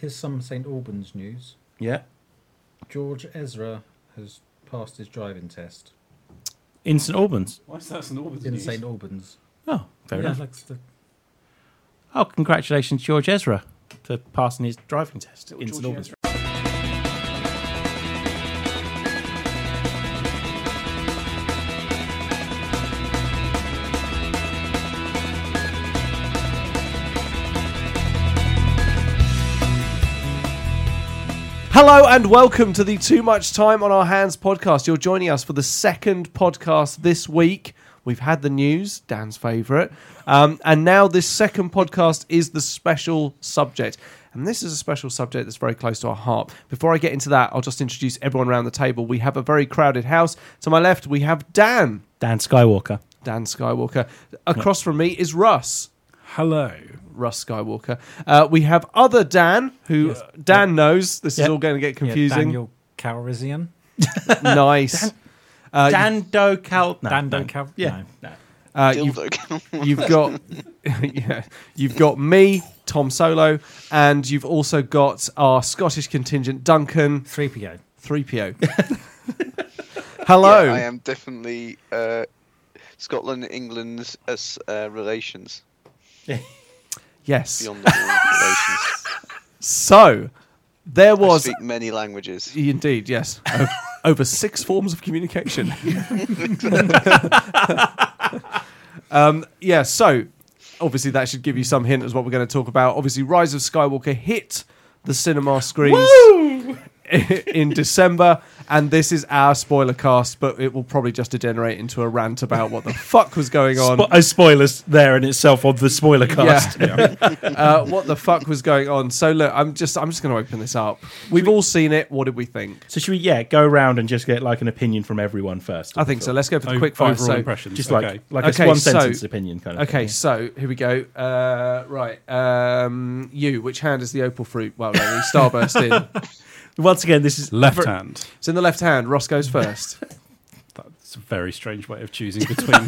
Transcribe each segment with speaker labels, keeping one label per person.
Speaker 1: Here's some St Albans news.
Speaker 2: Yeah.
Speaker 1: George Ezra has passed his driving test
Speaker 2: In St Albans.
Speaker 3: Why is that an Albans
Speaker 1: in
Speaker 3: news?
Speaker 1: St Albans.
Speaker 2: Oh, fair
Speaker 1: yeah,
Speaker 2: enough.
Speaker 1: that's the-
Speaker 2: Oh, congratulations, George Ezra, for passing his driving test
Speaker 3: Little
Speaker 2: in
Speaker 3: Georgie
Speaker 2: St Albans.
Speaker 3: Ezra.
Speaker 4: Hello and welcome to the Too Much Time on Our Hands podcast. You're joining us for the second podcast this week. We've had the news, Dan's favourite. Um, and now this second podcast is the special subject. And this is a special subject that's very close to our heart. Before I get into that, I'll just introduce everyone around the table. We have a very crowded house. To my left, we have Dan,
Speaker 2: Dan Skywalker.
Speaker 4: Dan Skywalker. Across from me is Russ.
Speaker 3: Hello.
Speaker 4: Russ Skywalker. Uh, we have other Dan, who Dan knows. This
Speaker 2: Yep.
Speaker 4: is all going to get confusing.
Speaker 5: Yeah, Daniel Calrissian.
Speaker 4: nice. Uh,
Speaker 2: Dando Cal. No,
Speaker 5: Dan
Speaker 2: no.
Speaker 5: Dan Cal.
Speaker 2: Yeah.
Speaker 4: uh, you've,
Speaker 6: Dildo.
Speaker 4: you've got yeah, you've got me, Tom Solo, and you've also got our Scottish contingent, Duncan
Speaker 5: Three PO.
Speaker 4: Three PO. Hello.
Speaker 6: Yeah, I am definitely uh, Scotland, England's as uh, relations
Speaker 4: Yes.
Speaker 6: beyond the relations.
Speaker 4: So there was
Speaker 6: I speak many languages.
Speaker 4: indeed yes o- over six forms of communication. um, yeah. So obviously that should give you some hint as what we're going to talk about. Obviously, Rise of Skywalker hit the cinema screens. in December, and this is our spoiler cast, but it will probably just degenerate into a rant about what the fuck was going on,
Speaker 2: Spo- oh, spoilers there in itself of the spoiler cast.
Speaker 4: uh, what the fuck was going on. So look, I'm just I'm just going to open this up. We've all seen it. What did we think?
Speaker 2: So should we, yeah, go around and just get like an opinion from everyone first?
Speaker 4: I think so. Let's go for the quick
Speaker 3: O-
Speaker 4: fire.
Speaker 3: overall
Speaker 4: So,
Speaker 3: impressions.
Speaker 2: Just
Speaker 3: okay.
Speaker 2: like like
Speaker 4: Okay,
Speaker 2: a one
Speaker 4: so-
Speaker 2: sentence opinion kind of.
Speaker 4: okay,
Speaker 2: Thing.
Speaker 4: so here we go. Uh, right, um, you. Which hand is the opal fruit? Well, no, the starburst in.
Speaker 2: Once again, this is
Speaker 3: left hand.
Speaker 4: It's in the left hand. Ross goes first.
Speaker 3: That's a very strange way of choosing between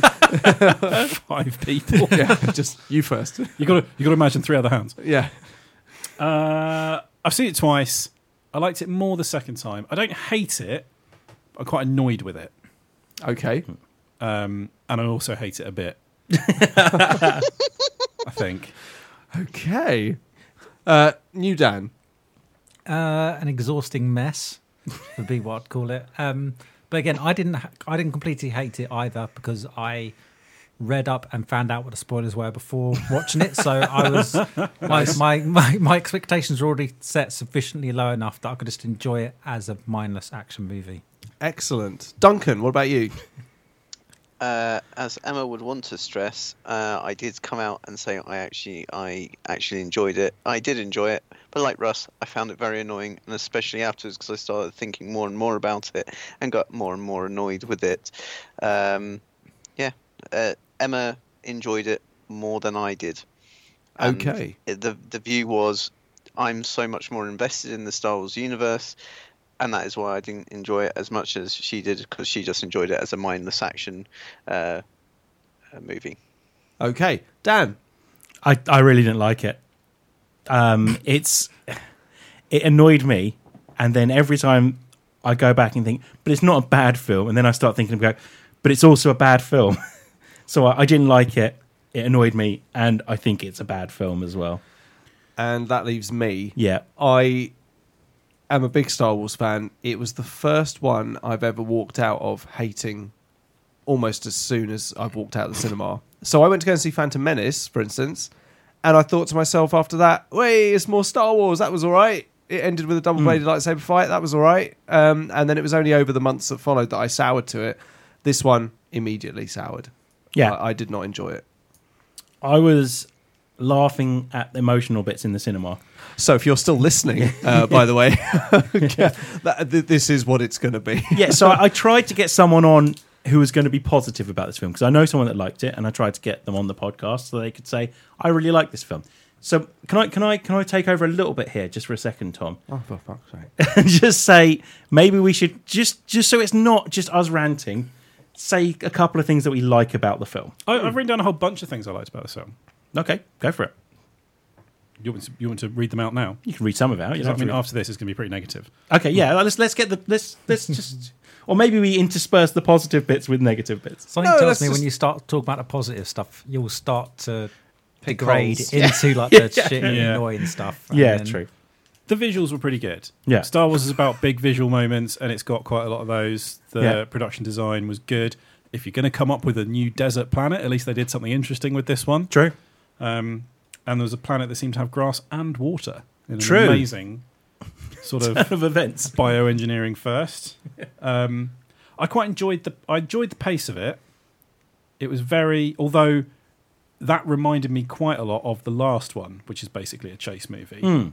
Speaker 3: five people.
Speaker 4: Yeah, just you first.
Speaker 3: You got to you got to imagine three other hands.
Speaker 4: Yeah,
Speaker 3: Uh, I've seen it twice. I liked it more the second time. I don't hate it. I'm quite annoyed with it,
Speaker 4: okay.
Speaker 3: um, and I also hate it a bit. I think.
Speaker 4: Okay. Uh, new Dan.
Speaker 5: Uh, an exhausting mess would be what I'd call it. Um, but again, I didn't. Ha- I didn't completely hate it either because I read up and found out what the spoilers were before watching it. So I was my, my my my expectations were already set sufficiently low enough that I could just enjoy it as a mindless action movie.
Speaker 4: Excellent. Duncan, what about you?
Speaker 6: Uh, as Emma would want to stress, uh, I did come out and say I actually I actually enjoyed it. I did enjoy it, but like Russ, I found it very annoying, and especially afterwards because I started thinking more and more about it and got more and more annoyed with it. Um, yeah, uh, Emma enjoyed it more than I did. And
Speaker 4: Okay.
Speaker 6: it- the the view was, I'm so much more invested in the Star Wars universe, and that is why I didn't enjoy it as much as she did because she just enjoyed it as a mindless action uh, uh, movie.
Speaker 4: Okay. Dan.
Speaker 2: I, I really didn't like it. Um, it's it annoyed me, and then every time I go back and think, but it's not a bad film, and then I start thinking, go, but it's also a bad film. so I, I didn't like it. It annoyed me, and I think it's a bad film as well.
Speaker 4: And that leaves me.
Speaker 2: Yeah,
Speaker 4: I am a big Star Wars fan. It was the first one I've ever walked out of hating almost as soon as I've walked out of the cinema. So I went to go and see Phantom Menace, for instance, and I thought to myself after that, wait, it's more Star Wars. That was all right. It ended with a double bladed lightsaber fight. That was all right. Um, and then it was only over the months that followed that I soured to it. This one immediately soured.
Speaker 2: yeah.
Speaker 4: I, I did not enjoy it.
Speaker 2: I was laughing at the emotional bits in the cinema.
Speaker 4: So if you're still listening, uh, by the way, that, th- this is what it's going to be.
Speaker 2: yeah, so I, I tried to get someone on who was going to be positive about this film because I know someone that liked it, and I tried to get them on the podcast so they could say I really like this film. So can I can I can I take over a little bit here just for a second, Tom,
Speaker 4: Oh, for fuck's sake.
Speaker 2: and just say maybe we should just just so it's not just us ranting, say a couple of things that we like about the film.
Speaker 3: I, I've written down a whole bunch of things I liked about the film.
Speaker 2: Okay, go for it.
Speaker 3: You want to, you want to read them out now?
Speaker 2: You can read some of it. out. You don't
Speaker 3: 'Cause I
Speaker 2: have to
Speaker 3: mean,
Speaker 2: read-
Speaker 3: after this, it's going to be pretty negative.
Speaker 2: Okay, yeah. Let's let's get the let's let's just, or maybe we intersperse the positive bits with negative bits.
Speaker 5: Something
Speaker 4: No,
Speaker 5: tells
Speaker 4: that's
Speaker 5: me
Speaker 4: just-
Speaker 5: when you start talking about the positive stuff, you'll start to
Speaker 4: Pick
Speaker 5: degrade
Speaker 4: holes.
Speaker 5: into like the shitty,
Speaker 3: Yeah.
Speaker 5: annoying stuff. and
Speaker 2: Yeah,
Speaker 5: then-
Speaker 2: true.
Speaker 3: The visuals were pretty good.
Speaker 2: Yeah.
Speaker 3: Star Wars is about big visual moments, and it's got quite a lot of those. The
Speaker 2: Yeah.
Speaker 3: production design was good. If you're going to come up with a new desert planet, at least they did something interesting with this one.
Speaker 2: True.
Speaker 3: Um, and there was a planet that seemed to have grass and water. In an
Speaker 2: True.
Speaker 3: Amazing sort of
Speaker 2: of events.
Speaker 3: bioengineering first. Um, I quite enjoyed the I enjoyed the pace of it. It was very although that reminded me quite a lot of the last one, which is basically a chase movie.
Speaker 2: Mm.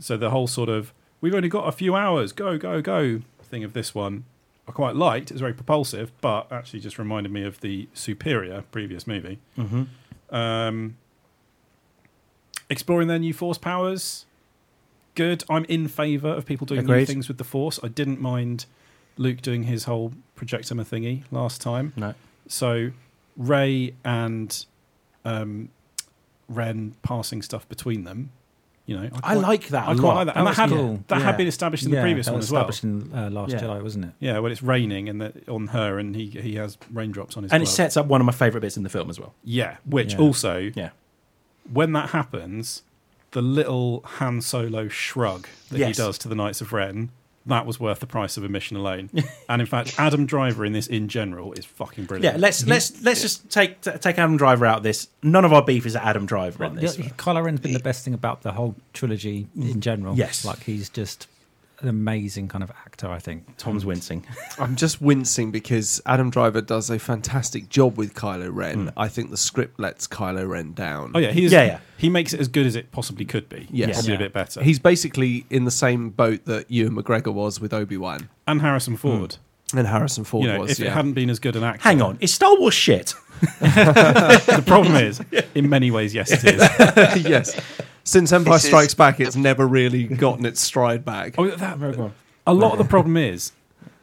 Speaker 3: So the whole sort of we've only got a few hours, go go go thing of this one, I quite liked. It was very propulsive, but actually just reminded me of the superior previous movie.
Speaker 2: hmm
Speaker 3: Um, exploring their new force powers, good. I'm in favour of people doing new
Speaker 2: Agreed.
Speaker 3: things with the force. I didn't mind Luke doing his whole projectima thingy last time.
Speaker 2: No.
Speaker 3: So Ray and um, Ren passing stuff between them. You know,
Speaker 2: I
Speaker 3: quite-
Speaker 2: like that. a
Speaker 3: I quite
Speaker 2: lot.
Speaker 3: like that,
Speaker 5: That
Speaker 3: and that
Speaker 5: was
Speaker 3: had
Speaker 5: cool.
Speaker 3: that
Speaker 2: Yeah.
Speaker 3: had been established in the
Speaker 5: Yeah,
Speaker 3: previous
Speaker 5: that
Speaker 3: one
Speaker 5: was
Speaker 3: as well.
Speaker 5: established in uh, Last
Speaker 2: Yeah.
Speaker 5: Jedi, wasn't it?
Speaker 3: Yeah, when it's raining and the, on her, and he he has raindrops on his
Speaker 2: And it
Speaker 3: glove.
Speaker 2: sets up one of my favourite bits in the film as well.
Speaker 3: Yeah, which
Speaker 2: Yeah.
Speaker 3: also
Speaker 2: Yeah.
Speaker 3: when that happens, the little Han Solo shrug that
Speaker 2: Yes.
Speaker 3: he does to the Knights of Ren, that was worth the price of admission alone. and in fact, Adam Driver in this in general is fucking
Speaker 2: Yeah,
Speaker 3: brilliant.
Speaker 2: let's let's let's just take t- take Adam Driver out of this. None of our beef is at Adam Driver on
Speaker 5: Yeah,
Speaker 2: this.
Speaker 5: Kylo Ren's been the best thing about the whole trilogy in general.
Speaker 2: Yes.
Speaker 5: like he's just an amazing kind of actor. I think
Speaker 2: Tom's wincing.
Speaker 4: I'm just wincing because Adam Driver does a fantastic job with Kylo Ren. I think the script lets Kylo Ren down.
Speaker 3: Hmm. Oh yeah, he's
Speaker 2: Yeah, yeah.
Speaker 3: he makes it as good as it possibly could be.
Speaker 4: Yes.
Speaker 3: Probably a
Speaker 5: Yeah.
Speaker 3: bit better.
Speaker 4: He's basically in the same boat that Ewan McGregor was with Obi Wan
Speaker 3: and Harrison Ford.
Speaker 4: and Harrison Ford
Speaker 3: You know,
Speaker 4: was.
Speaker 3: if
Speaker 4: yeah.
Speaker 3: it hadn't been as good an actor.
Speaker 2: Hang on, is Star Wars shit?
Speaker 3: The problem is, in many ways, yes it is.
Speaker 4: yes. Since Empire
Speaker 6: This is-
Speaker 4: Strikes Back, it's never really gotten its stride back.
Speaker 3: Oh, that, a lot of the problem is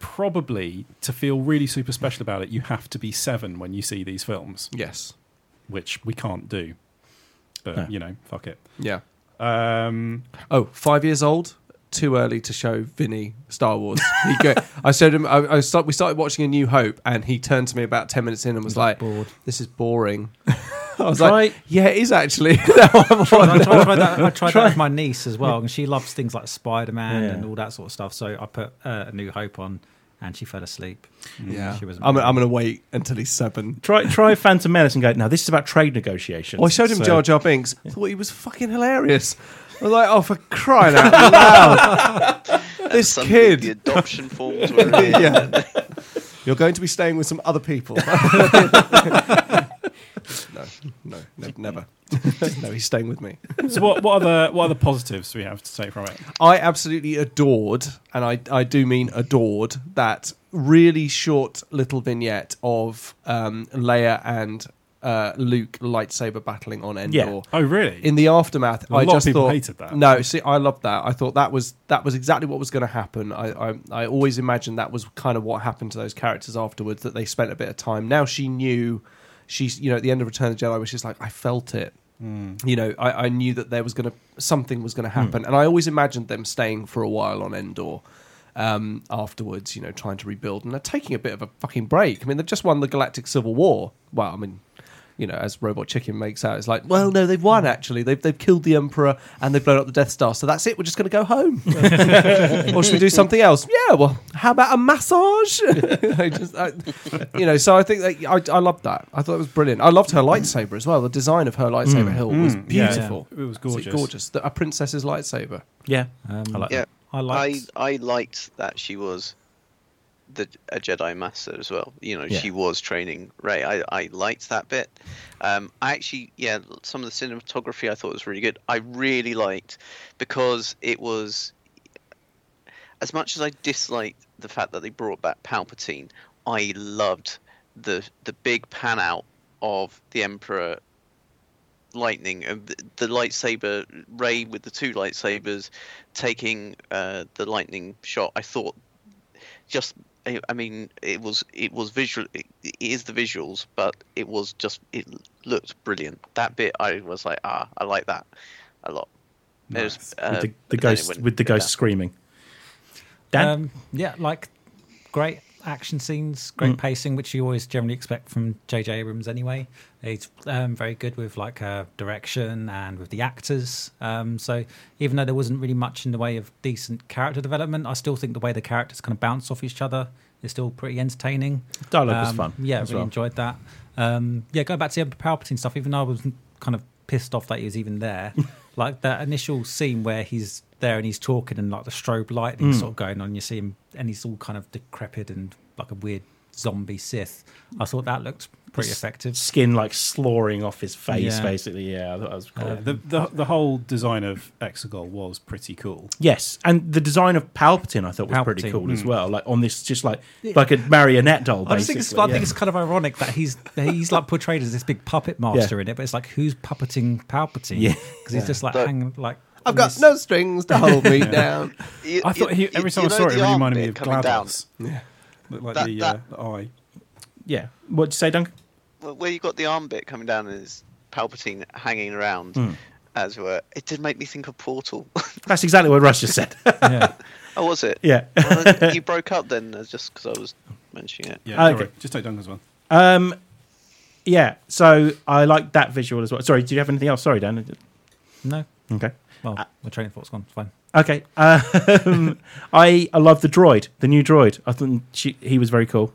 Speaker 3: probably to feel really super special about it, you have to be seven when you see these films.
Speaker 4: Yes.
Speaker 3: which we can't do. But
Speaker 2: No.
Speaker 3: you know, fuck it.
Speaker 4: Yeah.
Speaker 3: Um,
Speaker 4: Oh, five years old. Too early to show Vinny Star Wars. He go, I showed him. I, I start, we started watching A New Hope, and he turned to me about ten minutes in and was like,
Speaker 5: bored.
Speaker 4: "This is boring." I was
Speaker 2: Try-
Speaker 4: like, "Yeah, it is actually." Now
Speaker 5: I,
Speaker 4: I'm on
Speaker 5: I
Speaker 4: it.
Speaker 5: tried that, I tried that with my niece as well, and she loves things like Spider Man
Speaker 2: Yeah.
Speaker 5: and all that sort of stuff. So I put uh, A New Hope on, and she fell asleep.
Speaker 4: yeah,
Speaker 5: she was.
Speaker 4: I'm, I'm going to wait until he's seven.
Speaker 2: Try try Phantom Menace and go. Now this is about trade negotiations.
Speaker 4: Well, Oh, I showed him
Speaker 2: So-
Speaker 4: Jar Jar Binks. Thought he was fucking hilarious. I was like, "Oh, for crying out loud!" this
Speaker 6: Some-
Speaker 4: kid.
Speaker 6: The adoption forms were in.
Speaker 4: yeah. You're going to be staying with some other people. no, no, ne- never. no, he's staying with me.
Speaker 3: so what what are the what are the positives we have to take from it?
Speaker 4: I absolutely adored, and I, I do mean adored, that really short little vignette of um, Leia and uh, Luke lightsaber battling on Endor.
Speaker 2: Yeah.
Speaker 3: Oh, really?
Speaker 4: In the aftermath,
Speaker 3: A
Speaker 4: I
Speaker 3: lot of
Speaker 4: just
Speaker 3: people
Speaker 4: thought,
Speaker 3: hated that.
Speaker 4: No, see, I loved that. I thought that was that was exactly what was going to happen. I, I I always imagined that was kind of what happened to those characters afterwards. That they spent a bit of time. Now she knew, she's you know at the end of Return of the Jedi was just like I felt it.
Speaker 3: Hmm.
Speaker 4: You know, I, I knew that there was going to something was going to happen, and I always imagined them staying for a while on Endor. Um, afterwards, you know, trying to rebuild and they're taking a bit of a fucking break. I mean, they've just won the Galactic Civil War. Well, I mean, you know, as Robot Chicken makes out, it's like, well, no, they've won actually. They've they've killed the Emperor and they've blown up the Death Star. So that's it. We're just going to go home, or should we do something else? Yeah. Well, how about a massage? I just, I, you know, so I think that I, I loved that. I thought it was brilliant. I loved her lightsaber as well. The design of her lightsaber hill was
Speaker 3: Mm, yeah.
Speaker 4: beautiful.
Speaker 3: It was
Speaker 4: Absolutely
Speaker 3: gorgeous.
Speaker 4: gorgeous. The- a princess's lightsaber.
Speaker 2: Yeah,
Speaker 5: Um,
Speaker 2: I like
Speaker 6: Yeah.
Speaker 2: that.
Speaker 5: I
Speaker 6: I
Speaker 5: liked.
Speaker 6: I liked that she was the a Jedi Master as well. You know,
Speaker 2: Yeah.
Speaker 6: she was training Ray. I I liked that bit. Um, I actually, yeah, some of the cinematography I thought was really good. I really liked because it was as much as I disliked the fact that they brought back Palpatine. I loved the the big pan out of the Emperor lightning and th- the lightsaber ray with the two lightsabers taking uh, the lightning shot i thought just i I mean it was it was visual it it is the visuals but it was just it looked brilliant that bit i was like ah i like that a lot. It was, uh,
Speaker 2: with the, the
Speaker 6: but then it
Speaker 2: ghost
Speaker 6: wouldn't
Speaker 2: with the
Speaker 6: go
Speaker 2: ghost
Speaker 6: down.
Speaker 2: screaming. Dan,
Speaker 5: Um, yeah, like great action scenes,
Speaker 2: Mm.
Speaker 5: great pacing, which you always generally expect from J.J. Abrams anyway. He's um, very good with like uh, direction and with the actors. Um, so even though there wasn't really much in the way of decent character development, I still think the way the characters kind of bounce off each other is still pretty entertaining.
Speaker 2: dialogue was
Speaker 5: Um,
Speaker 2: fun.
Speaker 5: Yeah,
Speaker 2: as
Speaker 5: really
Speaker 2: well.
Speaker 5: enjoyed that. Um, yeah, going back to the Palpatine stuff, even though I was kind of pissed off that he was even there, like that initial scene where he's there and he's talking and like the strobe
Speaker 2: Mm.
Speaker 5: lighting sort of going on, you see him and he's all kind of decrepit and like a weird zombie Sith. I thought that looked pretty
Speaker 2: It's-
Speaker 5: effective.
Speaker 2: Skin like slawing off his face,
Speaker 5: Yeah.
Speaker 2: basically. Yeah, I thought that was cool.
Speaker 3: Yeah,
Speaker 4: Um,
Speaker 3: the, the the whole design of Exegol was pretty cool.
Speaker 2: Yes, and the design of Palpatine I thought was pretty
Speaker 5: Palpatine. hmm.
Speaker 2: cool as well. Like on this, just like like a marionette doll. Basically,
Speaker 5: I just think it's, I
Speaker 2: yeah.
Speaker 5: think it's kind of ironic that he's he's like portrayed as this big puppet master in it, but it's like who's puppeting Palpatine?
Speaker 2: Yeah.
Speaker 5: because he's just like
Speaker 6: But-
Speaker 5: hanging like.
Speaker 4: I've got no strings to hold me down.
Speaker 6: You-
Speaker 3: I thought
Speaker 6: you-
Speaker 3: he, every
Speaker 6: you-
Speaker 3: time I
Speaker 6: you know
Speaker 3: saw it,
Speaker 6: the
Speaker 3: it really
Speaker 6: arm
Speaker 3: reminded me
Speaker 6: bit
Speaker 3: of
Speaker 6: coming down,
Speaker 3: GLaDOS. Looked like
Speaker 6: That-
Speaker 3: the,
Speaker 6: that-
Speaker 3: Uh, the eye.
Speaker 2: yeah. What'd you say, Duncan?
Speaker 6: Well, where you got the arm bit coming down and is Palpatine hanging around,
Speaker 2: Hmm.
Speaker 6: as it were. It did make me think of Portal.
Speaker 2: That's exactly what Russ just said.
Speaker 5: Yeah.
Speaker 6: oh, was it?
Speaker 2: yeah.
Speaker 6: well, you broke up then, uh, just because I was mentioning it.
Speaker 3: Yeah,
Speaker 4: Ah,
Speaker 3: don't
Speaker 2: Okay.
Speaker 3: worry. just take Duncan's one.
Speaker 2: Um, yeah. So I like that visual as well. Sorry, did you have anything else? Sorry, Dan.
Speaker 5: No,
Speaker 2: Okay.
Speaker 5: well, my train of thought's gone. It's fine.
Speaker 2: Okay. Um, I I love the droid, the new droid. I thought she, he was very cool.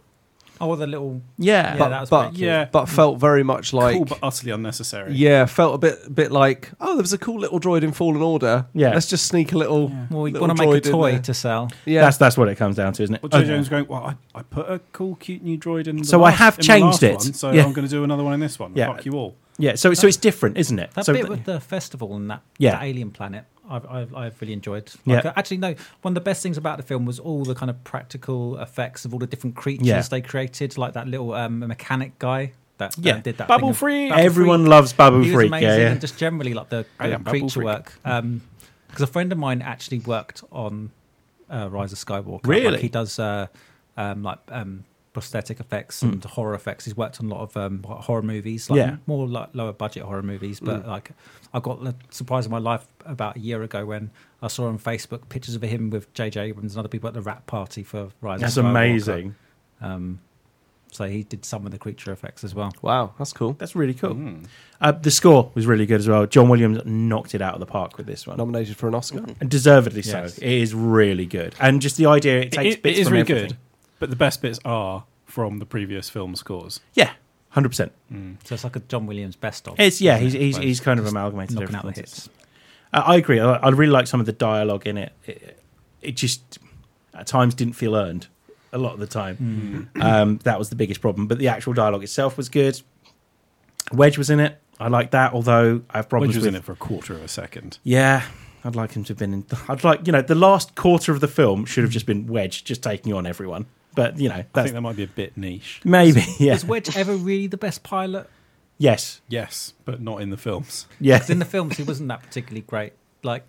Speaker 5: Oh, the little
Speaker 2: Yeah.
Speaker 5: Yeah,
Speaker 4: but
Speaker 5: that was
Speaker 4: but,
Speaker 5: pretty
Speaker 3: cute. Yeah.
Speaker 4: but felt very much like
Speaker 3: cool but utterly unnecessary.
Speaker 4: yeah, felt a bit bit like oh, there was a cool little droid in Fallen Order.
Speaker 2: Yeah.
Speaker 4: let's just sneak a little.
Speaker 5: Well, we
Speaker 4: little
Speaker 5: want to make
Speaker 4: droid
Speaker 5: a
Speaker 4: in
Speaker 5: toy
Speaker 4: there.
Speaker 5: to sell.
Speaker 4: Yeah,
Speaker 2: That's that's what it comes down to, isn't it? Oh,
Speaker 3: Well, Joe
Speaker 2: Okay.
Speaker 3: Jones going, well, I, I put a cool, cute new droid in. The
Speaker 2: So I
Speaker 3: last,
Speaker 2: have
Speaker 3: in the
Speaker 2: changed
Speaker 3: last
Speaker 2: it.
Speaker 3: One, so
Speaker 2: Yeah.
Speaker 3: I'm going to do another one in this one.
Speaker 2: Yeah.
Speaker 3: Fuck you all.
Speaker 2: Yeah. So so it's different, isn't it?
Speaker 5: That
Speaker 2: so
Speaker 5: bit
Speaker 2: th-
Speaker 5: with the festival and that,
Speaker 2: Yeah.
Speaker 5: that alien planet, I've, I've, I've really enjoyed.
Speaker 2: Yeah.
Speaker 5: Like, uh, Actually, no, one of the best things about the film was all the kind of practical effects of all the different creatures
Speaker 2: Yeah.
Speaker 5: they created, like that little um, mechanic guy that uh,
Speaker 2: Yeah.
Speaker 5: did that.
Speaker 3: Bubble
Speaker 5: thing of-
Speaker 3: Freak!
Speaker 5: Bubble
Speaker 2: everyone loves Babu
Speaker 5: he was
Speaker 2: Freak.
Speaker 5: amazing
Speaker 2: Yeah. Yeah.
Speaker 5: and just generally like the,
Speaker 3: I
Speaker 5: the
Speaker 3: am Bubble
Speaker 5: creature
Speaker 3: Freak.
Speaker 5: work. Because a friend of mine actually worked on uh, Rise of Skywalker.
Speaker 2: Really?
Speaker 5: like, he does uh, um, like um, prosthetic effects and horror effects. He's worked on a lot of um, horror movies, like
Speaker 2: Hmm. Yeah. Hmm.
Speaker 5: more like lower budget horror movies. But like, I got the surprise of my life about a year ago when I saw on Facebook pictures of him with J.J. Abrams and other people at the rap party for Rise.
Speaker 2: That's
Speaker 5: of Skywalker.
Speaker 2: amazing.
Speaker 5: Um, so he did some of the creature effects as well.
Speaker 4: wow, that's cool.
Speaker 2: That's really cool.
Speaker 3: Hmm.
Speaker 2: Uh, the score was really good as well. John Williams knocked it out of the park with this one,
Speaker 4: Nominated for an Oscar.
Speaker 2: and deservedly
Speaker 5: Yes.
Speaker 2: so. It is really good, and just the idea it
Speaker 3: It-
Speaker 2: takes
Speaker 3: it-
Speaker 2: bits
Speaker 3: it is
Speaker 2: from
Speaker 3: really
Speaker 2: everything.
Speaker 3: good, but the best bits are from the previous film scores.
Speaker 2: Yeah, hundred percent.
Speaker 5: So it's like a John Williams best of.
Speaker 2: It's yeah. He's
Speaker 5: isn't it?
Speaker 2: he's,
Speaker 5: Where
Speaker 2: he's kind of amalgamated
Speaker 5: knocking out
Speaker 2: everything.
Speaker 5: the hits.
Speaker 2: I, I agree. I, I really like some of the dialogue in it. it. It just at times didn't feel earned. A lot of the time, um, that was the biggest problem. But the actual dialogue itself was good. Wedge was in it. I like that. Although I have problems
Speaker 3: Which was
Speaker 2: with
Speaker 3: in it for a quarter of a second.
Speaker 2: Yeah, I'd like him to have been in. I'd like, you know, the last quarter of the film should have just been Wedge just taking on everyone. But, you know,
Speaker 3: I
Speaker 2: that's
Speaker 3: think that might be a bit niche.
Speaker 2: maybe. Yeah.
Speaker 5: Is Wedge ever really the best pilot?
Speaker 2: Yes.
Speaker 3: Yes, but not in the films.
Speaker 2: Yeah.
Speaker 5: Because in the films, he wasn't that particularly great. Like,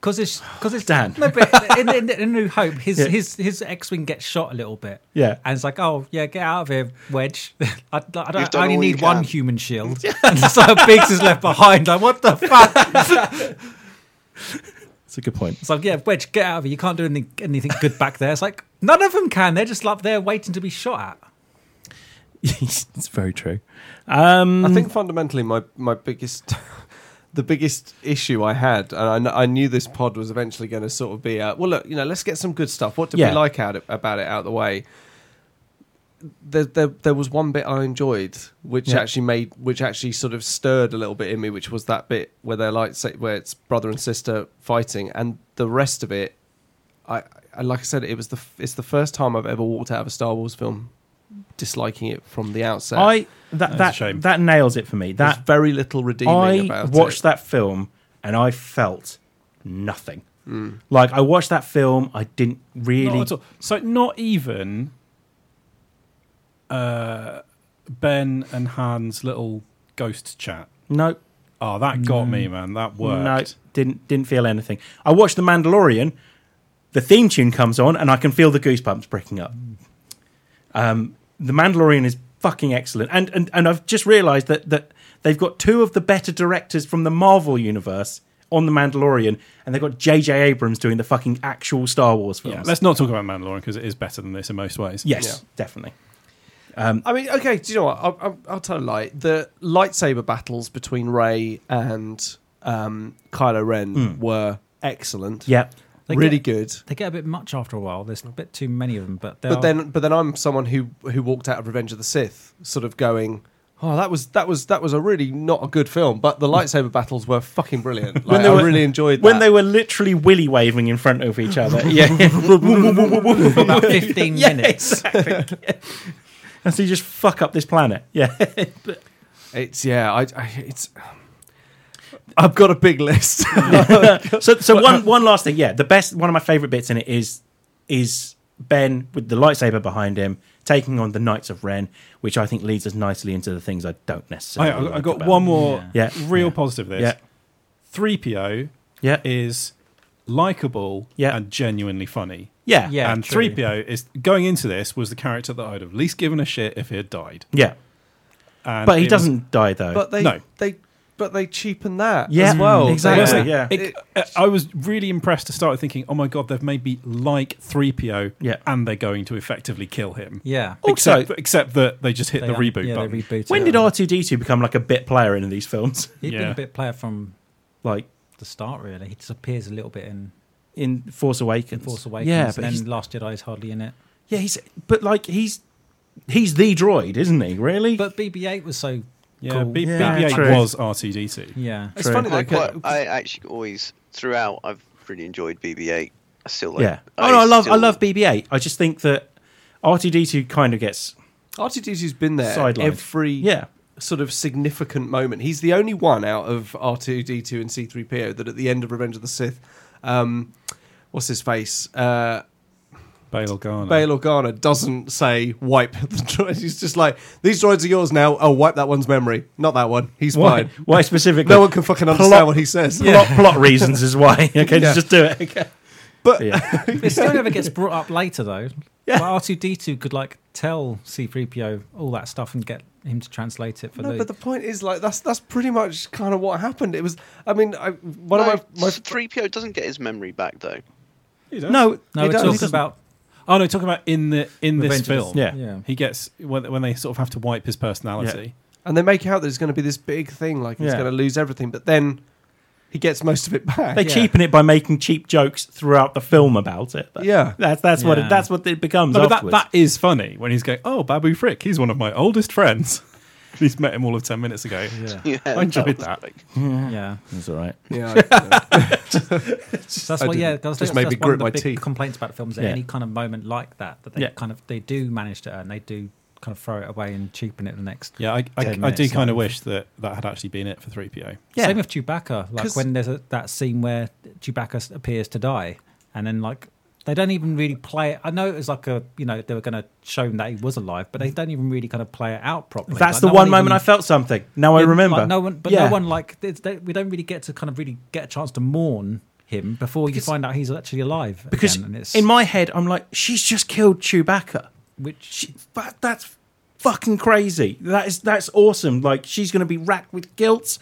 Speaker 5: because it's because it's
Speaker 2: Dan.
Speaker 5: No, but in, in, in New Hope, his
Speaker 2: Yeah.
Speaker 5: his his X-wing gets shot a little bit.
Speaker 2: Yeah.
Speaker 5: and it's like, oh yeah, get out of here, Wedge. I, I, don't,
Speaker 6: done
Speaker 5: I only
Speaker 6: all you
Speaker 5: need one
Speaker 6: can.
Speaker 5: human shield, and so Biggs is left behind. Like, what the fuck?
Speaker 2: That's a good point.
Speaker 5: It's like, yeah, Wedge, get out of here. You can't do anything anything good back there. It's like none of them can. They're just like there waiting to be shot at.
Speaker 2: it's very true. Um,
Speaker 4: I think fundamentally my my biggest the biggest issue I had, and I kn- I, knew this pod was eventually going to sort of be uh, well, look, you know, let's get some good stuff. What did
Speaker 2: Yeah.
Speaker 4: we like out, about it out of the way? There, there, there was one bit I enjoyed, which
Speaker 2: Yeah.
Speaker 4: actually made, which actually sort of stirred a little bit in me, which was that bit where they're like, say, where it's brother and sister fighting, and the rest of it, I, I like I said, it was the, f- it's the first time I've ever walked out of a Star Wars film disliking it from the outset.
Speaker 2: I, that,
Speaker 3: a
Speaker 2: that,
Speaker 3: shame.
Speaker 2: that nails it for me.
Speaker 4: There's
Speaker 2: That
Speaker 4: very little redeeming
Speaker 2: I
Speaker 4: about
Speaker 2: watched
Speaker 4: it.
Speaker 2: that film and I felt nothing. Like, I watched that film, I didn't really.
Speaker 3: Hmm. Not at all. So not even uh, Ben and Han's little ghost chat.
Speaker 2: No,
Speaker 3: Oh, that got me, man. That worked.
Speaker 2: Mm. No, didn't didn't feel anything. I watched The Mandalorian. The theme tune comes on, and I can feel the goosebumps breaking up. Um, the Mandalorian is fucking excellent, and and and I've just realised that that They've got two of the better directors from the Marvel universe on The Mandalorian, and they've got J.J. Abrams doing the fucking actual Star Wars films.
Speaker 3: Yeah, let's not talk about Mandalorian because it is better than this in most ways.
Speaker 2: yes, definitely.
Speaker 4: I mean, okay, do you know what? I'll, I'll, I'll tell a lie. The lightsaber battles between Ray and um, Kylo Ren were excellent.
Speaker 2: Yeah.
Speaker 5: They
Speaker 4: really
Speaker 5: get-
Speaker 4: good.
Speaker 5: They get a bit much after a while. There's a bit too many of them, but, they
Speaker 4: But
Speaker 5: are-
Speaker 4: then, but then I'm someone who who walked out of Revenge of the Sith, sort of going, "Oh, that was that was that was a really not a good film." But the lightsaber battles were fucking brilliant. Like, I really enjoyed that.
Speaker 2: when they were literally willy waving in front of each other. yeah.
Speaker 5: for about 15
Speaker 2: Yeah,
Speaker 5: minutes.
Speaker 2: exactly. Yeah. And so you just fuck up this planet. Yeah.
Speaker 4: it's yeah, I, I it's. I've got a big list.
Speaker 2: so so one one last thing, yeah. The best one of my favourite bits in it is is Ben with the lightsaber behind him taking on the Knights of Ren, which I think leads us nicely into the things I don't
Speaker 3: I,
Speaker 2: necessarily.
Speaker 3: I, I
Speaker 2: like
Speaker 3: got
Speaker 2: about
Speaker 3: one
Speaker 2: it.
Speaker 3: more
Speaker 2: Yeah.
Speaker 3: real positive. of
Speaker 2: Yeah.
Speaker 3: This three PO
Speaker 2: Yeah.
Speaker 3: is likable
Speaker 2: Yeah.
Speaker 3: and genuinely funny.
Speaker 2: Yeah. Yeah.
Speaker 5: Yeah,
Speaker 3: and
Speaker 5: true.
Speaker 3: three PO is going into this was the character that I'd have least given a shit if he had died.
Speaker 2: Yeah.
Speaker 3: And
Speaker 2: But he
Speaker 3: it was-
Speaker 2: doesn't die though.
Speaker 4: but they
Speaker 3: No.
Speaker 4: they but they cheapen that
Speaker 2: yeah,
Speaker 4: as well. They-
Speaker 2: Exactly.
Speaker 3: Yeah.
Speaker 2: Yeah.
Speaker 3: It- uh, I was really impressed to start thinking, oh my god, they've made me like three PO,
Speaker 2: Yeah.
Speaker 3: and they're going to effectively kill him.
Speaker 5: Yeah.
Speaker 2: Also-
Speaker 3: except, except that they just hit
Speaker 5: They
Speaker 3: the
Speaker 5: are-
Speaker 3: reboot
Speaker 5: yeah,
Speaker 3: button.
Speaker 5: They rebooted
Speaker 2: when
Speaker 5: it.
Speaker 2: did R two D two become like a bit player in these films?
Speaker 5: He'd been
Speaker 3: Yeah.
Speaker 5: a bit player from
Speaker 2: Like
Speaker 5: the start, really. He just appears a little bit in
Speaker 2: in Force Awakens.
Speaker 5: Force Awakens,
Speaker 2: Yeah, but
Speaker 5: and
Speaker 2: he's-
Speaker 5: then Last Jedi is hardly in it.
Speaker 2: Yeah, he's but like he's he's the droid, isn't he? Really?
Speaker 5: But BB-8 was so
Speaker 3: Yeah,
Speaker 5: cool.
Speaker 3: B-
Speaker 2: Yeah,
Speaker 3: BB-8
Speaker 2: true.
Speaker 3: was RTD2.
Speaker 5: yeah.
Speaker 4: It's
Speaker 2: True.
Speaker 4: funny
Speaker 6: I,
Speaker 4: though. 'cause-
Speaker 6: quite, I actually always throughout I've really enjoyed BB-8. I still like.
Speaker 2: yeah. Oh no, I love I
Speaker 6: still-
Speaker 2: love BB-8. I just think that R2D2 kind of gets
Speaker 4: R2D2's been there
Speaker 2: Sidelined.
Speaker 4: every
Speaker 2: yeah.
Speaker 4: sort of significant moment. He's the only one out of R2D2 and C3PO that at the end of Revenge of the Sith, um, what's his face? Uh,
Speaker 3: Bail Organa.
Speaker 4: Bail Organa doesn't say wipe the droids. He's just like, these droids are yours now. Oh, wipe that one's memory. Not that one. He's
Speaker 2: Why?
Speaker 4: fine.
Speaker 2: Why specifically?
Speaker 4: No one can fucking understand
Speaker 2: Plot-
Speaker 4: what he says.
Speaker 2: plot, plot reasons is why. Okay,
Speaker 4: Yeah.
Speaker 2: just do it. Okay.
Speaker 4: But
Speaker 2: Yeah.
Speaker 5: It still never gets brought up later, though.
Speaker 2: Yeah.
Speaker 5: But R2D2 could, like, tell C3PO all that stuff and get him to translate it for
Speaker 4: No,
Speaker 5: Luke.
Speaker 4: but the point is, like, that's that's pretty much kind of what happened. It was, I mean, I, one
Speaker 6: No,
Speaker 4: of my, my
Speaker 6: three PO doesn't get his memory back though.
Speaker 3: You don't-
Speaker 2: No,
Speaker 5: no,
Speaker 2: he
Speaker 5: we're
Speaker 2: does.
Speaker 5: talking about
Speaker 3: Oh no, talking about in the in
Speaker 5: Revenge
Speaker 3: this
Speaker 5: of the-
Speaker 3: film.
Speaker 2: Yeah.
Speaker 5: yeah.
Speaker 3: He gets when, when they sort of have to wipe his personality.
Speaker 4: And they make out that it's going to be this big thing, like he's
Speaker 2: Yeah.
Speaker 4: going to lose everything, but then he gets most of it back.
Speaker 2: They
Speaker 5: Yeah.
Speaker 2: cheapen it by making cheap jokes throughout the film about it. That-
Speaker 4: Yeah.
Speaker 2: that's that's what
Speaker 5: Yeah.
Speaker 2: it, that's what it becomes.
Speaker 3: No, but that,
Speaker 2: afterwards.
Speaker 3: that is funny when he's going, "Oh, Babu Frick, he's one of my oldest friends." he's met him all of ten minutes ago.
Speaker 5: Yeah.
Speaker 6: Yeah,
Speaker 3: I enjoyed
Speaker 6: was
Speaker 3: that.
Speaker 6: like-
Speaker 5: yeah.
Speaker 2: That's all right.
Speaker 4: yeah, I-
Speaker 5: That's
Speaker 4: I
Speaker 5: what, yeah,
Speaker 4: didn't.
Speaker 5: that's, that's
Speaker 4: Just made me
Speaker 5: one of
Speaker 4: grit
Speaker 5: the
Speaker 4: my
Speaker 5: big
Speaker 4: teeth.
Speaker 5: complaints about films. At
Speaker 2: Yeah.
Speaker 5: any kind of moment like that, that they
Speaker 2: Yeah.
Speaker 5: kind of they do manage to earn, they do kind of throw it away and cheapen it the next.
Speaker 3: Yeah, I, I,
Speaker 5: Ten
Speaker 3: I do
Speaker 5: minutes,
Speaker 3: kind of
Speaker 5: like-
Speaker 3: wish that that had actually been it for three PO.
Speaker 2: Yeah.
Speaker 5: Same with Chewbacca. Like
Speaker 4: 'Cause-
Speaker 5: when there's a, that scene where Chewbacca s- appears to die, and then like they don't even really play it. I know it was like a you know they were going to show him that he was alive, but they don't even really kind of play it out properly.
Speaker 2: That's
Speaker 5: Like,
Speaker 2: the
Speaker 5: no
Speaker 2: one
Speaker 5: even-
Speaker 2: moment I felt something. Now I
Speaker 5: Yeah,
Speaker 2: remember.
Speaker 5: like, no one, but
Speaker 2: Yeah.
Speaker 5: no one like it's, they, we don't really get to kind of really get a chance to mourn him before you find out he's actually alive.
Speaker 2: because
Speaker 5: again, and it's,
Speaker 2: in my head I'm like, she's just killed Chewbacca.
Speaker 5: which
Speaker 2: She, that, that's fucking crazy. That is that's awesome. Like she's going to be racked with guilt.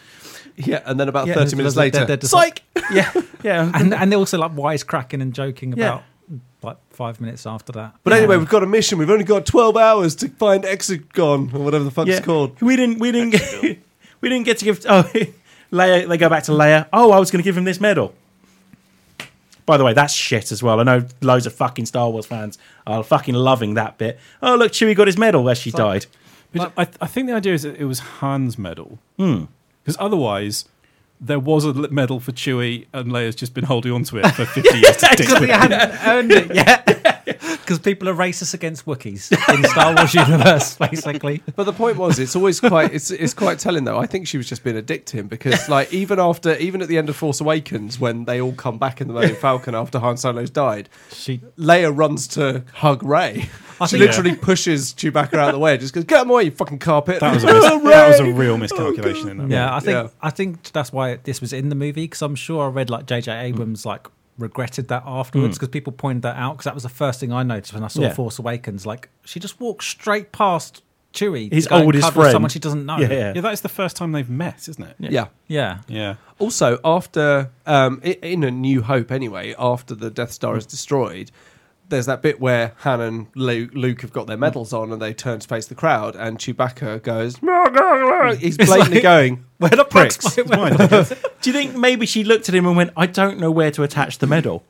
Speaker 4: yeah, and then about
Speaker 2: Yeah,
Speaker 4: 30 minutes
Speaker 5: they're-
Speaker 4: later,
Speaker 5: they're- they're just
Speaker 4: psych!
Speaker 2: Yeah, yeah.
Speaker 5: and and they're also like wisecracking and joking
Speaker 2: Yeah.
Speaker 5: about like five minutes after that.
Speaker 4: but anyway, we've got a mission. We've only got 12 hours to find Exegon, or whatever the fuck
Speaker 2: yeah.
Speaker 4: it's called.
Speaker 2: We didn't. We didn't. Get, we didn't get to give. Oh, Leia. They go back to Leia. Oh, I was going to give him this medal. By the way, that's shit as well. I know loads of fucking Star Wars fans are fucking loving that bit. Oh, look, Chewie got his medal where she died.
Speaker 3: But I, I think the idea is that it was Han's medal because otherwise. There was a li- medal for Chewie, and Leia's just been holding on to it for 50 years. to dick with.
Speaker 5: yeah, because people are racist against Wookiees in Star Wars universe, basically.
Speaker 4: But the point was, it's always quite, it's, it's quite telling though. I think she was just being a dick to him because, like, even after, even at the end of Force Awakens, when they all come back in the Millennium Falcon after Han Solo's died,
Speaker 5: She
Speaker 4: Leia runs to hug Ray.
Speaker 5: I
Speaker 4: She
Speaker 5: think-
Speaker 4: literally pushes Chewbacca out of the way. and Just goes, get him away, you fucking carpet.
Speaker 3: That was a, mis-
Speaker 4: Oh,
Speaker 3: that was a real miscalculation in that.
Speaker 5: Yeah, I think
Speaker 4: Yeah.
Speaker 5: I think that's why this was in the movie because I'm sure I read like J.J. Abrams like regretted that afterwards because people pointed that out because that was the first thing I noticed when I saw
Speaker 2: Yeah.
Speaker 5: Force Awakens. Like she just walked straight past Chewie.
Speaker 2: His
Speaker 5: to go and
Speaker 2: oldest
Speaker 5: cuddle someone
Speaker 2: friend.
Speaker 5: she doesn't know.
Speaker 2: Yeah, yeah.
Speaker 3: Yeah, that is the first time they've met, isn't it?
Speaker 2: Yeah.
Speaker 4: yeah.
Speaker 5: Yeah.
Speaker 3: Yeah.
Speaker 4: Also, after um, i- in A New Hope, anyway, after the Death Star is destroyed, there's that bit where Han and Luke, Luke have got their medals on and they turn to face the crowd, and Chewbacca goes, he's blatantly
Speaker 5: like-
Speaker 4: going,
Speaker 5: Where the
Speaker 4: Pricks.
Speaker 5: pricks? Where-
Speaker 2: Do you think maybe she looked at him and went, "I don't know where to attach the medal.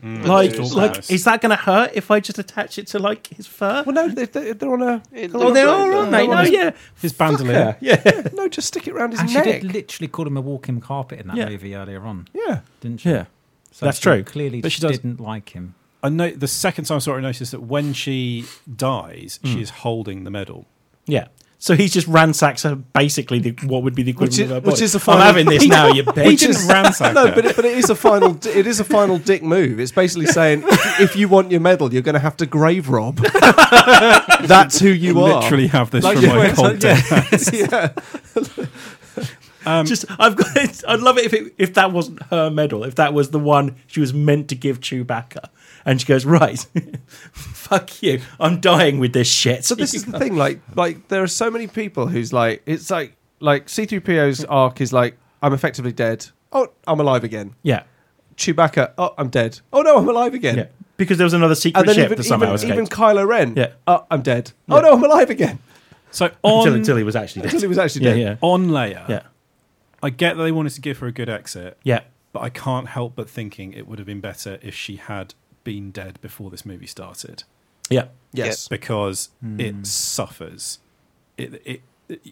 Speaker 2: Like,
Speaker 6: It's
Speaker 2: like,
Speaker 3: nice.
Speaker 2: is that going to hurt if I just attach it to like his fur?
Speaker 4: well, no, they, they, they're on a.
Speaker 6: It
Speaker 2: Oh,
Speaker 6: looks
Speaker 2: they
Speaker 6: like uh,
Speaker 2: are,
Speaker 6: that.
Speaker 2: aren't they? No, yeah,
Speaker 3: His bandolier.
Speaker 2: yeah,
Speaker 4: No, just stick it around his
Speaker 5: And she
Speaker 4: neck.
Speaker 5: did literally call him a walking carpet in that
Speaker 2: Yeah.
Speaker 5: movie earlier on,
Speaker 4: yeah.
Speaker 5: didn't she?
Speaker 2: yeah.
Speaker 5: So
Speaker 2: That's
Speaker 5: she
Speaker 2: true.
Speaker 5: Clearly,
Speaker 2: But
Speaker 5: she
Speaker 2: she does-
Speaker 5: didn't like him.
Speaker 3: I know the second time I saw it, I noticed that when she dies,
Speaker 4: Hmm.
Speaker 3: she is holding the medal.
Speaker 2: Yeah. So he's just ransacks her basically the, what would be the equivalent
Speaker 4: Which is-
Speaker 2: of her body.
Speaker 4: which is the
Speaker 2: I'm
Speaker 4: final-
Speaker 2: having this now, you
Speaker 3: He
Speaker 2: bitch.
Speaker 3: didn't
Speaker 4: is-
Speaker 3: ransack
Speaker 4: No,
Speaker 3: her.
Speaker 4: but it, but it is a final. d- It is a final dick move. It's basically saying if, if you want your medal, you're going to have to grave rob. That's who you are.
Speaker 3: literally have this
Speaker 4: Like
Speaker 3: from
Speaker 4: you
Speaker 3: my
Speaker 4: went-
Speaker 3: cold
Speaker 4: yeah.
Speaker 3: dead.
Speaker 4: yeah.
Speaker 3: Um,
Speaker 2: Just I've got. It. I'd love it if it, if that wasn't her medal. If that was the one she was meant to give Chewbacca, and she goes right, fuck you. I'm dying with this shit.
Speaker 4: So this is the thing. Like, like there are so many people who's like, it's like, like C-3PO's arc is like, I'm effectively dead. Oh, I'm alive again.
Speaker 2: yeah,
Speaker 4: Chewbacca. Oh, I'm dead. Oh no, I'm alive again.
Speaker 2: yeah. Because there was another secret
Speaker 4: And then
Speaker 2: ship
Speaker 4: even,
Speaker 2: that somehow
Speaker 4: even,
Speaker 2: escaped
Speaker 4: even Kylo Ren.
Speaker 2: Yeah.
Speaker 4: Oh, I'm dead. Oh
Speaker 2: Yeah.
Speaker 4: no, I'm alive again.
Speaker 3: so
Speaker 2: until,
Speaker 3: on
Speaker 2: until he was actually
Speaker 4: Until
Speaker 2: dead.
Speaker 4: he was actually
Speaker 2: Yeah,
Speaker 4: dead.
Speaker 2: yeah,
Speaker 3: on Leia,
Speaker 2: yeah,
Speaker 3: I get that they wanted to give her a good exit,
Speaker 2: yeah.
Speaker 3: but I can't help but thinking it would have been better if she had been dead before this movie started
Speaker 2: yeah.
Speaker 4: Yes.
Speaker 3: because
Speaker 4: Hmm.
Speaker 3: it suffers. It, it,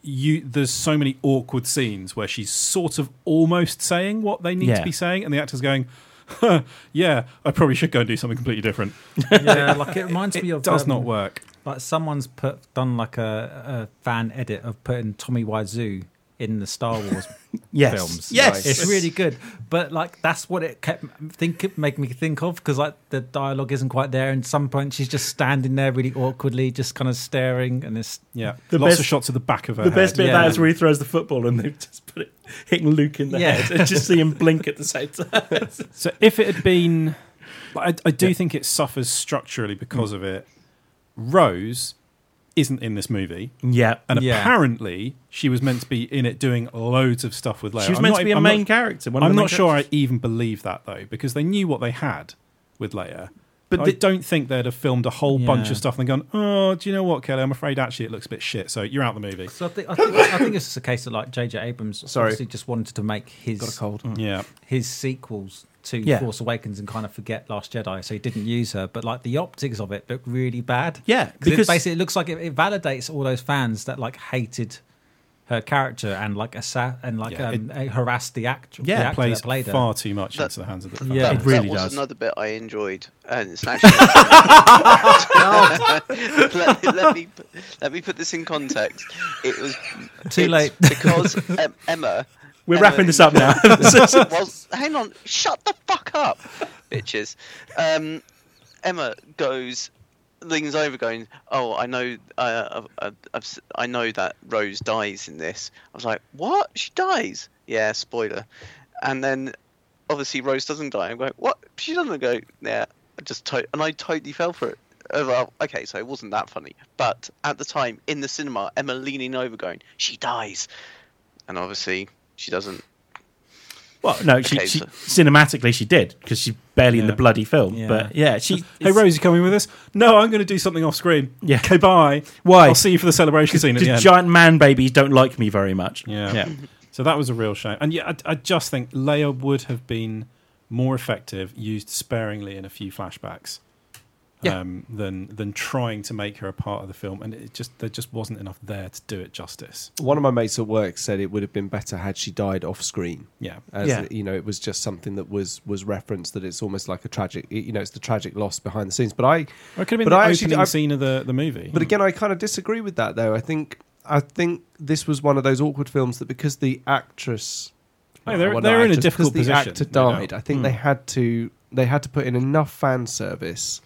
Speaker 3: you there's so many awkward scenes where she's sort of almost saying what they need
Speaker 2: Yeah.
Speaker 3: to be saying, and the actor's going, huh, "Yeah, I probably should go and do something completely different."
Speaker 5: yeah, like it reminds
Speaker 3: It
Speaker 5: me of
Speaker 3: does
Speaker 5: um,
Speaker 3: not work.
Speaker 5: Like someone's put done like a, a fan edit of putting Tommy Wiseau in the Star Wars
Speaker 2: Yes.
Speaker 5: films.
Speaker 2: Yes.
Speaker 5: it's really good. But like that's what it kept think making me think of because like the dialogue isn't quite there, and some point she's just standing there really awkwardly, just kind of staring, and it's
Speaker 3: Yeah,
Speaker 2: The
Speaker 3: lots
Speaker 2: best-
Speaker 3: of shots of the back of her.
Speaker 2: The best
Speaker 3: head.
Speaker 2: bit of
Speaker 5: Yeah.
Speaker 2: that is where he throws the football and they just put it hitting Luke in the
Speaker 5: Yeah.
Speaker 2: head and just see him blink at the same time.
Speaker 3: So if it had been, I, I do think it suffers structurally
Speaker 2: Mm.
Speaker 3: because of it. Rose isn't in this movie,
Speaker 2: Yeah.
Speaker 3: and
Speaker 5: Yeah.
Speaker 3: apparently she was meant to be in it doing loads of stuff with Leia.
Speaker 2: She was
Speaker 3: I'm
Speaker 2: meant
Speaker 3: not- e-
Speaker 2: to be a
Speaker 3: I'm
Speaker 2: main
Speaker 3: not-
Speaker 2: character. One of
Speaker 3: I'm
Speaker 2: the main
Speaker 3: not sure I
Speaker 2: characters.
Speaker 3: even believe that though, because they knew what they had with Leia.
Speaker 2: But
Speaker 3: But
Speaker 2: the-
Speaker 3: I don't think they'd have filmed a whole bunch
Speaker 5: Yeah.
Speaker 3: of stuff and gone, "Oh, do you know what, Kelly? I'm afraid actually it looks a bit shit, so you're out of the movie."
Speaker 5: So I think I think, I think it's just a case of like J.J. Abrams
Speaker 4: Sorry.
Speaker 5: obviously just wanted to make his
Speaker 4: Got a cold.
Speaker 3: Yeah,
Speaker 5: his sequels to
Speaker 2: Yeah.
Speaker 5: Force Awakens and kind of forget Last Jedi, so he didn't use her. But like the optics of it look really bad.
Speaker 2: Yeah,
Speaker 5: because
Speaker 2: because-
Speaker 5: it basically it looks like it, it validates all those fans that like hated her character and like assa- and like
Speaker 3: Yeah,
Speaker 5: um, harassed the actor.
Speaker 2: Yeah,
Speaker 5: the
Speaker 2: it
Speaker 5: actor
Speaker 3: plays
Speaker 5: that played her.
Speaker 3: far too much
Speaker 6: That-
Speaker 3: into the hands of the.
Speaker 5: Yeah.
Speaker 6: that,
Speaker 2: It really
Speaker 6: that was
Speaker 2: does.
Speaker 6: another bit I enjoyed, and it's actually. let, let me let me put this in context. It was
Speaker 5: Too
Speaker 6: it's
Speaker 5: late.
Speaker 6: because um, Emma.
Speaker 2: We're
Speaker 6: Emma
Speaker 2: wrapping this up now.
Speaker 6: was, hang on, shut the fuck up, bitches. Um, Emma goes, leans over, going, "Oh, I know, uh, I've, I've, I've, si know that Rose dies in this." I was like, "What? She dies?" Yeah, spoiler. And then, obviously, Rose doesn't die. I'm going, "What? She doesn't go?" Yeah, I just to- and I totally fell for it. Oh, well, okay, so it wasn't that funny, but at the time in the cinema, Emma leaning over, going, "She dies," and obviously she doesn't.
Speaker 2: well, no, she,
Speaker 6: Okay,
Speaker 2: she
Speaker 6: so-
Speaker 2: cinematically she did because she's barely in the
Speaker 3: Yeah.
Speaker 2: bloody film.
Speaker 5: Yeah.
Speaker 2: But yeah, she.
Speaker 3: Hey Rose, you coming with us? No, I'm going to do something off screen.
Speaker 2: Yeah.
Speaker 3: Okay, bye.
Speaker 2: Why?
Speaker 3: I'll see you for the celebration scene at the
Speaker 2: just
Speaker 3: end.
Speaker 2: giant man babies don't like me very much.
Speaker 3: yeah. So that was a real shame. And yeah, I, I just think Leia would have been more effective used sparingly in a few flashbacks.
Speaker 2: Yeah.
Speaker 3: Um, than than trying to make her a part of the film, and it just there just wasn't enough there to do it justice.
Speaker 4: One of my mates at work said it would have been better had she died off screen.
Speaker 3: Yeah,
Speaker 4: As
Speaker 2: Yeah.
Speaker 4: you know, it was just something that was was referenced that it's almost like a tragic, you know, it's the tragic loss behind the scenes. But I,
Speaker 3: or it could have been
Speaker 4: But
Speaker 3: the
Speaker 4: I actually-
Speaker 3: opening
Speaker 4: I-
Speaker 3: scene of the the movie.
Speaker 4: but again, I kind of disagree with that though. I think I think this was one of those awkward films that because the actress,
Speaker 3: Hey, they're-
Speaker 4: well, not
Speaker 3: they're in a
Speaker 4: actress,
Speaker 3: difficult
Speaker 4: because
Speaker 3: position, Hmm.
Speaker 4: The actor
Speaker 3: no
Speaker 4: died.
Speaker 3: doubt.
Speaker 4: I think they had to they had to put in enough fan service,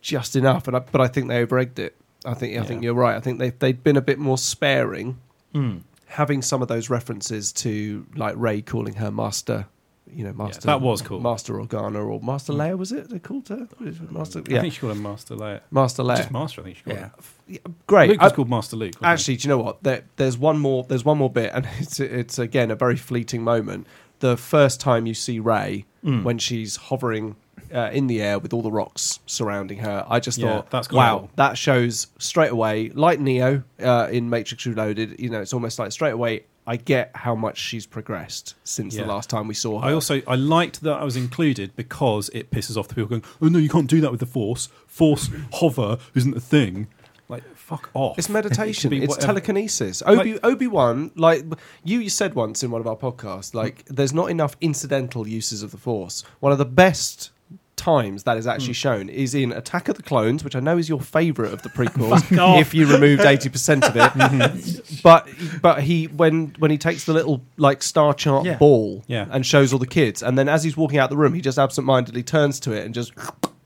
Speaker 4: just enough. And I, but I think they overegged it. I think I think
Speaker 3: Yeah.
Speaker 4: you're right. I think they they'd been a bit more sparing
Speaker 2: Mm.
Speaker 4: having some of those references to like Ray calling her master you know, Master.
Speaker 3: that was cool. Hmm.
Speaker 4: Master Organa or Master Leia was it? They called her Master.
Speaker 3: I
Speaker 4: Yeah,
Speaker 3: think she called him Master Leia.
Speaker 4: Master
Speaker 3: Just
Speaker 4: Leia.
Speaker 3: Master, I think she called him.
Speaker 4: Yeah, Great.
Speaker 3: Luke was
Speaker 4: I-
Speaker 3: called Master Luke. wasn't he?
Speaker 4: Actually, do you know what? There, there's one more. There's one more bit, and it's it's again a very fleeting moment. The first time you see Ray
Speaker 3: Mm.
Speaker 4: when she's hovering uh, in the air with all the rocks surrounding her, I just
Speaker 3: Yeah,
Speaker 4: thought,
Speaker 3: that's quite
Speaker 4: wow,
Speaker 3: cool.
Speaker 4: that shows straight away, like Neo uh, in Matrix Reloaded. You know, it's almost like straight away. I get how much she's progressed since
Speaker 3: Yeah.
Speaker 4: the last time we saw her.
Speaker 3: I also I liked that I was included because it pisses off the people going, "Oh no, you can't do that with the Force. Force hover isn't a thing." Like fuck off.
Speaker 4: It's meditation.
Speaker 3: It can be
Speaker 4: it's
Speaker 3: whatever-
Speaker 4: telekinesis. Obi Obi Wan, like you, you said once in one of our podcasts, like there's not enough incidental uses of the Force. One of the best times that is actually
Speaker 3: Hmm.
Speaker 4: shown is in Attack of the Clones, which I know is your favourite of the prequels. if you removed eighty percent of
Speaker 3: Mm-hmm.
Speaker 4: it, but but he when when he takes the little like star chart
Speaker 2: Yeah.
Speaker 4: ball
Speaker 3: Yeah.
Speaker 4: and shows all the kids, and then as he's walking out the room, he just absentmindedly turns to it and just.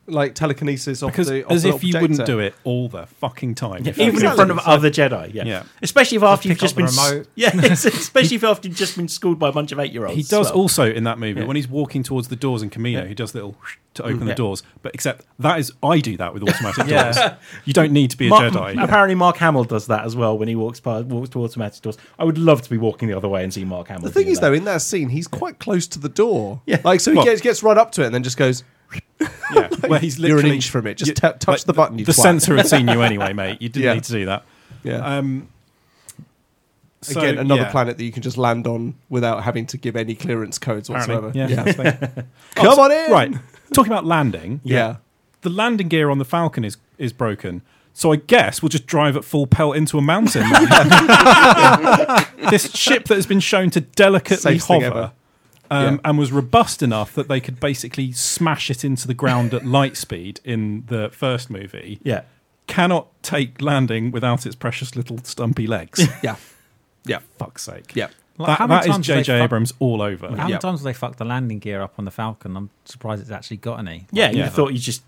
Speaker 4: Like telekinesis off
Speaker 3: because
Speaker 4: the off
Speaker 3: as
Speaker 4: the
Speaker 3: if
Speaker 4: little
Speaker 3: you wouldn't
Speaker 4: projector.
Speaker 3: do it all the fucking time.
Speaker 2: Yeah,
Speaker 3: If
Speaker 2: even
Speaker 3: you-
Speaker 2: in front of other Jedi, yeah.
Speaker 3: Yeah.
Speaker 2: Especially if after you've
Speaker 5: pick
Speaker 2: just
Speaker 5: up the
Speaker 2: been, s-
Speaker 5: remote.
Speaker 2: yeah, it's- especially if after you've just been schooled by a bunch of eight-year-olds.
Speaker 3: He
Speaker 2: as
Speaker 3: does
Speaker 2: well.
Speaker 3: also in that movie
Speaker 2: Yeah.
Speaker 3: when he's walking towards the doors in Camino, he does the little to open
Speaker 2: Yeah.
Speaker 3: the doors. But except that is I do that with automatic
Speaker 5: Yeah.
Speaker 3: doors. You don't need to be a
Speaker 2: Mark-
Speaker 3: Jedi.
Speaker 2: Apparently, Mark Hamill does that as well when he walks past, walks towards Matty doors. I would love to be walking the other way and see Mark Hamill.
Speaker 4: The thing
Speaker 2: doing
Speaker 4: is,
Speaker 2: that.
Speaker 4: though, in that scene, he's quite close to the door.
Speaker 2: Yeah.
Speaker 4: Like, so he
Speaker 3: Well-
Speaker 4: gets, gets right up to it and then just goes,
Speaker 3: Yeah, where he's
Speaker 4: You're an
Speaker 3: literally
Speaker 4: inch from it. Just
Speaker 3: you-
Speaker 4: t- touch the button, you
Speaker 3: the
Speaker 4: twat.
Speaker 3: sensor had seen you anyway, mate. You didn't
Speaker 4: Yeah.
Speaker 3: need to do that.
Speaker 4: yeah.
Speaker 3: Um, so,
Speaker 4: Again, another
Speaker 3: yeah.
Speaker 4: planet that you can just land on without having to give any clearance codes
Speaker 3: Apparently,
Speaker 4: whatsoever.
Speaker 3: yeah.
Speaker 4: Come
Speaker 3: Oh, so-
Speaker 4: on in!
Speaker 3: Right, talking about landing.
Speaker 4: Yeah.
Speaker 3: the landing gear on the Falcon is is broken. So I guess we'll just drive at full pelt into a mountain. this ship that has been shown to delicately
Speaker 4: Safest thing
Speaker 3: hover
Speaker 4: ever.
Speaker 3: um,
Speaker 4: Yeah.
Speaker 3: and was robust enough that they could basically smash it into the ground at light speed in the first movie.
Speaker 2: yeah,
Speaker 3: Cannot take landing without its precious little stumpy legs.
Speaker 4: Yeah. Yeah.
Speaker 3: Fuck's sake.
Speaker 4: Yeah.
Speaker 5: Like,
Speaker 3: That-
Speaker 5: how many
Speaker 3: that is
Speaker 5: times have they
Speaker 3: J.J.
Speaker 5: fuck-
Speaker 3: Abrams all over.
Speaker 5: How many
Speaker 4: Yep.
Speaker 5: times have they fucked the landing gear up on the Falcon? I'm surprised it's actually got any.
Speaker 2: yeah. You
Speaker 3: Yeah.
Speaker 2: thought you just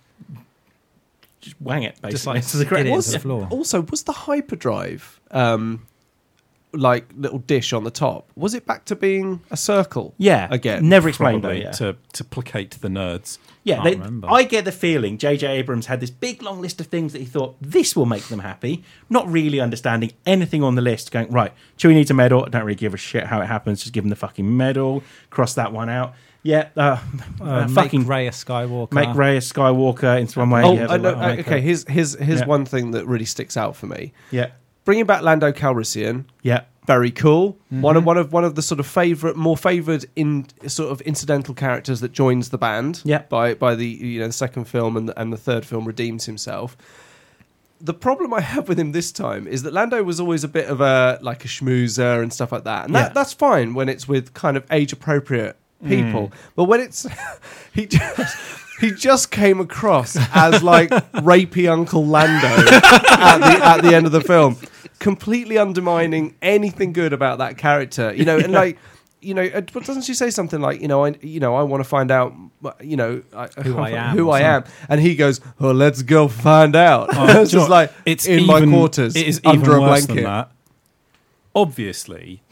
Speaker 2: just wang it basically.
Speaker 5: Just like
Speaker 2: This is a
Speaker 5: get
Speaker 2: great-
Speaker 5: it
Speaker 2: was-
Speaker 5: into the floor.
Speaker 4: Also, was the hyperdrive, um, like, little dish on the top, was it back to being a circle?
Speaker 2: Yeah,
Speaker 4: Again.
Speaker 2: never explained
Speaker 3: Probably
Speaker 2: though. Yeah,
Speaker 3: to, to placate the nerds.
Speaker 2: yeah
Speaker 5: Can't
Speaker 2: they-
Speaker 5: remember.
Speaker 2: I get the feeling J.J. Abrams had this big long list of things that he thought this will make them happy, not really understanding anything on the list. Going right, Chewie needs a medal. I don't really give a shit how it happens. Just give him the fucking medal. Cross that one out. Yeah, uh,
Speaker 5: Uh,
Speaker 2: uh, fucking
Speaker 5: make Ray a Skywalker.
Speaker 2: Make Ray a Skywalker into one way.
Speaker 4: Oh,
Speaker 2: yeah,
Speaker 4: I know,
Speaker 2: yeah.
Speaker 4: okay, here's, here's, here's
Speaker 2: Yeah.
Speaker 4: one thing that really sticks out for me.
Speaker 2: Yeah,
Speaker 4: Bringing back Lando Calrissian,
Speaker 2: yeah,
Speaker 4: very cool. One
Speaker 2: Mm-hmm.
Speaker 4: of one of one of the sort of favorite, more favored in sort of incidental characters that joins the band.
Speaker 2: Yeah.
Speaker 4: By by the you know the second film and the, and the third film redeems himself. The problem I have with him this time is that Lando was always a bit of a like a schmoozer and stuff like that, and that,
Speaker 2: Yeah. Mm.
Speaker 4: that's fine when it's with kind of age appropriate people. But when it's he just he just came across as like rapey Uncle Lando at the at the end of the film, completely undermining anything good about that character. You know, and like. You know, uh, but doesn't she say something like, you know, I, you know, I want to find out, uh, you know, I,
Speaker 5: Who I am
Speaker 4: who
Speaker 5: or
Speaker 4: I am, and he goes, "Well, let's go find out."
Speaker 5: Oh,
Speaker 3: Do
Speaker 4: it's
Speaker 3: you know
Speaker 4: just
Speaker 3: what?
Speaker 4: like it's in my
Speaker 3: even-
Speaker 4: quarters,
Speaker 3: It is
Speaker 4: under
Speaker 3: even
Speaker 4: a
Speaker 3: worse
Speaker 4: blanket.
Speaker 3: than that. Obviously,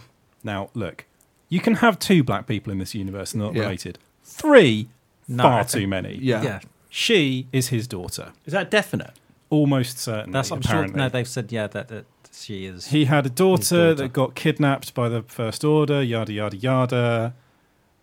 Speaker 3: now look, you can have two black people in this universe and they're not
Speaker 4: Yeah.
Speaker 3: related. Three,
Speaker 5: No.
Speaker 3: far too many.
Speaker 4: Yeah.
Speaker 5: Yeah,
Speaker 3: She is his daughter,
Speaker 2: is that definite?
Speaker 3: almost certainly.
Speaker 5: that's. I'm
Speaker 3: apparently.
Speaker 5: sure. No, they've said yeah that, that she is.
Speaker 3: He had a daughter,
Speaker 5: His daughter.
Speaker 3: that got kidnapped by the First Order. Yada yada yada,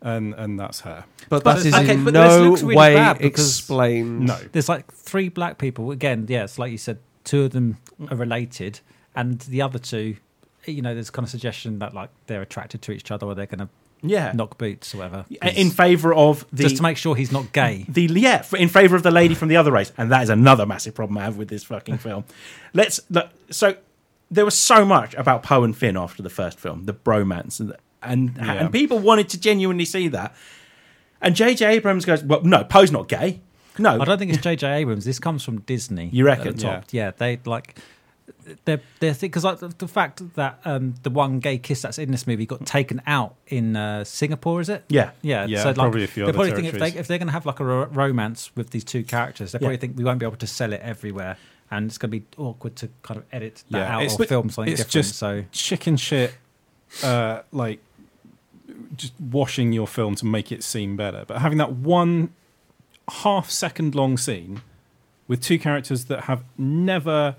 Speaker 3: and and that's her.
Speaker 4: But,
Speaker 5: But
Speaker 4: that is
Speaker 5: it's- okay,
Speaker 4: in
Speaker 5: but this
Speaker 4: no
Speaker 5: looks really
Speaker 4: way
Speaker 5: bad because-
Speaker 4: explained.
Speaker 3: No,
Speaker 5: There's like three black people. Again, yeah, it's like you said, two of them are related, and the other two, you know, there's kind of suggestion that like they're attracted to each other or they're going to
Speaker 3: Uh,
Speaker 2: Yeah,
Speaker 5: knock boots or whatever.
Speaker 2: in favour of the
Speaker 5: just to make sure he's not gay.
Speaker 2: the yeah f- in favour of the lady from the other race, and that is another massive problem I have with this fucking film. Let's look, so there was so much about Poe and Finn after the first film, the bromance, and and,
Speaker 3: Yeah.
Speaker 2: and people wanted to genuinely see that. And J.J. Abrams goes, well, no, Poe's not gay. No,
Speaker 5: I don't think it's J.J. Abrams. This comes from Disney.
Speaker 2: You reckon?
Speaker 5: At the top. Yeah. they like they're they're because like the- the fact that um the one gay kiss that's in this movie got taken out in uh, Singapore, is it?
Speaker 2: yeah,
Speaker 5: Yeah,
Speaker 3: Yeah,
Speaker 5: so like,
Speaker 3: probably a few
Speaker 5: they
Speaker 3: other
Speaker 5: probably think if they
Speaker 3: territories.
Speaker 5: if they're going to have like a ro- romance with these two characters, they
Speaker 2: Yeah.
Speaker 5: probably think we won't be able to sell it everywhere, and it's going to be awkward to kind of edit that
Speaker 3: Yeah,
Speaker 5: out
Speaker 3: it's-
Speaker 5: or film something
Speaker 3: it's
Speaker 5: different.
Speaker 3: just-
Speaker 5: so
Speaker 3: chicken shit, uh, like just washing your film to make it seem better. But having that one half second long scene with two characters that have never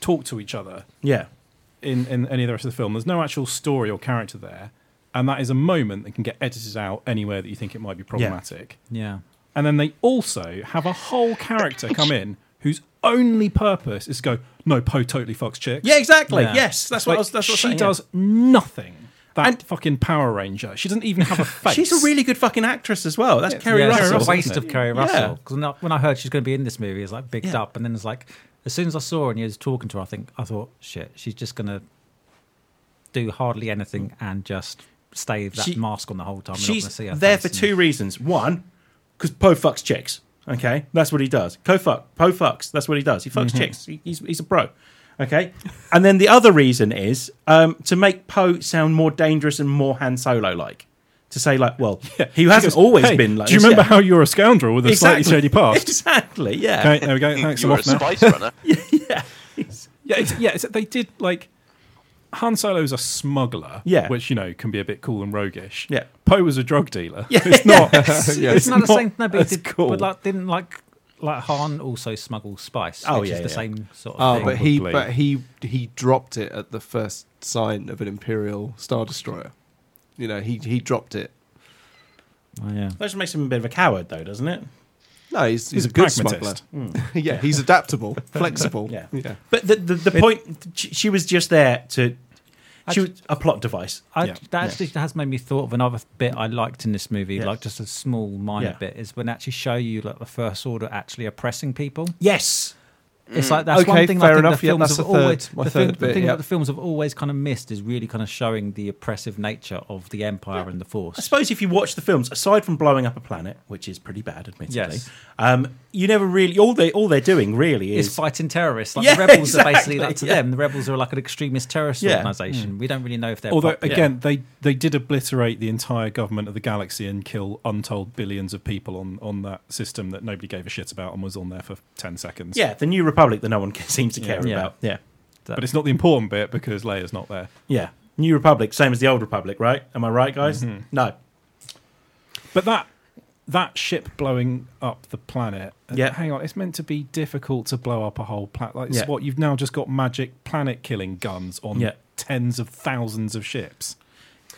Speaker 3: talked to each other
Speaker 2: Yeah.
Speaker 3: in, in any of the rest of the film. There's no actual story or character there. And that is a moment that can get edited out anywhere that you think it might be problematic.
Speaker 5: Yeah.
Speaker 3: And then they also have a whole character come in whose only purpose is to go, no, Poe totally fucks chicks.
Speaker 2: Yeah, exactly.
Speaker 5: Yeah.
Speaker 2: Yes, that's what I
Speaker 3: Like,
Speaker 2: was, that's what I was
Speaker 3: she
Speaker 2: saying, yeah.
Speaker 3: does nothing. That
Speaker 2: And-
Speaker 3: fucking Power Ranger. She doesn't even have a face.
Speaker 2: She's a really good fucking actress as well. That's Kerry
Speaker 5: yeah,
Speaker 2: Russell.
Speaker 5: It's a
Speaker 2: isn't
Speaker 5: waste
Speaker 2: it?
Speaker 5: of Kerry
Speaker 2: Yeah.
Speaker 5: Russell. Because when I heard she's going to be in this movie, it's like bigged
Speaker 2: Yeah.
Speaker 5: up, and then it's like as soon as I saw her and you was talking to her, I think I thought, shit, she's just going to do hardly anything and just stay with that
Speaker 2: She-
Speaker 5: mask on the whole time. We're not gonna
Speaker 2: She's
Speaker 5: see her
Speaker 2: there
Speaker 5: face
Speaker 2: for
Speaker 5: and-
Speaker 2: two reasons. One, because Poe fucks chicks. Okay, that's what he does. Co fuck, Poe fucks. That's what he does. He fucks chicks. He, he's he's a pro. Okay, and then the other reason is um, to make Poe sound more dangerous and more Han Solo like. To say like, well, he hasn't
Speaker 3: She goes,
Speaker 2: always
Speaker 3: "Hey,
Speaker 2: been like.
Speaker 3: Do you
Speaker 2: this."
Speaker 3: remember
Speaker 2: Yeah.
Speaker 3: how you're a scoundrel with a slightly shady past?
Speaker 2: Exactly. Yeah.
Speaker 3: Okay, there we go. Thanks a
Speaker 6: You're a
Speaker 3: lot. Now.
Speaker 6: spice runner.
Speaker 3: Yeah, it's, yeah. It's, they did like Han Solo's a smuggler,
Speaker 2: Yeah.
Speaker 3: which you know can be a bit cool and roguish.
Speaker 2: Yeah.
Speaker 3: Poe was a drug dealer. It's not.
Speaker 4: Yeah.
Speaker 5: It's, not the same. No, but, it
Speaker 3: as
Speaker 5: did,
Speaker 3: cool.
Speaker 5: but like, didn't like like Han also smuggle spice,
Speaker 2: Oh,
Speaker 5: which
Speaker 2: yeah,
Speaker 5: is
Speaker 2: yeah.
Speaker 5: the same sort of
Speaker 4: Oh,
Speaker 5: thing.
Speaker 4: but he
Speaker 3: Probably.
Speaker 4: but he he dropped it at the first sign of an Imperial Star Destroyer. You know, he he dropped it.
Speaker 5: Oh, yeah.
Speaker 2: That just makes him a bit of a coward, though, doesn't it?
Speaker 4: No, he's,
Speaker 3: He's
Speaker 4: he's, a,
Speaker 3: a
Speaker 4: good smuggler.
Speaker 3: pragmatist.
Speaker 4: yeah, he's adaptable, flexible.
Speaker 2: Yeah.
Speaker 4: yeah.
Speaker 2: But the the, the point, she she was just there to. She was a plot device.
Speaker 5: I,
Speaker 3: Yeah.
Speaker 5: That actually has made me thought of another bit I liked in this movie,
Speaker 2: Yeah.
Speaker 5: like just a small minor
Speaker 2: Yeah.
Speaker 5: bit, is when they actually show you like the First Order actually oppressing people.
Speaker 2: Yes.
Speaker 5: It's like that's
Speaker 4: Okay,
Speaker 5: one thing
Speaker 4: fair
Speaker 5: I think
Speaker 4: enough.
Speaker 5: the
Speaker 4: Yeah,
Speaker 5: films
Speaker 4: that's
Speaker 5: have
Speaker 4: the third-
Speaker 5: always
Speaker 4: my
Speaker 5: the, film-
Speaker 4: third
Speaker 5: the
Speaker 4: bit,
Speaker 5: thing
Speaker 4: yeah.
Speaker 5: that the films have always kind of missed is really kind of showing the oppressive nature of the Empire and the
Speaker 2: I
Speaker 5: Force.
Speaker 2: suppose if you watch the films, aside from blowing up a planet, which is pretty bad, admittedly,
Speaker 5: Yes.
Speaker 2: um, you never really all they all they're doing really
Speaker 5: It's
Speaker 2: is
Speaker 5: fighting terrorists. Like
Speaker 2: Yeah,
Speaker 5: the rebels are basically
Speaker 2: exactly,
Speaker 5: that to
Speaker 2: yeah.
Speaker 5: them. The rebels are like an extremist terrorist
Speaker 2: Yeah.
Speaker 5: organization.
Speaker 4: Mm.
Speaker 5: We don't really know if they're
Speaker 3: Although
Speaker 5: proper-
Speaker 3: again, they they did obliterate the entire government of the galaxy and kill untold billions of people on on that system that nobody gave a shit about and was on there for ten seconds.
Speaker 2: yeah the New Republic that no one seems to care
Speaker 5: Yeah.
Speaker 2: about. Yeah,
Speaker 3: but it's not the important bit because Leia's not there.
Speaker 2: yeah. New Republic, same as the old Republic, right? Am I right, guys? No.
Speaker 3: But that that ship blowing up the planet. uh,
Speaker 2: Yeah.
Speaker 3: Hang on, it's meant to be difficult to blow up a whole planet. Like
Speaker 2: Yeah.
Speaker 3: it's what you've now just got magic planet killing guns on
Speaker 2: Yeah.
Speaker 3: tens of thousands of ships.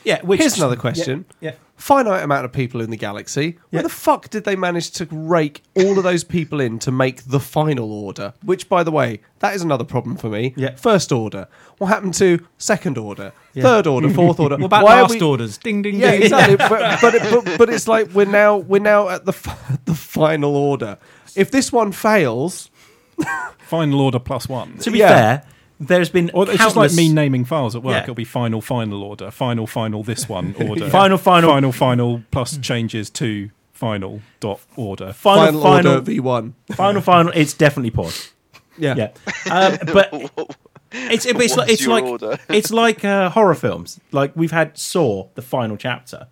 Speaker 2: Yeah. Which
Speaker 4: Here's another question.
Speaker 2: Yeah.
Speaker 4: Finite amount of people in the galaxy. Where
Speaker 2: Yeah.
Speaker 4: the fuck did they manage to rake all of those people in to make the final order? Which, by the way, that is another problem for me.
Speaker 2: Yeah.
Speaker 4: First order. What happened to second order? Third order? Fourth order?
Speaker 5: What about
Speaker 4: Why are
Speaker 5: last
Speaker 4: we-
Speaker 5: orders? Ding ding
Speaker 4: Yeah,
Speaker 5: ding.
Speaker 4: exactly. but, but, it, but but it's like we're now we're now at the f- the final order. If this one fails,
Speaker 3: Final order plus one.
Speaker 2: To be
Speaker 4: Yeah.
Speaker 2: fair, there's been
Speaker 3: Or it's just like
Speaker 2: countless-
Speaker 3: me naming files at work.
Speaker 2: Yeah.
Speaker 3: It'll be final, final order, final, final, this one order,
Speaker 2: Final, final-
Speaker 3: final, final, plus changes to final dot order.
Speaker 2: final
Speaker 4: final,
Speaker 2: final
Speaker 4: order v one.
Speaker 2: final final. It's definitely paused.
Speaker 4: Yeah.
Speaker 2: Yeah, um, but it's it's, like
Speaker 6: What's
Speaker 2: it's
Speaker 6: your
Speaker 2: like
Speaker 6: order?
Speaker 2: it's like uh, horror films. Like we've had Saw, the final chapter,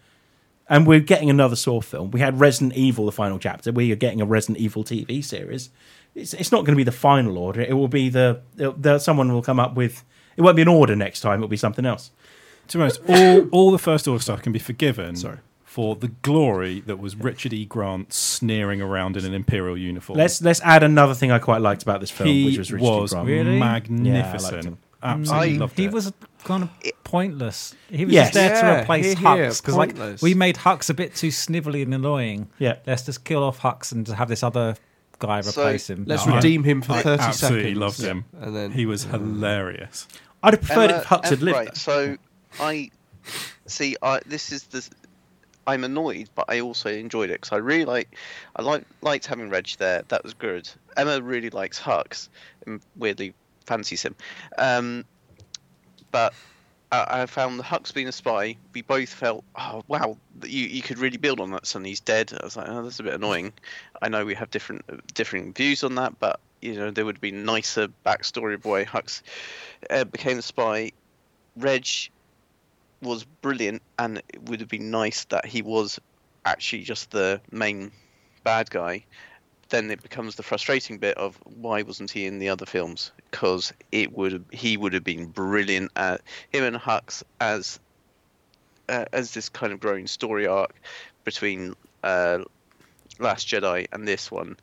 Speaker 2: and we're getting another Saw film. We had Resident Evil, the final chapter. We are getting a Resident Evil TV series. It's it's not going to be the final order. It will be the, the, the someone will come up with. It won't be an order next time. It'll be something else.
Speaker 3: To be honest, all, all the first order stuff can be forgiven for the glory that was Richard E. Grant sneering around in an imperial uniform.
Speaker 2: Let's let's add another thing I quite liked about this film,
Speaker 3: he
Speaker 2: which was
Speaker 3: was,
Speaker 2: Richard E. Grant.
Speaker 5: Really?
Speaker 3: magnificent.
Speaker 2: Yeah, I liked him.
Speaker 3: Absolutely
Speaker 6: I-
Speaker 3: loved
Speaker 5: he
Speaker 3: it.
Speaker 5: was kind of pointless. He was
Speaker 2: Yes.
Speaker 5: just there
Speaker 4: Yeah,
Speaker 5: to replace
Speaker 4: here, here,
Speaker 5: Hux because like
Speaker 4: pointless.
Speaker 5: we made Hux a bit too snivelly and annoying.
Speaker 2: Yeah.
Speaker 5: let's just kill off Hux and have this other guy
Speaker 6: So,
Speaker 5: replace him.
Speaker 4: Let's
Speaker 3: No, I-
Speaker 4: redeem him for
Speaker 6: I
Speaker 4: thirty
Speaker 3: absolutely
Speaker 4: seconds.
Speaker 3: loved him.
Speaker 4: And then
Speaker 3: He was hilarious.
Speaker 2: I'd have preferred
Speaker 6: Emma
Speaker 2: if Hux had
Speaker 6: F-
Speaker 2: lived.
Speaker 6: Right, so I see. I this is the. I'm annoyed, but I also enjoyed it because I really like. I like liked having Reg there. That was good. Emma really likes Hux, and weirdly fancies him. Um, but uh, I, I found the Hux being a spy. We both felt, oh wow, that you you could really build on that. Suddenly he's dead. I was like, oh, that's a bit annoying. I know we have different differing views on that, but you know there would have been nicer backstory of why Hux uh, became a spy. Reg was brilliant, and it would have been nice that he was actually just the main bad guy. Then it becomes the frustrating bit of why wasn't he in the other films? Because it would he would have been brilliant at him and Hux as uh, as this kind of growing story arc between uh, Last Jedi and this one,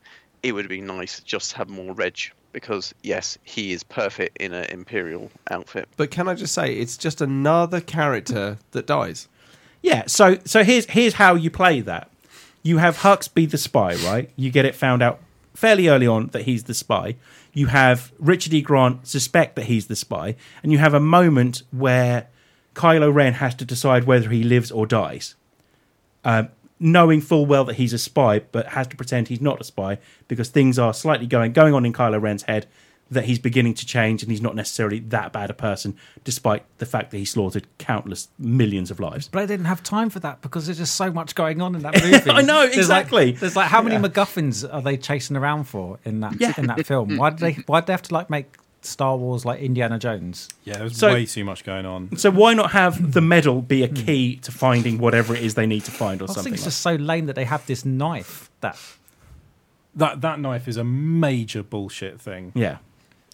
Speaker 6: it would be nice just to have more Reg because yes, he is perfect in an Imperial outfit.
Speaker 4: But can I just say, it's just another character that dies.
Speaker 2: Yeah. So so here's here's how you play that. You have Hux be the spy, right? You get it found out fairly early on that he's the spy. You have Richard E. Grant suspect that he's the spy, and you have a moment where Kylo Ren has to decide whether he lives or dies, um, knowing full well that he's a spy, but has to pretend he's not a spy because things are slightly going going on in Kylo Ren's head that he's beginning to change, and he's not necessarily that bad a person, despite the fact that he slaughtered countless millions of lives.
Speaker 5: But I didn't have time for that because there's just so much going on in that movie.
Speaker 2: I know,
Speaker 5: There's like-
Speaker 2: exactly.
Speaker 5: there's like how many MacGuffins are they chasing around for in that
Speaker 2: Yeah.
Speaker 5: in that film? Why did they why did they have to like make Star Wars like Indiana Jones?
Speaker 3: Yeah, there's
Speaker 2: So-
Speaker 3: way too much going on.
Speaker 2: So why not have the medal be a key to finding whatever it is they need to find or
Speaker 5: I
Speaker 2: something?
Speaker 5: think it's
Speaker 2: like-
Speaker 5: just so lame that they have this knife that
Speaker 3: That that knife is a major bullshit thing.
Speaker 2: Yeah,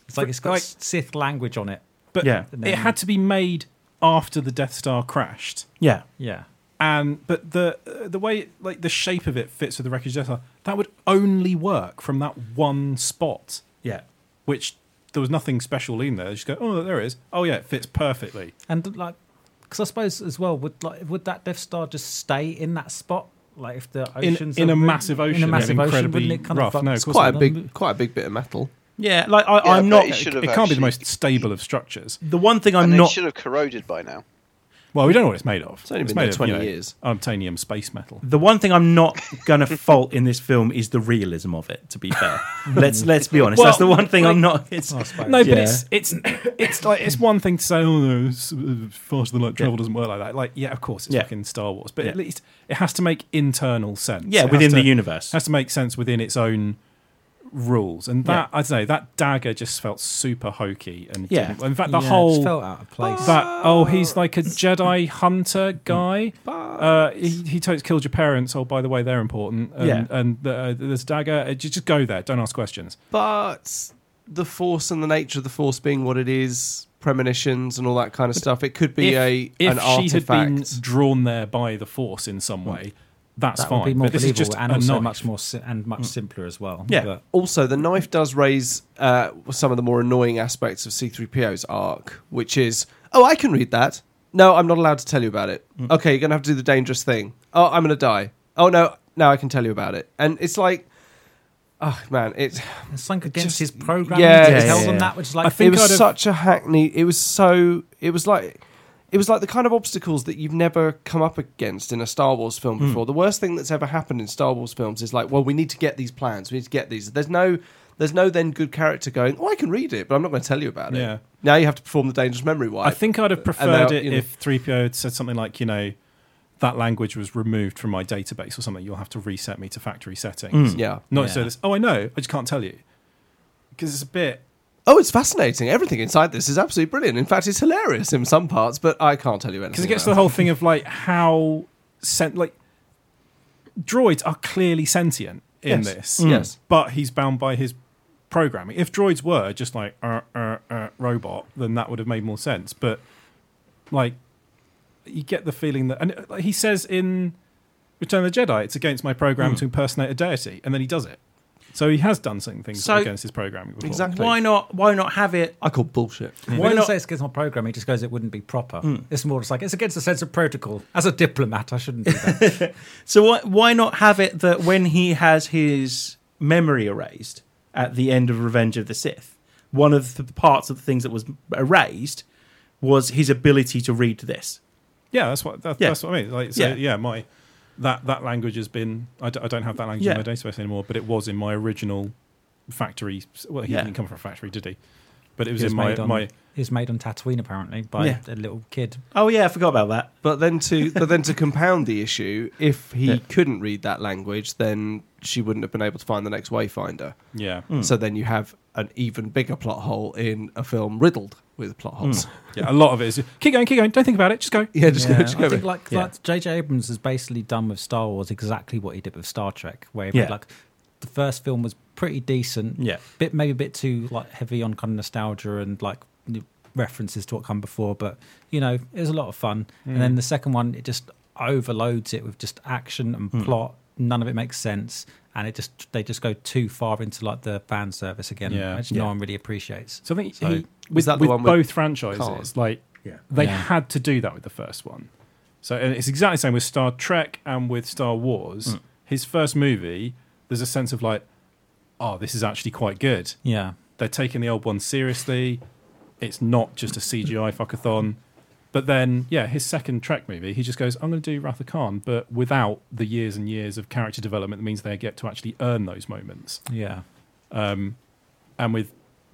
Speaker 5: it's like it's got
Speaker 3: Like-
Speaker 5: Sith language on it.
Speaker 3: But
Speaker 2: Yeah.
Speaker 3: it had to be made after the Death Star crashed.
Speaker 2: yeah,
Speaker 5: Yeah.
Speaker 3: And but the uh, the way like the shape of it fits with the wreckage of Death Star, that would only work from that one spot,
Speaker 2: yeah.
Speaker 3: which there was nothing special in there. They Just go, oh, there it is. Oh yeah, it fits perfectly.
Speaker 5: And like, because I suppose as well, would like would that Death Star just stay in that spot? Like if the
Speaker 3: In-
Speaker 5: oceans
Speaker 3: in
Speaker 5: are
Speaker 3: a
Speaker 5: moving-
Speaker 3: massive ocean,
Speaker 5: in a
Speaker 3: yeah,
Speaker 5: massive ocean,
Speaker 3: incredibly
Speaker 5: wouldn't it kind
Speaker 3: rough.
Speaker 5: of like,
Speaker 3: No, of course
Speaker 5: sort
Speaker 3: it
Speaker 5: of
Speaker 4: Quite a big, quite a big bit of metal.
Speaker 2: Yeah, like I,
Speaker 6: Yeah,
Speaker 2: I'm
Speaker 6: but
Speaker 2: not.
Speaker 6: it should
Speaker 3: It
Speaker 6: have
Speaker 3: can't be the
Speaker 6: actually-
Speaker 3: most stable of structures.
Speaker 2: The one thing I'm
Speaker 6: and
Speaker 2: not.
Speaker 6: it should have corroded by now.
Speaker 3: Well, we don't know what it's made of. It's
Speaker 4: only been
Speaker 3: made
Speaker 4: there
Speaker 3: of,
Speaker 4: 20 years.
Speaker 3: Titanium space metal.
Speaker 2: The one thing I'm not gonna fault in this film is the realism of it. To be fair, let's let's be honest. That's the one thing I'm not. It's
Speaker 3: No,
Speaker 2: Yeah.
Speaker 3: but it's it's it's like it's one thing to say, oh no, it's, uh, faster than light travel doesn't work like that. Like, yeah, of course, it's
Speaker 2: Yeah.
Speaker 3: fucking Star Wars, but at
Speaker 2: Yeah.
Speaker 3: least it has to make internal sense. It
Speaker 2: yeah
Speaker 3: has
Speaker 2: within the
Speaker 3: to-
Speaker 2: universe.
Speaker 3: has to make sense within its own rules. And that I don't know, that dagger just felt super hokey and
Speaker 2: Yeah.
Speaker 3: didn't- in fact, the
Speaker 5: yeah, it just
Speaker 3: whole
Speaker 5: felt out of place.
Speaker 3: that oh he's like a Jedi hunter guy. Uh, he he totes killed your parents. Oh, by the way, they're important. And,
Speaker 2: Yeah.
Speaker 3: and the, uh, there's a dagger. Uh, ju- Just go there. Don't ask questions.
Speaker 4: But the force and the nature of the force being what it is, premonitions and all that kind of stuff, it could be a
Speaker 3: if
Speaker 4: an
Speaker 3: she
Speaker 4: artifact.
Speaker 3: had been drawn there by the Force in some way, that's
Speaker 5: that
Speaker 3: fine.
Speaker 5: would be more
Speaker 3: but this is
Speaker 5: believable
Speaker 3: just Mm.
Speaker 5: and
Speaker 3: a
Speaker 5: also
Speaker 3: knife.
Speaker 5: much more si- and much simpler as well.
Speaker 2: Yeah.
Speaker 5: But
Speaker 4: Also, the knife does raise uh, some of the more annoying aspects of C3PO's arc, which is, oh, I can read that. No, I'm not allowed to tell you about it. Okay, you're going to have to do the dangerous thing. Oh, I'm going to die. Oh, no, now I can tell you about it. And it's like, oh, man, it's,
Speaker 5: it's like
Speaker 4: just-
Speaker 5: against his program.
Speaker 4: yeah,
Speaker 5: Yeah,
Speaker 2: yeah,
Speaker 5: held
Speaker 2: yeah,
Speaker 5: on
Speaker 2: yeah.
Speaker 5: that, which is like
Speaker 3: I think
Speaker 4: it was
Speaker 3: I'd have-
Speaker 4: such a hackney. It was so, it was like, it was like the kind of obstacles that you've never come up against in a Star Wars film
Speaker 3: Hmm.
Speaker 4: before. The worst thing that's ever happened in Star Wars films is like, well, we need to get these plans. We need to get these. There's no, there's no then good character going. Oh, I can read it, but I'm not going to tell you about it.
Speaker 3: Yeah.
Speaker 4: Now you have to perform the dangerous memory wipe.
Speaker 3: I think I'd have
Speaker 4: now,
Speaker 3: preferred it
Speaker 4: you know-
Speaker 3: if 3PO had said something like, you know, that language was removed from my database or something. You'll have to reset me to factory settings.
Speaker 4: Yeah.
Speaker 3: Not so
Speaker 5: Yeah.
Speaker 3: this, oh, I know. I just can't tell you. Because it's a bit.
Speaker 4: Oh, it's fascinating. Everything inside this is absolutely brilliant. In fact, it's hilarious in some parts, but I can't tell you anything.
Speaker 3: Because it gets to
Speaker 4: about
Speaker 3: the whole thing of like how. Sent, like droids are clearly sentient in
Speaker 4: Yes.
Speaker 3: this.
Speaker 2: Mm.
Speaker 4: Yes.
Speaker 3: But he's bound by his programming. If droids were just like uh, uh, uh, robot, then that would have made more sense. But like, you get the feeling that, and uh, like, he says in Return of the Jedi, it's against my program
Speaker 2: Hmm.
Speaker 3: to impersonate a deity, and then he does it. So he has done some things
Speaker 2: So-
Speaker 3: against his programming before.
Speaker 4: Exactly.
Speaker 2: why not? Why not have it?
Speaker 4: I call bullshit.
Speaker 2: Why
Speaker 5: Why not
Speaker 2: not-
Speaker 5: say it's against my program? He just goes, it wouldn't be proper.
Speaker 3: Mm.
Speaker 5: It's more just like it's against the sense of protocol. As a diplomat, I shouldn't do that.
Speaker 2: So why why not have it that when he has his memory erased at the end of Revenge of the Sith, one of the parts of the things that was erased was his ability to read this.
Speaker 3: Yeah, that's what that,
Speaker 2: Yeah.
Speaker 3: that's what I mean. Like, so,
Speaker 2: Yeah.
Speaker 3: yeah. my that that language has been. I, d- I don't have that language
Speaker 2: Yeah.
Speaker 3: in my database anymore, but it was in my original factory. Well, he
Speaker 2: Yeah.
Speaker 3: didn't come from a factory, did he? But it was,
Speaker 5: He was
Speaker 3: in my
Speaker 5: made on-
Speaker 3: my.
Speaker 5: He was made on Tatooine apparently by
Speaker 2: Yeah.
Speaker 5: a little kid.
Speaker 2: Oh yeah, I forgot about that.
Speaker 4: But then to but then to compound the issue, if he
Speaker 2: Yeah.
Speaker 4: couldn't read that language, then she wouldn't have been able to find the next wayfinder.
Speaker 3: Yeah,
Speaker 2: Hmm.
Speaker 4: So then you have an even bigger plot hole in a film riddled with plot holes.
Speaker 3: yeah. A lot of it is keep going, keep going. Don't think about it. Just go.
Speaker 4: Yeah, just
Speaker 5: Yeah,
Speaker 4: go, just
Speaker 5: I
Speaker 4: go.
Speaker 5: think
Speaker 4: with it.
Speaker 5: like
Speaker 2: Yeah.
Speaker 5: like J.J. Abrams has basically done with Star Wars exactly what he did with Star Trek, where he
Speaker 2: Yeah.
Speaker 5: made, like the first film was pretty decent,
Speaker 2: Yeah.
Speaker 5: bit maybe a bit too like heavy on kind of nostalgia and like n- references to what come before, but you know, it was a lot of fun. And
Speaker 2: Mm.
Speaker 5: then the second one, it just overloads it with just action
Speaker 2: Hmm.
Speaker 5: and plot. None of it makes sense, and it just they just go too far into like the fan service again,
Speaker 3: Yeah.
Speaker 5: which
Speaker 2: Yeah.
Speaker 5: no one really appreciates.
Speaker 3: So I think
Speaker 4: So,
Speaker 3: he,
Speaker 4: was
Speaker 3: with,
Speaker 4: that the
Speaker 3: with
Speaker 4: one with
Speaker 3: both franchises,
Speaker 4: cars?
Speaker 3: like
Speaker 2: Yeah.
Speaker 3: they
Speaker 5: Yeah.
Speaker 3: had to do that with the first one. So and it's exactly the same with Star Trek and with Star Wars. His first movie, there's a sense of like, oh, this is actually quite good.
Speaker 5: Yeah,
Speaker 3: They're taking the old one seriously. It's not just a CGI fuckathon. But then, yeah, his second Trek movie, he just goes, I'm going to do Wrath of Khan, but without the years and years of character development that means they get to actually earn those moments.
Speaker 5: yeah,
Speaker 3: Um, and with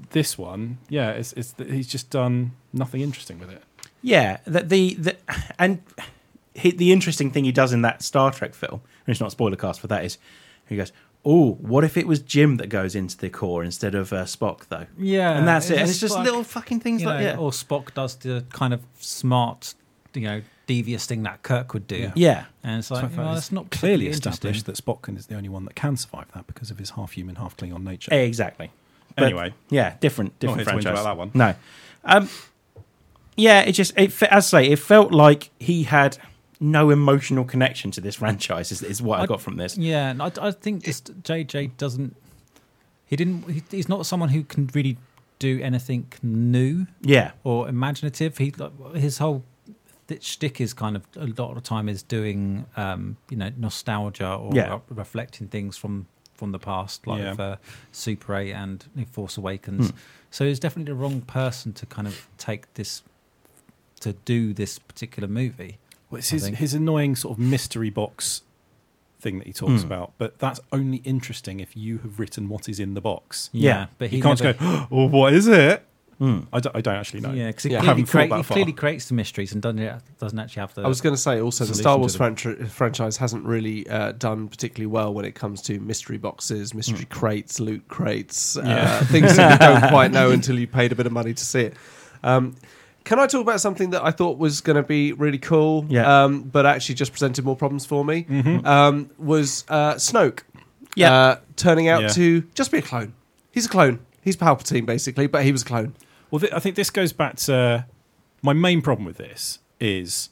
Speaker 3: this one, yeah, it's, it's that he's just done nothing interesting with it.
Speaker 2: Yeah, that the, the and he, the interesting thing he does in that Star Trek film, and it's not spoiler cast for that, is he goes, "Oh, what if it was Jim that goes into the core instead of uh, Spock, though?"
Speaker 5: yeah.
Speaker 2: and that's it. And it's
Speaker 5: just
Speaker 2: just
Speaker 5: like-
Speaker 2: little fucking things
Speaker 5: you
Speaker 2: like
Speaker 5: know,
Speaker 2: yeah,
Speaker 5: or Spock does the kind of smart, you know, devious thing that Kirk would do.
Speaker 3: Yeah.
Speaker 2: yeah,
Speaker 5: And it's like,
Speaker 3: So I
Speaker 5: well,
Speaker 3: find
Speaker 5: that's
Speaker 3: it's
Speaker 5: not
Speaker 3: clearly
Speaker 5: particularly
Speaker 3: established
Speaker 5: interesting.
Speaker 3: that Spock is the only one that can survive that because of his half human, half Klingon nature.
Speaker 5: Eh,
Speaker 2: Eh, exactly. but-
Speaker 3: anyway,
Speaker 2: Yeah, different,
Speaker 3: Not
Speaker 2: different
Speaker 3: here to whinge
Speaker 2: franchise.
Speaker 3: about that one.
Speaker 2: No, um, yeah, it just it fe- as I say, it felt like he had no emotional connection to this franchise. Is, is what I,
Speaker 5: I-
Speaker 2: got from this.
Speaker 5: Yeah, and I, I think just JJ doesn't. He didn't. He, he's not someone who can really do anything new
Speaker 2: Yeah,
Speaker 5: or imaginative. He like, his whole th- shtick is kind of a lot of the time is doing um, you know nostalgia or
Speaker 2: Yeah.
Speaker 5: re- reflecting things from from the past, like
Speaker 3: Yeah. Hmm.
Speaker 5: with, uh, Super Eight and Force Awakens. So he's definitely the wrong person to kind of take this to do this particular movie.
Speaker 3: well, it's
Speaker 5: I
Speaker 3: his,
Speaker 5: think-
Speaker 3: his annoying sort of mystery box thing that he talks
Speaker 2: Hmm.
Speaker 3: about, but that's only interesting if you have written what is in the box.
Speaker 2: Yeah.
Speaker 5: but he
Speaker 3: You can't
Speaker 5: never,
Speaker 3: just go, oh, what is it?
Speaker 2: Mm.
Speaker 3: I don't, I don't actually know.
Speaker 5: Yeah, because he,
Speaker 4: Yeah, I
Speaker 5: clearly,
Speaker 3: haven't thought
Speaker 5: create,
Speaker 3: that
Speaker 5: he
Speaker 3: far.
Speaker 5: clearly creates the mysteries and doesn't doesn't actually have the.
Speaker 4: I was going to say also the
Speaker 5: solution
Speaker 4: Star
Speaker 5: to
Speaker 4: Wars franchi- franchise hasn't really uh, done particularly well when it comes to mystery boxes, mystery crates, loot crates, uh, things that you don't quite know until you paid a bit of money to see it. Um, can I talk about something that I thought was going to be really cool,
Speaker 2: Yeah.
Speaker 4: um, but actually just presented more problems for me? Um, was uh, Snoke
Speaker 2: Yeah.
Speaker 4: uh, turning out
Speaker 3: Yeah.
Speaker 4: to just be a clone? He's a clone. He's Palpatine, basically, but he was a clone.
Speaker 3: Well, th- I think this goes back to my main problem with this is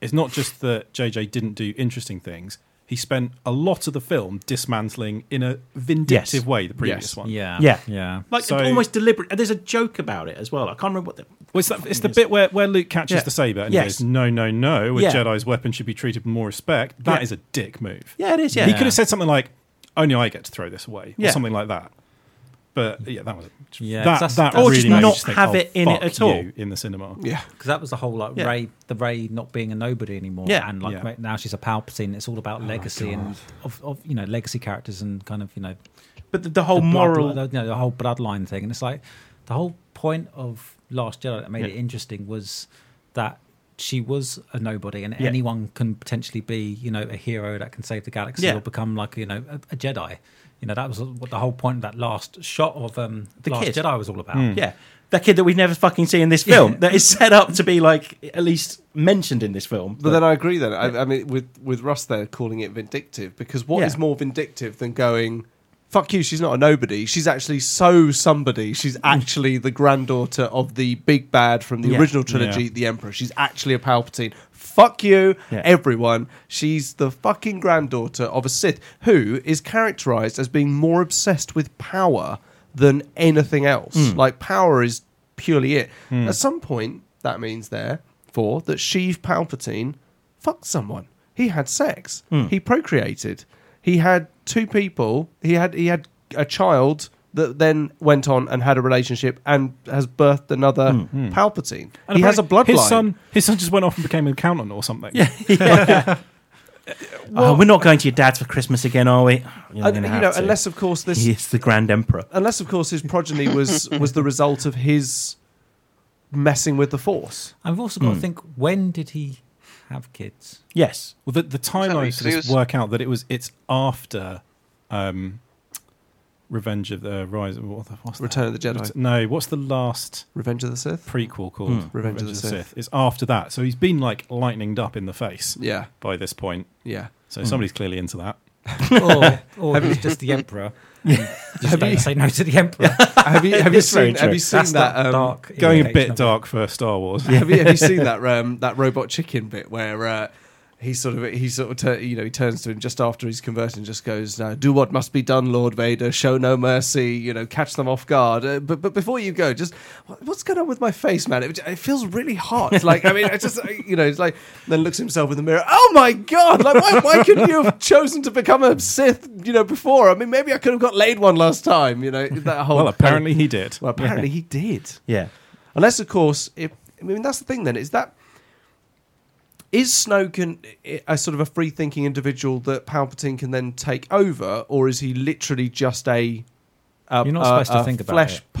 Speaker 3: it's not just that JJ didn't do interesting things. He spent a lot of the film dismantling in a vindictive
Speaker 2: Yes.
Speaker 3: way the previous
Speaker 4: Yes.
Speaker 3: one.
Speaker 5: yeah,
Speaker 2: Yeah.
Speaker 5: yeah.
Speaker 2: like
Speaker 3: So-
Speaker 2: almost deliberate. There's a joke about it as well. I can't remember what the
Speaker 3: Well, it's, that, it's the bit where, where Luke catches
Speaker 2: Yeah.
Speaker 3: the saber and
Speaker 2: Yes.
Speaker 3: he goes, "No, no, no! A
Speaker 2: Yeah.
Speaker 3: Jedi's weapon should be treated with more respect." That
Speaker 2: Yeah.
Speaker 3: is a dick move.
Speaker 2: yeah, it is. Yeah,
Speaker 3: He could have said something like, "Only I get to throw this away,"
Speaker 2: Yeah.
Speaker 3: or something like that. But yeah, that was
Speaker 5: Yeah, 'cause
Speaker 3: that,
Speaker 5: that's-
Speaker 3: that
Speaker 5: that's-
Speaker 2: Or
Speaker 3: really
Speaker 2: just
Speaker 3: made me
Speaker 2: not
Speaker 3: think,
Speaker 2: have
Speaker 3: "Oh,
Speaker 2: it in it
Speaker 3: fuck
Speaker 2: at all."
Speaker 3: you in the cinema.
Speaker 4: Yeah.
Speaker 5: Because that was the whole like
Speaker 2: Yeah.
Speaker 5: Ray, the Ray not being a nobody anymore,
Speaker 2: Yeah.
Speaker 5: and like
Speaker 3: Yeah.
Speaker 5: right now she's a Palpatine. It's all about legacy and of, of you know legacy characters and kind of you know
Speaker 2: But the, the whole
Speaker 5: the blood-
Speaker 2: moral,
Speaker 5: the, you know, the whole bloodline thing. And it's like the whole point of Last Jedi that made it interesting was that she was a nobody, and
Speaker 2: Yeah.
Speaker 5: anyone can potentially be, you know, a hero that can save the galaxy
Speaker 2: Yeah.
Speaker 5: or become like you know a, a Jedi. You know, that was what the whole point of that last shot of um, the
Speaker 2: The
Speaker 5: Last
Speaker 2: kid.
Speaker 5: Jedi was all about.
Speaker 2: yeah, that kid that we never fucking see in this film that is set up to be like at least mentioned in this film.
Speaker 4: But then I agree. Then I, I mean, with with Russ there calling it vindictive because what is
Speaker 2: Yeah.
Speaker 4: more vindictive than going, "Fuck you"? She's not a nobody. She's actually so somebody. She's actually the granddaughter of the big bad from the
Speaker 2: Mm. Yeah.
Speaker 4: original trilogy,
Speaker 3: Yeah.
Speaker 4: the Emperor. She's actually a Palpatine. Fuck you,
Speaker 2: Yeah.
Speaker 4: everyone. She's the fucking granddaughter of a Sith who is characterized as being more obsessed with power than anything else. Like power is purely it. At some point, that means therefore that Sheev Palpatine fucked someone. He had sex. He procreated. He had two people. He had he had a child that then went on and had a relationship and has birthed another Palpatine.
Speaker 3: And
Speaker 4: he has a bloodline.
Speaker 3: apparently His son, his son just went off and became an accountant or something. Yeah,
Speaker 2: oh, we're not going to your dad's for Christmas again, are we? You're
Speaker 4: And,
Speaker 2: gonna
Speaker 4: you
Speaker 2: have
Speaker 4: know,
Speaker 2: to.
Speaker 4: unless of course this
Speaker 2: he is the Grand Emperor.
Speaker 4: unless of course his progeny was was the result of his messing with the force.
Speaker 5: And we've also got to think when did he have kids?
Speaker 2: Yes,
Speaker 3: Well, the, the
Speaker 6: Exactly,
Speaker 3: timelines for
Speaker 6: 'cause he
Speaker 3: this
Speaker 6: was-
Speaker 3: work out that it was it's after um, Revenge of the Rise. What the, what's that?
Speaker 4: Return of the Jedi.
Speaker 3: Ret- No, what's the last
Speaker 4: Revenge of the Sith.
Speaker 3: prequel called? Revenge,
Speaker 4: Hmm. Revenge of the Sith.
Speaker 3: It's after that, so he's been like lightninged up in the face
Speaker 4: Yeah,
Speaker 3: by this point.
Speaker 4: yeah.
Speaker 3: So somebody's clearly into that.
Speaker 5: or, or he's just the emperor. Just don't say no to the emperor.
Speaker 4: Have you have you
Speaker 2: It's very
Speaker 4: seen have
Speaker 2: true.
Speaker 4: you seen
Speaker 5: That's
Speaker 4: that
Speaker 5: not
Speaker 4: um,
Speaker 5: dark.
Speaker 3: Going a
Speaker 5: implication
Speaker 3: bit
Speaker 5: of it.
Speaker 3: dark for Star Wars.
Speaker 4: have you have you seen that um, that robot chicken bit where uh, he sort of he sort of tur- you know he turns to him just after he's converted and just goes uh, do what must be done Lord Vader show no mercy you know catch them off guard uh, but but before you go just "What- what's going on with my face man it, it feels really hot like I mean I just uh, you know it's like then looks at himself in the mirror oh my god like why, why couldn't you have chosen to become a Sith you know before I mean maybe I could have got laid one last time you know that whole
Speaker 3: Well, apparently he did.
Speaker 4: well apparently he did
Speaker 2: Yeah.
Speaker 4: Unless, of course, if I mean that's the thing. Then is that is Snoke a, a sort of a free thinking individual that Palpatine can then take over, or is he literally just a, a
Speaker 5: You're not
Speaker 4: a-
Speaker 5: supposed to
Speaker 4: a
Speaker 5: think about
Speaker 4: flesh
Speaker 5: it.
Speaker 3: Yeah,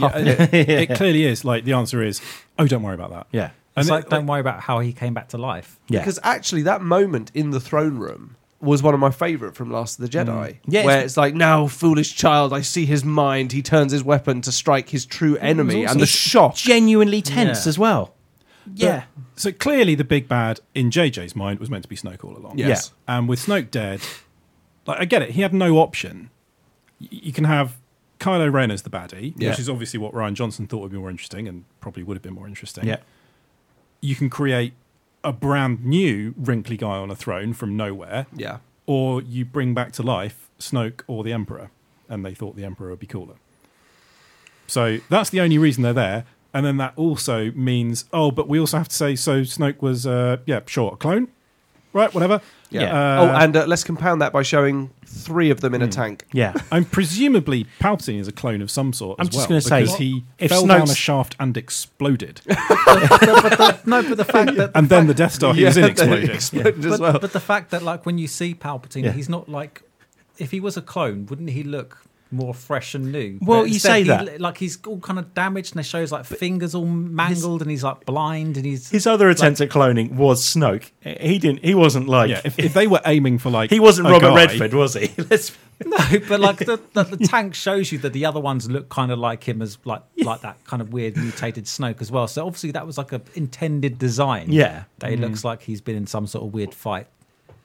Speaker 4: puppet?
Speaker 3: it, it clearly is. Like the answer is, oh, don't worry about that.
Speaker 2: Yeah.
Speaker 5: It's
Speaker 3: And
Speaker 5: like,
Speaker 3: it-
Speaker 5: don't worry about how he came back to life.
Speaker 2: Yeah.
Speaker 4: Because actually, that moment in the throne room was one of my favorite from Last of the Jedi,
Speaker 5: Mm.
Speaker 2: Yeah,
Speaker 4: where
Speaker 2: it's-
Speaker 4: it's, like, "Now, foolish child, I see his mind. He turns his weapon to strike his true enemy," and the shock.
Speaker 2: Genuinely tense
Speaker 5: Yeah.
Speaker 2: as well. Yeah.
Speaker 3: So clearly, the big bad in JJ's mind was meant to be Snoke all along.
Speaker 4: Yes.
Speaker 3: And with Snoke dead, like I get it, he had no option. Y- You can have Kylo Ren as the baddie,
Speaker 4: Yeah.
Speaker 3: which is obviously what Ryan Johnson thought would be more interesting, and probably would have been more interesting.
Speaker 2: Yeah.
Speaker 3: You can create a brand new wrinkly guy on a throne from nowhere,
Speaker 4: Yeah,
Speaker 3: or you bring back to life Snoke or the Emperor, and they thought the Emperor would be cooler. So that's the only reason they're there. And then that also means, oh, but we also have to say, so Snoke was, uh, yeah, sure, a clone, right? Whatever.
Speaker 4: yeah.
Speaker 3: Yeah.
Speaker 4: oh,
Speaker 3: Uh,
Speaker 4: and uh, let's compound that by showing three of them
Speaker 2: Hmm.
Speaker 4: in a tank.
Speaker 2: Yeah.
Speaker 3: And presumably Palpatine is a clone of some sort.
Speaker 2: I'm
Speaker 3: as
Speaker 2: just gonna
Speaker 3: well,
Speaker 2: say,
Speaker 3: because he
Speaker 2: if
Speaker 3: fell down
Speaker 2: Snoke's-
Speaker 3: a shaft and exploded,
Speaker 5: No, but the fact that
Speaker 3: and then the Death Star he was in
Speaker 4: they
Speaker 3: exploded.
Speaker 4: exploded as
Speaker 5: but,
Speaker 4: well.
Speaker 5: but the fact that like when you see Palpatine,
Speaker 2: Yeah.
Speaker 5: he's not like if he was a clone, wouldn't he look more fresh and new?
Speaker 2: Well,
Speaker 5: But
Speaker 2: you
Speaker 5: instead
Speaker 2: say
Speaker 5: he
Speaker 2: that.
Speaker 5: li- like he's all kind of damaged, and it shows like fingers all mangled, and he's like blind, and he's
Speaker 2: His other attempt at cloning was Snoke. He didn't. He wasn't like.
Speaker 3: Yeah, if, if they were aiming for like
Speaker 2: he wasn't
Speaker 3: a
Speaker 2: Robert
Speaker 3: guy-
Speaker 2: Redford, was he? Let's.
Speaker 5: no, but like the, the, the tank shows you that the other ones look kind of like him as like like that kind of weird mutated Snoke as well. So obviously that was like a intended design.
Speaker 2: Yeah.
Speaker 5: that he looks like he's been in some sort of weird fight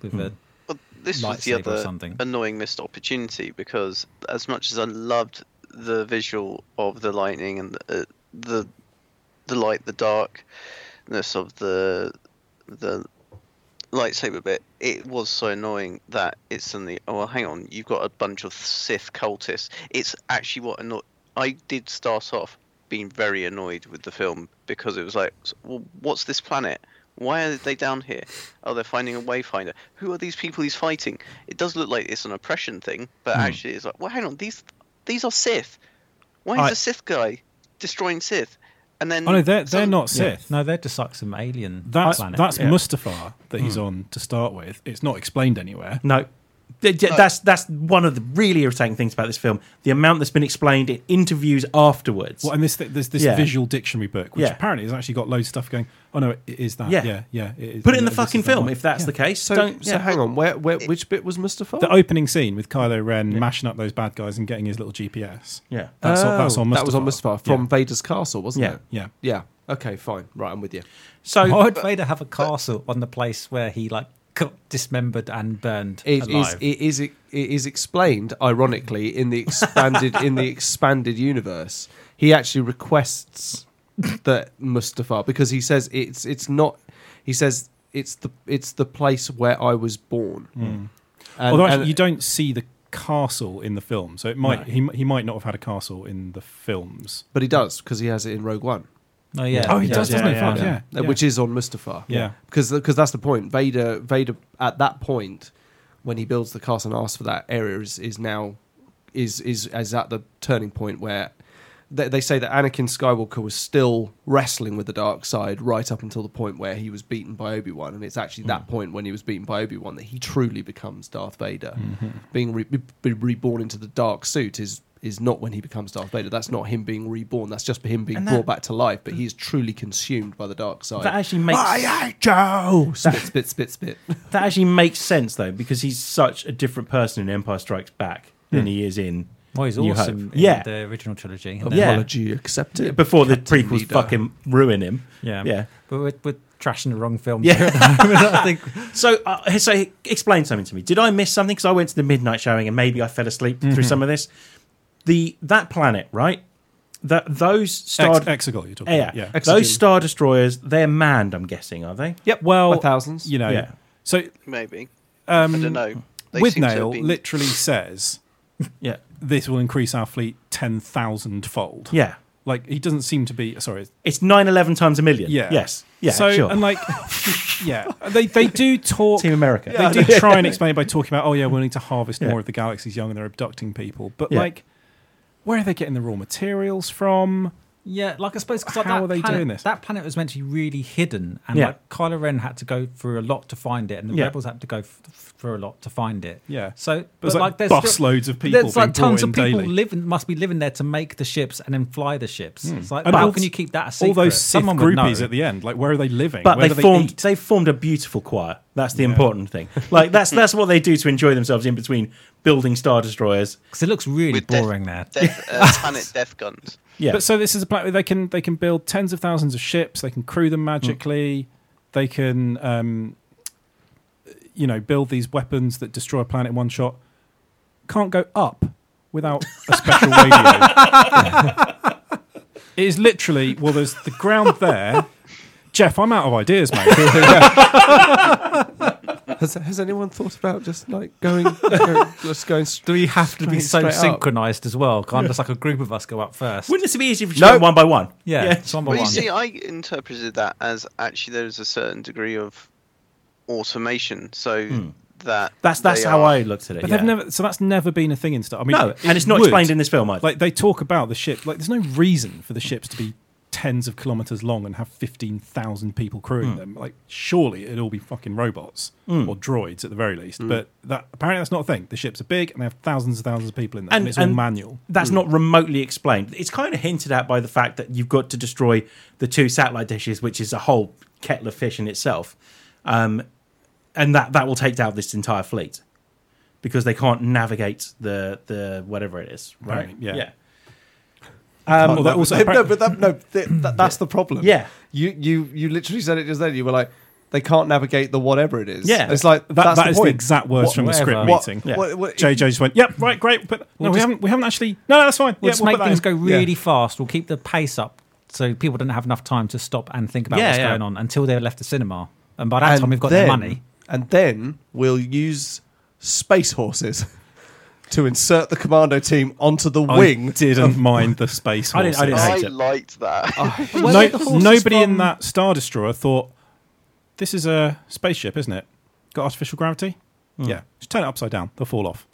Speaker 5: with a.
Speaker 6: Well, this was the
Speaker 5: lightsaber or
Speaker 6: other
Speaker 5: something.
Speaker 6: annoying missed opportunity because, as much as I loved the visual of the lightning and the uh, the, the light, the darkness of the the lightsaber bit, it was so annoying that it's suddenly, oh, well, hang on, you've got a bunch of Sith cultists. It's actually what anno- I did start off being very annoyed with the film because it was like, s- well, what's this planet? Why are they down here? Oh, they're finding a wayfinder. Who are these people he's fighting? It does look like it's an oppression thing, but
Speaker 3: Hmm.
Speaker 6: actually, it's like, well, hang on, these these are Sith. Why is
Speaker 3: I-
Speaker 6: a Sith guy destroying Sith? And then
Speaker 3: Oh no, they're they're
Speaker 6: some-
Speaker 3: not Sith.
Speaker 5: No, they're just like some alien
Speaker 3: That's
Speaker 5: planet.
Speaker 3: that's
Speaker 2: yeah. Hmm.
Speaker 3: Mustafar that he's on to start with. It's not explained anywhere.
Speaker 2: No. Th- th- That's that's one of the really irritating things about this film. The amount that's been explained in interviews afterwards.
Speaker 3: Well, and this there's this
Speaker 2: Yeah.
Speaker 3: visual dictionary book, which
Speaker 2: Yeah.
Speaker 3: apparently has actually got loads of stuff going. Oh no, it is that. Yeah,
Speaker 2: Yeah.
Speaker 3: yeah, it is.
Speaker 2: Put it in
Speaker 3: And
Speaker 2: the
Speaker 3: this
Speaker 2: fucking
Speaker 3: is that
Speaker 2: film
Speaker 3: one.
Speaker 2: if that's the case.
Speaker 4: So,
Speaker 2: Don't.
Speaker 4: so
Speaker 2: yeah.
Speaker 4: hang on. Where, where, which bit was Mustafa?
Speaker 3: The opening scene with Kylo Ren mashing up those bad guys and getting his little GPS.
Speaker 2: Yeah.
Speaker 3: That's, on, that's on Mustafar.
Speaker 4: Oh, That was on Mustafar from Vader's castle, wasn't
Speaker 2: Yeah.
Speaker 4: it?
Speaker 3: Yeah.
Speaker 4: Yeah. Okay. Fine. Right. I'm with you.
Speaker 2: So
Speaker 5: Why would Vader have a castle on the place where he like got dismembered and burned
Speaker 4: It is.
Speaker 5: alive?
Speaker 4: It is. It is explained ironically in the expanded in the expanded universe. He actually requests that Mustafa because he says it's it's not. He says it's the it's the place where I was born. And-
Speaker 3: Hmm. Although
Speaker 4: and-
Speaker 3: actually, you don't see the castle in the film, so it might he he might not have had a castle in the films.
Speaker 4: but he does because he has it in Rogue One.
Speaker 5: oh yeah.
Speaker 3: Oh, he
Speaker 5: yeah,
Speaker 3: does,
Speaker 5: yeah,
Speaker 3: doesn't he?
Speaker 5: yeah,
Speaker 3: Fuck,
Speaker 5: yeah.
Speaker 3: yeah.
Speaker 4: Uh, which is on Mustafar.
Speaker 3: Yeah.
Speaker 4: because because that's the point. Vader Vader at that point when he builds the castle and asks for that area is is now is is is at the turning point where. They they say that Anakin Skywalker was still wrestling with the dark side right up until the point where he was beaten by Obi Wan, and it's
Speaker 3: Hmm.
Speaker 4: actually that point when he was beaten by Obi Wan that he truly becomes Darth Vader.
Speaker 3: Mm-hmm.
Speaker 4: Being re- be- be reborn into the dark suit is is not when he becomes Darth Vader. That's not him being reborn. That's just him being
Speaker 2: And that-
Speaker 4: brought back to life. But he is truly consumed by the dark side.
Speaker 2: that actually makes
Speaker 4: Joe. Spit, spit, spit, spit.
Speaker 2: that actually makes sense though because he's such a different person in Empire Strikes Back than he is in
Speaker 5: Well, he's
Speaker 2: New
Speaker 5: awesome
Speaker 2: Hope.
Speaker 5: in
Speaker 2: Yeah.
Speaker 5: the original trilogy. and then-
Speaker 2: Yeah.
Speaker 4: Apology accepted.
Speaker 2: Before the
Speaker 4: Captain
Speaker 2: prequels
Speaker 4: Leader.
Speaker 2: fucking ruin him.
Speaker 5: yeah,
Speaker 2: Yeah.
Speaker 5: But we're, we're trashing the wrong film.
Speaker 2: Yeah.
Speaker 5: here at the moment, I think
Speaker 2: So, uh, so explain something to me. Did I miss something? Because I went to the midnight showing and maybe I fell asleep through some of this. The that planet, right? That those star
Speaker 3: Ex- Exegol, you're talking
Speaker 2: yeah,
Speaker 3: about. Yeah.
Speaker 4: Exogen.
Speaker 2: those star destroyers. They're manned. I'm guessing, are they?
Speaker 4: Yep.
Speaker 3: Well,
Speaker 4: by thousands.
Speaker 3: You know.
Speaker 2: Yeah.
Speaker 3: So
Speaker 6: Maybe
Speaker 3: um,
Speaker 6: I don't know. They
Speaker 3: with
Speaker 6: seem to have
Speaker 3: nail
Speaker 6: been-
Speaker 3: literally says
Speaker 2: Yeah,
Speaker 3: this will increase our fleet ten thousand fold.
Speaker 2: yeah.
Speaker 3: Like he doesn't seem to be sorry.
Speaker 2: It's nine eleven times a million.
Speaker 3: Yeah.
Speaker 2: Yes. Yeah.
Speaker 3: So
Speaker 2: sure.
Speaker 3: and like yeah, they they do talk.
Speaker 2: Team America.
Speaker 3: they do try and explain it by talking about oh yeah, we'll need to harvest
Speaker 2: Yeah.
Speaker 3: more of the galaxy's young and they're abducting people. But
Speaker 2: Yeah.
Speaker 3: like, where are they getting the raw materials from?
Speaker 5: Yeah, like I suppose because
Speaker 3: How
Speaker 5: that
Speaker 3: are they
Speaker 5: planet,
Speaker 3: doing this?
Speaker 5: That planet was meant to be really hidden, and
Speaker 2: Yeah.
Speaker 5: like Kylo Ren had to go through a lot to find it, and the
Speaker 2: Yeah.
Speaker 5: rebels had to go f- through a lot to find it.
Speaker 3: Yeah.
Speaker 5: So, but
Speaker 3: There's like,
Speaker 5: like, there's
Speaker 3: bus
Speaker 5: still-
Speaker 3: loads of people.
Speaker 5: There's like
Speaker 3: being brought
Speaker 5: tons of
Speaker 3: in
Speaker 5: people
Speaker 3: daily.
Speaker 5: living must be living there to make the ships and then fly the ships. It's like
Speaker 3: Hmm. And
Speaker 5: how
Speaker 3: all
Speaker 5: can
Speaker 3: s-
Speaker 5: you keep that a secret?
Speaker 3: all those Sith
Speaker 5: Someone would
Speaker 3: groupies
Speaker 5: know.
Speaker 3: at the end. Like, where are they living?
Speaker 2: but
Speaker 3: where
Speaker 2: they
Speaker 3: do they
Speaker 2: formed
Speaker 3: eat?
Speaker 2: they formed a beautiful choir. That's the important thing. Like that's that's what they do to enjoy themselves in between building star destroyers.
Speaker 5: because it looks really
Speaker 6: With death-
Speaker 5: boring there.
Speaker 6: Death, uh, planet death guns.
Speaker 2: Yeah.
Speaker 3: But so this is a planet where they can they can build tens of thousands of ships. They can crew them magically. They can um, you know build these weapons that destroy a planet in one shot. Can't go up without a special radio. it is literally well. There's the ground there. Jeff, I'm out of ideas, mate.
Speaker 4: Has, has anyone thought about just like going, go- just going?
Speaker 5: Do we have to be so
Speaker 4: Straight up.
Speaker 5: synchronized as well? Can't just like a group of us go up first?
Speaker 2: Wouldn't this be easier if you
Speaker 4: No.
Speaker 2: went one by one?
Speaker 5: yeah,
Speaker 2: Yeah.
Speaker 5: it's one by
Speaker 6: Well, you
Speaker 5: one.
Speaker 6: see, I interpreted that as actually there is a certain degree of automation, so that
Speaker 2: Hmm. That's that's
Speaker 6: they
Speaker 2: how
Speaker 6: are-
Speaker 2: I looked at it.
Speaker 3: But
Speaker 2: yeah.
Speaker 3: they've never. So that's never been a thing in Star. I mean,
Speaker 2: no,
Speaker 3: it-
Speaker 2: and
Speaker 3: it
Speaker 2: it's not
Speaker 3: would.
Speaker 2: explained in this film either.
Speaker 3: Like they talk about the ship. Like there's no reason for the ships to be tens of kilometers long and have fifteen thousand people crewing them. Like surely it'd all be fucking robots or droids at the very least. But that apparently that's not a thing. The ships are big and they have thousands and thousands of people in them. And,
Speaker 2: And-
Speaker 3: it's all
Speaker 2: and-
Speaker 3: manual.
Speaker 2: that's not remotely explained. It's kind of hinted at by the fact that you've got to destroy the two satellite dishes, which is a whole kettle of fish in itself, um, and that that will take down this entire fleet because they can't navigate the the whatever it is. Right?
Speaker 3: Right, yeah.
Speaker 2: Yeah.
Speaker 3: Um, although
Speaker 4: that
Speaker 3: also
Speaker 4: was- no,
Speaker 3: apparent-
Speaker 4: but that, no, th- that, that's the problem.
Speaker 2: Yeah.
Speaker 4: you you you literally said it just then. You were like, they can't navigate the whatever it is.
Speaker 2: Yeah.
Speaker 4: it's like
Speaker 3: that,
Speaker 4: that's
Speaker 3: that
Speaker 4: the
Speaker 3: is the
Speaker 4: point.
Speaker 3: exact words
Speaker 5: What-
Speaker 3: from the script
Speaker 5: whatever.
Speaker 4: What-
Speaker 3: meeting.
Speaker 2: Yeah.
Speaker 4: what- what-
Speaker 3: JJ just went, "Yep, right, great." But no,
Speaker 5: We'll
Speaker 3: we
Speaker 5: just-
Speaker 3: haven't. We haven't actually. No, no, that's fine.
Speaker 5: We'll
Speaker 3: yeah,
Speaker 5: just
Speaker 3: we'll
Speaker 5: make
Speaker 3: put that
Speaker 5: things
Speaker 3: in.
Speaker 5: go really fast. We'll keep the pace up so people don't have enough time to stop and think about
Speaker 2: Yeah,
Speaker 5: what's
Speaker 2: yeah.
Speaker 5: going on until they've left the cinema. And by that time, we've got
Speaker 4: then,
Speaker 5: the money.
Speaker 4: and then we'll use space horses to insert the commando team onto the
Speaker 3: I
Speaker 4: wing.
Speaker 3: didn't mind the space.
Speaker 2: I didn't- I didn't
Speaker 3: horses.
Speaker 2: hate
Speaker 6: I
Speaker 2: it.
Speaker 6: liked that.
Speaker 5: Where
Speaker 3: no,
Speaker 5: were the horses
Speaker 3: nobody in
Speaker 5: from?
Speaker 3: that Star Destroyer thought, this is a spaceship, isn't it? Got artificial gravity? Yeah. Just turn it upside down. They'll fall off.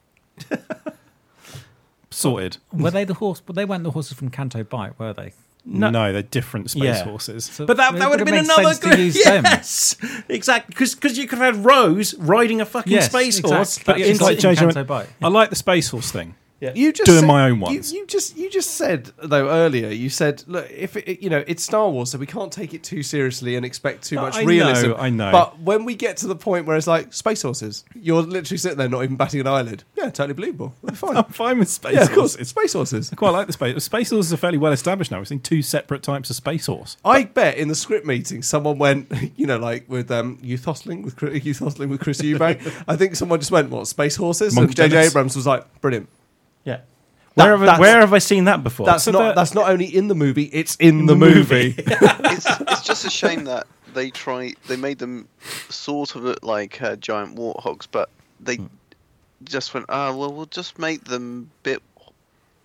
Speaker 3: Sorted.
Speaker 5: Were they the horse? But they weren't the horses from Canto Bite, were they?
Speaker 3: No.
Speaker 2: No-
Speaker 3: they're different space
Speaker 2: Yeah.
Speaker 3: horses.
Speaker 5: So
Speaker 2: But that,
Speaker 5: it
Speaker 2: that would have been
Speaker 5: made
Speaker 2: another
Speaker 5: sense to
Speaker 2: good.
Speaker 5: use them.
Speaker 2: Yes, exactly. Because you could have had Rose riding a fucking
Speaker 5: Yes,
Speaker 2: space
Speaker 5: exactly.
Speaker 2: horse.
Speaker 5: But
Speaker 3: It's
Speaker 5: it's
Speaker 3: like
Speaker 5: like
Speaker 3: JJ
Speaker 5: Canto
Speaker 3: went-
Speaker 5: Bite.
Speaker 3: I like the space horse thing.
Speaker 4: You just
Speaker 3: Doing
Speaker 4: said-
Speaker 3: my own
Speaker 4: you-
Speaker 3: ones.
Speaker 4: You, just you just said though earlier. You said look, if it, you know it's Star Wars, so we can't take it too seriously and expect too
Speaker 3: I-
Speaker 4: much
Speaker 3: I
Speaker 4: realism.
Speaker 3: know, I know.
Speaker 4: But when we get to the point where it's like space horses, you're literally sitting there not even batting an eyelid. Yeah, totally believable. We're fine.
Speaker 3: I'm fine with space
Speaker 4: yeah, of course,
Speaker 3: horses.
Speaker 4: it's space horses.
Speaker 3: I quite like the space. Space horses are fairly well established now. We've seen two separate types of space horse.
Speaker 4: I bet in the script meeting, someone went, you know, like with um, youth hostling with Chris, youth hostling with Chris Eubank. I think someone just went, "What space horses?"
Speaker 3: Monk
Speaker 4: and JJ
Speaker 3: Dennis.
Speaker 4: Abrams was like, "Brilliant."
Speaker 2: Yeah. Where, have,
Speaker 4: that's-
Speaker 2: where have I seen that before?
Speaker 4: That's
Speaker 3: So
Speaker 4: not
Speaker 3: that-
Speaker 4: that's not only in the movie; it's in, the,
Speaker 2: the
Speaker 4: movie.
Speaker 2: movie.
Speaker 6: it's, it's just a shame that they try they made them sort of look like uh, giant warthogs, but
Speaker 2: Hmm.
Speaker 6: they just went, ah, well, we'll just make them a bit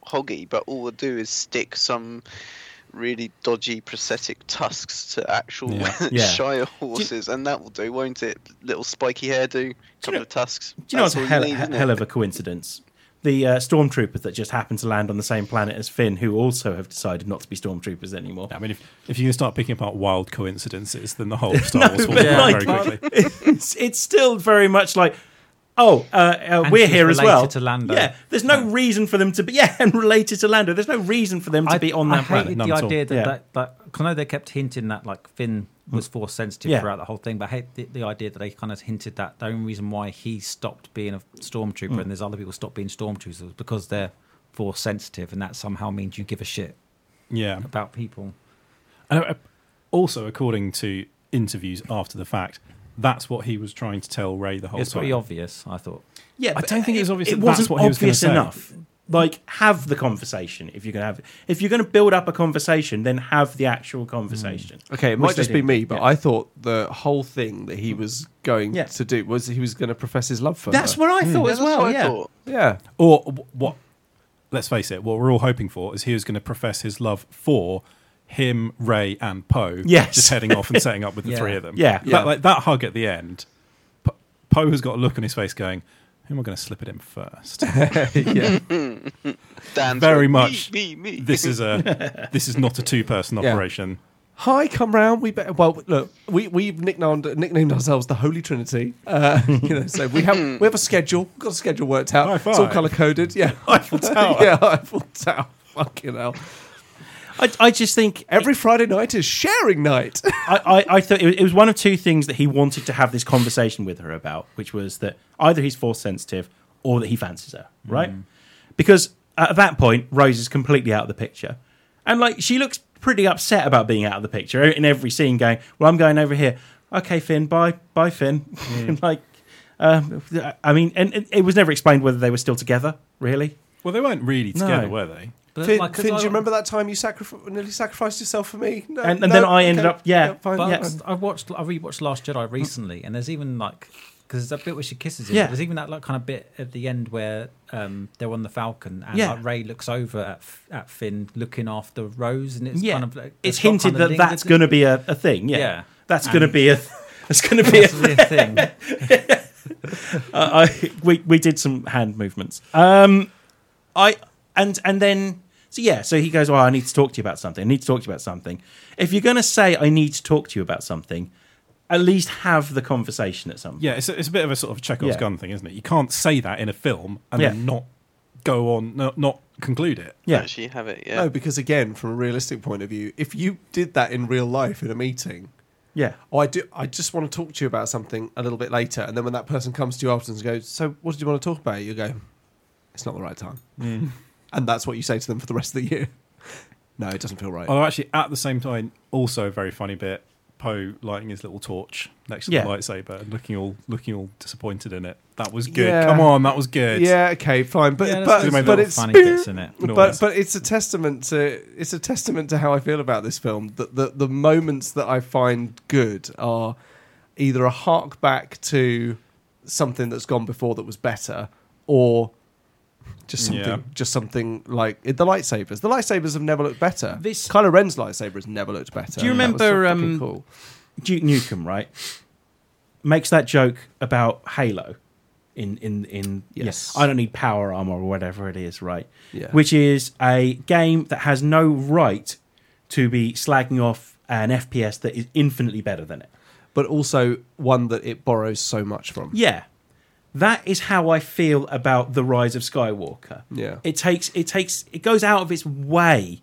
Speaker 6: hoggy, but all we'll do is stick some really dodgy prosthetic tusks to actual
Speaker 3: Yeah.
Speaker 2: Yeah.
Speaker 6: Shire horses, and that will do, won't it? Little spiky hairdo, couple
Speaker 2: know-
Speaker 6: of tusks.
Speaker 2: Do you know what's
Speaker 6: That's
Speaker 2: a
Speaker 6: all
Speaker 2: hell,
Speaker 6: need, isn't it?
Speaker 2: hell of a coincidence? The uh, stormtroopers that just happened to land on the same planet as Finn, who also have decided not to be stormtroopers anymore.
Speaker 3: I mean, if, if you can start picking apart wild coincidences, then the whole Star Wars will
Speaker 2: but
Speaker 3: go
Speaker 2: like-
Speaker 3: very quickly.
Speaker 2: It's, it's still very much like, oh, uh, uh, we're
Speaker 5: she's
Speaker 2: here as
Speaker 5: related
Speaker 2: well.
Speaker 5: to Lando.
Speaker 2: Yeah, there's no reason for them to be. Yeah, and related to Lando, there's no reason for them to be on
Speaker 5: I
Speaker 2: that planet.
Speaker 5: hated
Speaker 3: none
Speaker 5: the
Speaker 3: at all.
Speaker 5: idea that,
Speaker 2: Yeah. Mm.
Speaker 5: that, that I know they kept hinting that like Finn was force sensitive
Speaker 2: Yeah.
Speaker 5: throughout the whole thing, but I hate the, the idea that they kind of hinted that
Speaker 2: Mm.
Speaker 5: the only reason why he stopped being a stormtrooper and there's other people stopped being stormtroopers was because they're force sensitive, and that somehow means you give a shit
Speaker 3: Yeah.
Speaker 5: about people.
Speaker 3: And uh, also, according to interviews after the fact, that's what he was trying to tell Ray the whole
Speaker 5: it's
Speaker 3: time.
Speaker 5: pretty obvious, I thought.
Speaker 2: Yeah,
Speaker 3: I
Speaker 2: but uh,
Speaker 3: don't think it's obvious
Speaker 2: It
Speaker 3: that that's
Speaker 2: wasn't
Speaker 3: what he was gonna
Speaker 2: obvious
Speaker 3: say.
Speaker 2: enough. Like, have the conversation if you're gonna have. If you're gonna build up a conversation, then have the actual conversation.
Speaker 4: Mm. Okay, it
Speaker 2: Which
Speaker 4: might just
Speaker 2: they
Speaker 4: be
Speaker 2: did.
Speaker 4: me, but
Speaker 2: Yeah.
Speaker 4: I thought the whole thing that he was going
Speaker 2: Yeah.
Speaker 4: to do was he was going to profess his love for
Speaker 2: That's
Speaker 4: her.
Speaker 2: what I thought
Speaker 6: Yeah,
Speaker 2: as
Speaker 6: that's
Speaker 2: well.
Speaker 6: what I
Speaker 2: Yeah,
Speaker 6: thought.
Speaker 4: Yeah.
Speaker 3: Or w- what? Let's face it. What we're all hoping for is he was going to profess his love for him, Ray, and Poe.
Speaker 2: Yes.
Speaker 3: just heading off and setting up with the
Speaker 5: Yeah.
Speaker 3: three of them.
Speaker 2: Yeah.
Speaker 3: That,
Speaker 4: Yeah.
Speaker 3: like that hug at the end. Po- Poe has got a look on his face, going, "Who am I going to slip it in first?
Speaker 4: yeah.
Speaker 6: Dan's
Speaker 3: Very
Speaker 6: like,
Speaker 3: much.
Speaker 6: Me, me, me.
Speaker 3: this is a this is not a two person
Speaker 4: Yeah.
Speaker 3: operation."
Speaker 4: Hi, come round. We better. Well, look, we we've nicknamed nicknamed ourselves the Holy Trinity. Uh, you know, so we have we have a schedule. We've got a schedule worked out.
Speaker 3: High
Speaker 4: It's all
Speaker 3: five.
Speaker 4: color coded. Yeah,
Speaker 3: Eiffel Tower.
Speaker 4: yeah, Eiffel Tower. Fucking hell.
Speaker 2: I, I just think
Speaker 4: Every Friday night is sharing night.
Speaker 2: I, I, I thought it was- it was one of two things that he wanted to have this conversation with her about, which was that either he's force sensitive or that he fancies her, right?
Speaker 5: Mm.
Speaker 2: Because at that point, Rose is completely out of the picture. And like, she looks pretty upset about being out of the picture in every scene, going, Well, I'm going over here. Okay, Finn, bye, bye, Finn.
Speaker 5: Mm.
Speaker 2: like, um, I mean, and and it was never explained whether they were still together, really.
Speaker 3: Well, they weren't really
Speaker 2: No.
Speaker 3: together, were they?
Speaker 5: But
Speaker 4: Finn,
Speaker 5: like, 'cause
Speaker 4: Finn
Speaker 5: I-
Speaker 4: do you remember that time you sacrif- nearly sacrificed yourself for me? No,
Speaker 2: And- and
Speaker 4: no,
Speaker 2: then I ended up- yeah.
Speaker 4: fine,
Speaker 5: But
Speaker 4: fine.
Speaker 5: I watched, I rewatched Last Jedi recently, and there's even like, because there's a bit where she kisses him.
Speaker 2: Yeah.
Speaker 5: There's even that like kind of bit at the end where um, they're on the Falcon, and
Speaker 2: Yeah.
Speaker 5: like, Ray looks over at, F- at Finn, looking after Rose, and it's
Speaker 2: yeah.
Speaker 5: kind of like,
Speaker 2: it's
Speaker 5: got
Speaker 2: hinted
Speaker 5: kind of
Speaker 2: that
Speaker 5: lingered-
Speaker 2: that's going to be a, a thing. Yeah.
Speaker 5: Yeah.
Speaker 2: That's going to
Speaker 5: And-
Speaker 2: be a. It's going to be a
Speaker 5: That's the thing.
Speaker 2: uh, I we we did some hand movements. Um, I and and then so yeah, so he goes, "Oh, I need to talk to you about something. I need to talk to you about something." If you're going to say, "I need to talk to you about something," at least have the conversation at some.
Speaker 3: Yeah, it's a, it's a bit of a sort of Chekhov's
Speaker 2: Yeah.
Speaker 3: gun thing, isn't it? You can't say that in a film and
Speaker 2: Yeah.
Speaker 3: then not go on, no, not conclude it.
Speaker 2: yeah.
Speaker 6: Actually, have it. Yeah.
Speaker 4: No, because again, from a realistic point of view, if you did that in real life in a meeting,
Speaker 2: yeah.
Speaker 4: oh, I do. I just want to talk to you about something a little bit later, and then when that person comes to you afterwards and goes, "So, what did you want to talk about?" You go, "It's not the right time,"
Speaker 2: Mm.
Speaker 4: and that's what you say to them for the rest of the year. No, it doesn't feel right.
Speaker 3: Although, actually, at the same time, also a very funny bit. Poe lighting his little torch next to
Speaker 2: Yeah.
Speaker 3: the lightsaber and looking all looking all disappointed in it. That was good.
Speaker 4: Yeah.
Speaker 3: Come on, that was good.
Speaker 4: yeah, okay, fine, but
Speaker 5: Yeah, there's
Speaker 4: but,
Speaker 5: some
Speaker 3: made
Speaker 4: but
Speaker 5: little
Speaker 4: it's
Speaker 5: funny bits in it.
Speaker 3: noise.
Speaker 4: But but it's a testament to it's a testament to how I feel about this film that the, the moments that I find good are either a hark back to something that's gone before that was better or just something
Speaker 3: Yeah.
Speaker 4: just something like the lightsabers. The lightsabers have never looked better.
Speaker 2: This-
Speaker 4: Kylo Ren's lightsaber has never looked better.
Speaker 2: Do you
Speaker 4: and that was so
Speaker 2: remember,
Speaker 4: fucking
Speaker 2: um,
Speaker 4: cool.
Speaker 2: Duke Nukem, right, makes that joke about Halo. In in in
Speaker 4: Yes.
Speaker 2: I don't need power armor or whatever it is, right?
Speaker 4: Yeah.
Speaker 2: Which is a game that has no right to be slagging off an FPS that is infinitely better than it.
Speaker 4: but also one that it borrows so much from.
Speaker 2: Yeah. That is how I feel about the rise of Skywalker.
Speaker 4: Yeah.
Speaker 2: It takes it takes it goes out of its way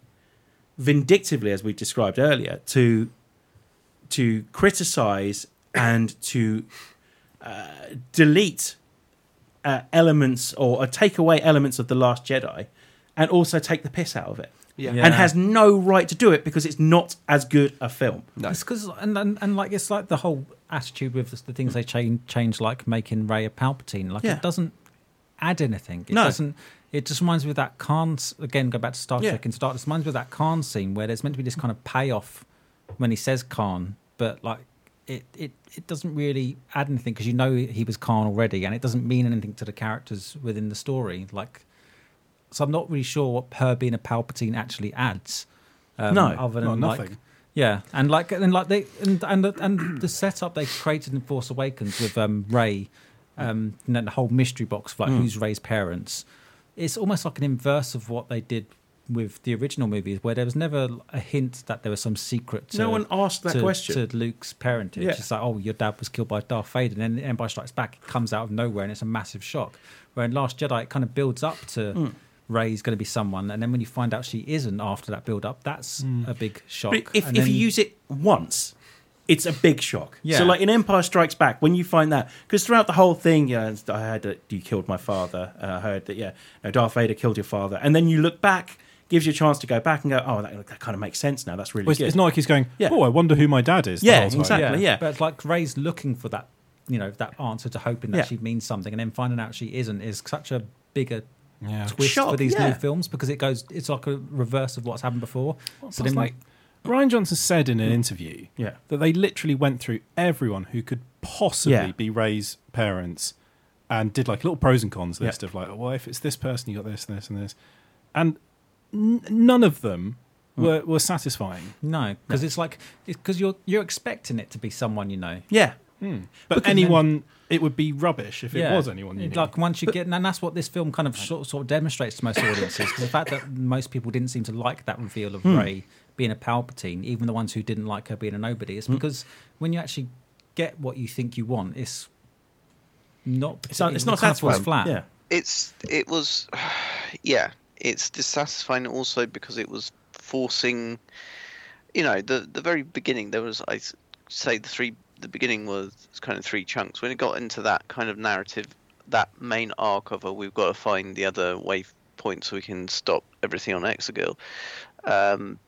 Speaker 2: vindictively as we described earlier to to criticize and to uh, delete uh, elements or, or take away elements of the last Jedi and also take the piss out of it.
Speaker 4: Yeah.
Speaker 2: And
Speaker 5: Yeah.
Speaker 2: has no right to do it because it's not as good a film.
Speaker 4: No.
Speaker 5: It's because and, and and like it's like the whole attitude with the things they change change like making Ray a Palpatine. Like
Speaker 2: Yeah.
Speaker 5: it doesn't add anything. It
Speaker 2: No.
Speaker 5: doesn't. It just reminds me of that Khan s- again. Go back to Star
Speaker 2: Yeah.
Speaker 5: Trek and Star. This reminds me of that Khan scene where there's meant to be this kind of payoff when he says Khan, but like it it it doesn't really add anything because you know he was Khan already, and it doesn't mean anything to the characters within the story. Like, so I'm not really sure what her being a Palpatine actually adds. Um,
Speaker 2: No,
Speaker 5: other
Speaker 3: not
Speaker 5: than like
Speaker 3: nothing.
Speaker 5: yeah, and like and like they and and the, and the setup they created in Force Awakens with um, Ray, um, and then the whole mystery box of like
Speaker 3: Hmm.
Speaker 5: who's Ray's parents, it's almost like an inverse of what they did with the original movies, where there was never a hint that there was some secret. To,
Speaker 2: no one asked that
Speaker 5: to,
Speaker 2: question.
Speaker 5: to Luke's parentage.
Speaker 2: Yeah.
Speaker 5: It's like, oh, your dad was killed by Darth Vader, and then the Empire Strikes Back it comes out of nowhere, and it's a massive shock. Where in Last Jedi, it kind of builds up to.
Speaker 2: Hmm.
Speaker 5: Ray's going to be someone, and then when you find out she isn't after that build up, that's a big shock.
Speaker 2: But Hmm. if,
Speaker 5: And
Speaker 2: if
Speaker 5: then-
Speaker 2: you use it once, it's a big shock.
Speaker 1: Yeah.
Speaker 2: So like in Empire Strikes Back, when you find that, because throughout the whole thing, yeah, I heard that you killed my father. Uh, I heard that yeah, no, Darth Vader killed your father, and then you look back, gives you a chance to go back and go, oh, that, that kind of makes sense now. That's really
Speaker 3: Well, it's,
Speaker 2: good.
Speaker 3: it's not like he's going,
Speaker 2: Yeah.
Speaker 3: oh, I wonder who my dad is. the
Speaker 2: Yeah,
Speaker 3: whole time.
Speaker 2: exactly. yeah.
Speaker 5: But it's like Ray's looking for that, you know, that answer to hoping that
Speaker 2: Yeah.
Speaker 5: she means something, and then finding out she isn't is such a bigger
Speaker 3: Yeah.
Speaker 5: twist
Speaker 2: Shock,
Speaker 5: for these
Speaker 2: yeah.
Speaker 5: new films because it goes, it's like a reverse of what's happened before. so
Speaker 3: Plus,
Speaker 5: then,
Speaker 3: like, Ryan Johnson said
Speaker 2: Mm.
Speaker 3: in an interview
Speaker 2: Yeah.
Speaker 3: that they literally went through everyone who could possibly
Speaker 2: Yeah.
Speaker 3: be Ray's parents and did like a little pros and cons
Speaker 2: Yeah.
Speaker 3: list of like, oh, well, if it's this person, you got this, and this, and this. And n- none of them
Speaker 2: Mm.
Speaker 3: were, were satisfying.
Speaker 5: no, because it's like because you're you're expecting it to be someone you know.
Speaker 2: Yeah.
Speaker 3: But
Speaker 5: Because then-
Speaker 3: anyone, it would be rubbish if it was anyone you knew.
Speaker 5: Like once you get, and that's what this film kind of sort, sort of demonstrates to most audiences. 'cause the fact that most people didn't seem to like that reveal of Ray being a Palpatine, even the ones who didn't like her being a nobody, is because when you actually get what you think you want, it's not.
Speaker 2: It's not, it's not
Speaker 5: the kind of falls
Speaker 2: satisfying.
Speaker 5: flat.
Speaker 2: Yeah.
Speaker 6: It's it was, yeah, it's dissatisfying also because it was forcing, you know, the the very beginning there was I s- say the three the beginning was kind of three chunks when it got into that kind of narrative that main arc of a we've got to find the other waypoint so we can stop everything on Exegol. Um,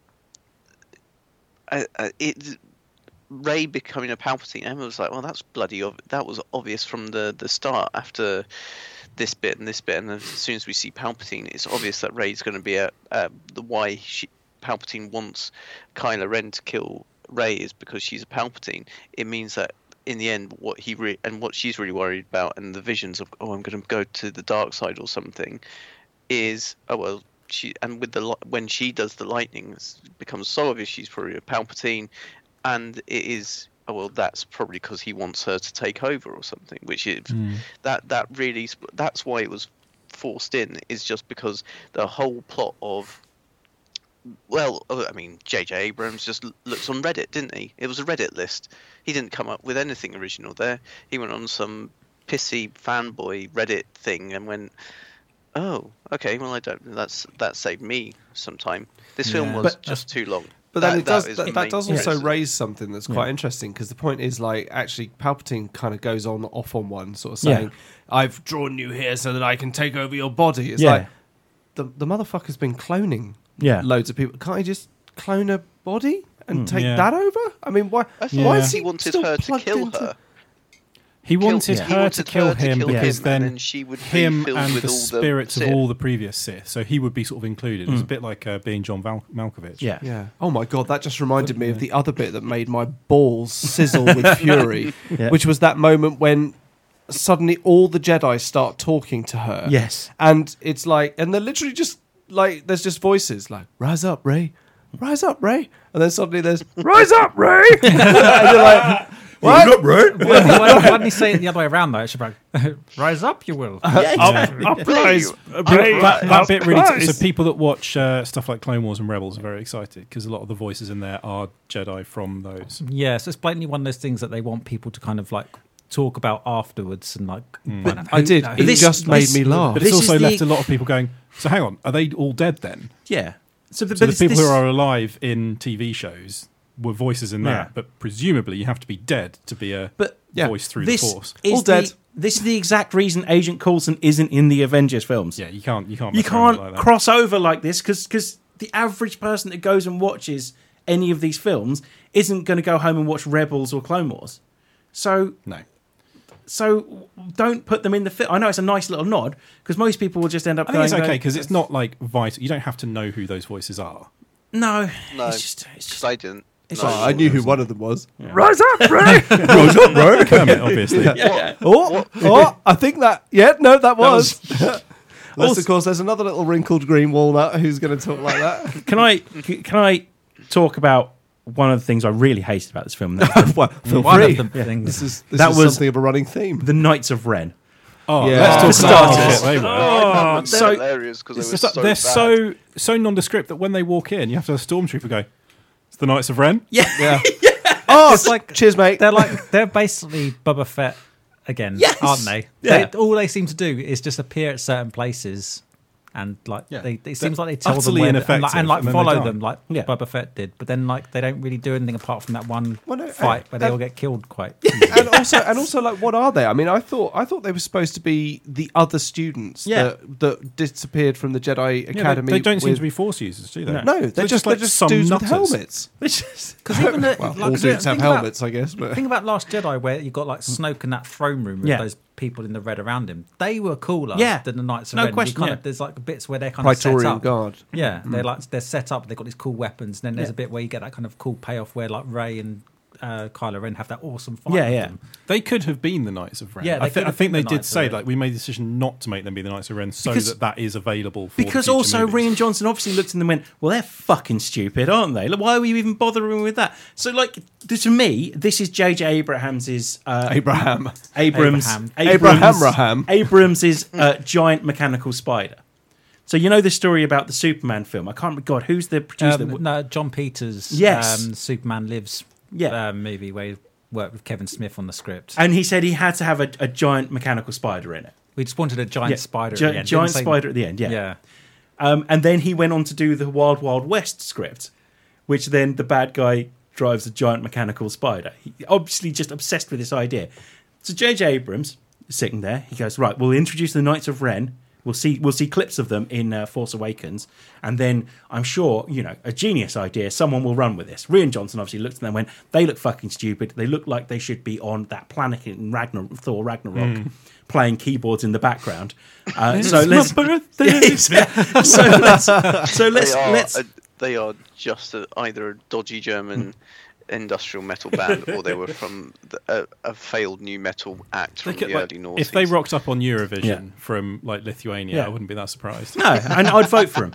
Speaker 6: I, I, it Ray becoming a Palpatine, Emma was like, "Well, that's bloody. Ob- that was obvious from the the start. After this bit and this bit, and as soon as we see Palpatine, it's obvious that Ray's going to be a, a the why she, Palpatine wants Kylo Ren to kill Ray is because she's a Palpatine. It means that in the end, what he re- and what she's really worried about, and the visions of oh, I'm going to go to the dark side or something, is oh well she and with the li- when she does the lightning it becomes so obvious she's probably a Palpatine, and it is oh well that's probably because he wants her to take over or something, which is that that really sp- that's why it was forced in is just because the whole plot of well, uh, I mean, J.J. Abrams just l- looked on Reddit, didn't he? It was a Reddit list. He didn't come up with anything original there. He went on some pissy fanboy Reddit thing and went, "Oh, okay, well, I don't. That's that saved me some time. This film was just too long."
Speaker 4: But then
Speaker 6: That-
Speaker 4: it does
Speaker 6: is
Speaker 4: that,
Speaker 6: the
Speaker 4: that,
Speaker 6: main
Speaker 4: does also
Speaker 6: criticism.
Speaker 4: raise something that's quite interesting because the point is like actually Palpatine kind of goes on off on one sort of
Speaker 2: Yeah.
Speaker 4: saying, "I've drawn you here so that I can take over your body." It's
Speaker 2: Yeah.
Speaker 4: like the the motherfucker's been cloning
Speaker 2: Yeah. Hmm.
Speaker 4: loads of people. Can't he just clone a body and take
Speaker 3: Yeah.
Speaker 4: that over? I mean, why?
Speaker 6: I thought
Speaker 4: Why is
Speaker 6: he
Speaker 4: he
Speaker 6: wanted
Speaker 4: still
Speaker 6: her to
Speaker 4: plugged
Speaker 6: kill
Speaker 4: into-
Speaker 6: her.
Speaker 3: he wanted
Speaker 6: Kill-
Speaker 3: her
Speaker 6: he wanted
Speaker 3: to kill
Speaker 6: her
Speaker 3: him
Speaker 6: kill
Speaker 3: because
Speaker 6: him,
Speaker 3: then
Speaker 6: and then she would be
Speaker 3: him
Speaker 6: filled
Speaker 3: and
Speaker 6: with
Speaker 3: the
Speaker 6: all the
Speaker 3: spirits of
Speaker 6: Sith.
Speaker 3: all the previous Sith. So he would be sort of included. It's a bit like uh, being John Val- Malkovich.
Speaker 2: Mm. Yeah.
Speaker 4: Yeah. Oh my god, that just reminded me of the other bit that made my balls sizzle with fury,
Speaker 2: Yeah.
Speaker 4: which was that moment when suddenly all the Jedi start talking to her.
Speaker 2: Yes.
Speaker 4: And it's like, and they're literally just like, there's just voices like, "Rise up, Ray! Rise up, Ray!" And then suddenly there's, "Rise up, Ray!" and you're like, "What?"
Speaker 5: why, why, why didn't he say it the other way around though? It should be like, rise up, you will.
Speaker 4: Rise, Ray!
Speaker 3: that, that bit really.
Speaker 4: Christ.
Speaker 3: so people that watch uh, stuff like Clone Wars and Rebels are very excited because a lot of the voices in there are Jedi from those.
Speaker 5: Yeah, so it's blatantly one of those things that they want people to kind of like talk about afterwards and like.
Speaker 2: Hmm.
Speaker 5: find out
Speaker 4: I
Speaker 5: who-
Speaker 4: did.
Speaker 5: no,
Speaker 4: It
Speaker 5: who-
Speaker 2: this-
Speaker 4: just made
Speaker 2: this-
Speaker 4: me laugh.
Speaker 3: But it's
Speaker 2: This is
Speaker 3: also
Speaker 2: the-
Speaker 3: left a lot of people going. So hang on, are they all dead then?
Speaker 2: Yeah. So, but,
Speaker 3: So
Speaker 2: but
Speaker 3: the people
Speaker 2: this,
Speaker 3: who are alive in TV shows were voices in that,
Speaker 2: Yeah.
Speaker 3: but presumably you have to be dead to be a
Speaker 2: But
Speaker 4: Yeah.
Speaker 3: voice through
Speaker 2: this
Speaker 3: the force.
Speaker 2: is
Speaker 4: All
Speaker 2: the-
Speaker 4: dead.
Speaker 2: this is the exact reason Agent Coulson isn't in the Avengers films.
Speaker 3: Yeah, you can't. You can't.
Speaker 2: you
Speaker 3: mess around
Speaker 2: can't
Speaker 3: with it like that.
Speaker 2: cross over like this because the average person that goes and watches any of these films isn't going to go home and watch Rebels or Clone Wars. So
Speaker 3: No.
Speaker 2: so don't put them in the film. I know it's a nice little nod because most people will just end up.
Speaker 3: I think it's
Speaker 2: going,
Speaker 3: okay because it's not like vital. You don't have to know who those voices are.
Speaker 2: No,
Speaker 6: No,
Speaker 2: it's just it's just
Speaker 6: 'cause I didn't.
Speaker 2: It's
Speaker 6: No.
Speaker 2: just-
Speaker 4: Oh, I knew who one of them was.
Speaker 2: rise up, Ray.
Speaker 3: Kermit, obviously.
Speaker 4: Oh, oh, I think that. Yeah, no, that was. Unless,
Speaker 2: Also-
Speaker 4: of course, there's another little wrinkled green walnut who's going to talk like that.
Speaker 2: can I c- can I talk about one of the things I really hated about this film? That was the-
Speaker 4: well, feel
Speaker 5: One
Speaker 4: free.
Speaker 5: of the things.
Speaker 4: This is, this
Speaker 2: That
Speaker 4: is
Speaker 2: was-
Speaker 4: something of a running theme.
Speaker 2: the Knights of Ren.
Speaker 3: Oh,
Speaker 4: Yeah.
Speaker 3: let's talk
Speaker 2: For
Speaker 3: about
Speaker 2: starters.
Speaker 3: shit they were.
Speaker 6: Oh,
Speaker 2: so-
Speaker 6: so hilarious because they were
Speaker 3: So-
Speaker 6: so
Speaker 3: they're
Speaker 6: bad.
Speaker 3: so so nondescript that when they walk in, you have to have a stormtrooper go. It's the Knights of Ren. Yeah,
Speaker 4: Yeah. oh, it's like,
Speaker 5: like-
Speaker 4: cheers, mate.
Speaker 5: They're like they're basically Boba Fett again,
Speaker 2: Yes!
Speaker 5: aren't they?
Speaker 2: Yeah.
Speaker 5: they? All they seem to do is just appear at certain places and like
Speaker 1: Yeah.
Speaker 5: they, it
Speaker 3: They're
Speaker 5: seems like they tell them
Speaker 3: utterly
Speaker 5: where and like,
Speaker 3: ineffective,
Speaker 5: and like
Speaker 3: and then they
Speaker 5: follow
Speaker 3: die.
Speaker 5: them like
Speaker 2: Yeah.
Speaker 5: Boba Fett did, but then like they don't really do anything apart from that one
Speaker 4: Well, no,
Speaker 5: fight
Speaker 4: uh,
Speaker 5: where
Speaker 4: that-
Speaker 5: they all get killed quite.
Speaker 4: and also and also like what are they i mean i thought i thought they were supposed to be the other students
Speaker 2: Yeah.
Speaker 4: that, that disappeared from the jedi
Speaker 3: Yeah, they-
Speaker 4: academy
Speaker 3: they, don't seem
Speaker 4: with-
Speaker 3: to be force users, do they?
Speaker 4: no they're, just, they're just dudes with
Speaker 3: nutters.
Speaker 4: helmets
Speaker 5: Because even the,
Speaker 4: well,
Speaker 5: like,
Speaker 4: all
Speaker 5: yeah,
Speaker 4: dudes have
Speaker 5: think about-
Speaker 4: helmets i guess but
Speaker 5: Think about Last Jedi, where you got like Snoke in that throne room with
Speaker 2: Yeah.
Speaker 5: those people in the red around him. They were cooler
Speaker 2: Yeah.
Speaker 5: than the Knights of
Speaker 2: No
Speaker 5: Ren. You
Speaker 2: question,
Speaker 5: kind
Speaker 2: yeah. Mm.
Speaker 5: of, there's like bits where they're kind of set
Speaker 4: praetorian
Speaker 5: up.
Speaker 4: guard
Speaker 5: Yeah, they're like they're set up. They've got these cool weapons. And then there's a bit where you get that kind of cool payoff where like Ray and uh, Kylo Ren have that awesome fight.
Speaker 2: Yeah,
Speaker 5: with
Speaker 2: yeah.
Speaker 5: them.
Speaker 3: They could have been the Knights of Ren.
Speaker 5: Yeah, they
Speaker 3: I, thi-
Speaker 5: could
Speaker 3: I
Speaker 5: have
Speaker 3: think
Speaker 5: been
Speaker 3: they
Speaker 5: the
Speaker 3: did
Speaker 5: Knights of
Speaker 3: say
Speaker 5: Ren.
Speaker 3: like we made the decision not to make them be the Knights of Ren so
Speaker 2: Because-
Speaker 3: that that is available for
Speaker 2: because
Speaker 3: future
Speaker 2: also
Speaker 3: movies.
Speaker 2: Rian Johnson obviously looked at them and went, "Well, they're fucking stupid, aren't they? Like, why were you even bothering with that?" So, like, th- to me, this is J.J. Abrahams's uh,
Speaker 4: abraham
Speaker 2: Abrams
Speaker 5: Abraham.
Speaker 2: Abrams
Speaker 4: Abrahamraham.
Speaker 2: Abrams is a giant mechanical spider. So you know the story about the Superman film. I can't. God, who's the producer? that
Speaker 5: Um,
Speaker 2: w-
Speaker 5: no, John Peters.
Speaker 2: Yes.
Speaker 5: um, Superman Lives.
Speaker 2: Yeah.
Speaker 5: uh, movie where he worked with Kevin Smith on the script.
Speaker 2: And he said he had to have a, a giant mechanical spider in it.
Speaker 5: we just wanted a giant
Speaker 2: Yeah,
Speaker 5: spider.
Speaker 2: gi-
Speaker 5: at the end.
Speaker 2: giant
Speaker 5: Didn't say-
Speaker 2: spider at the end. Yeah.
Speaker 5: yeah.
Speaker 2: Um, and then he went on to do the Wild Wild West script, which then the bad guy drives a giant mechanical spider. He, obviously, just obsessed with this idea. So J.J. Abrams is sitting there. He goes, "Right, we'll introduce the Knights of Ren. We'll see. We'll see clips of them in uh, Force Awakens, and then I'm sure you know a genius idea. Someone will run with this." Rian Johnson obviously looked at them and went, "They look fucking stupid. They look like they should be on that planet in Ragnar- Thor Ragnarok." Playing keyboards in the background, uh, so let's yeah. so let's so let's
Speaker 6: they are
Speaker 2: let's
Speaker 6: a- they are just a, either a dodgy German
Speaker 4: Hmm.
Speaker 6: industrial metal band or they were from the, a, a failed new metal act
Speaker 3: They
Speaker 6: from
Speaker 3: could,
Speaker 6: the
Speaker 3: like,
Speaker 6: early noughties.
Speaker 3: if they rocked up on Eurovision
Speaker 2: Yeah.
Speaker 3: from like Lithuania,
Speaker 2: Yeah.
Speaker 3: I wouldn't be that surprised.
Speaker 2: no, and I'd vote for him.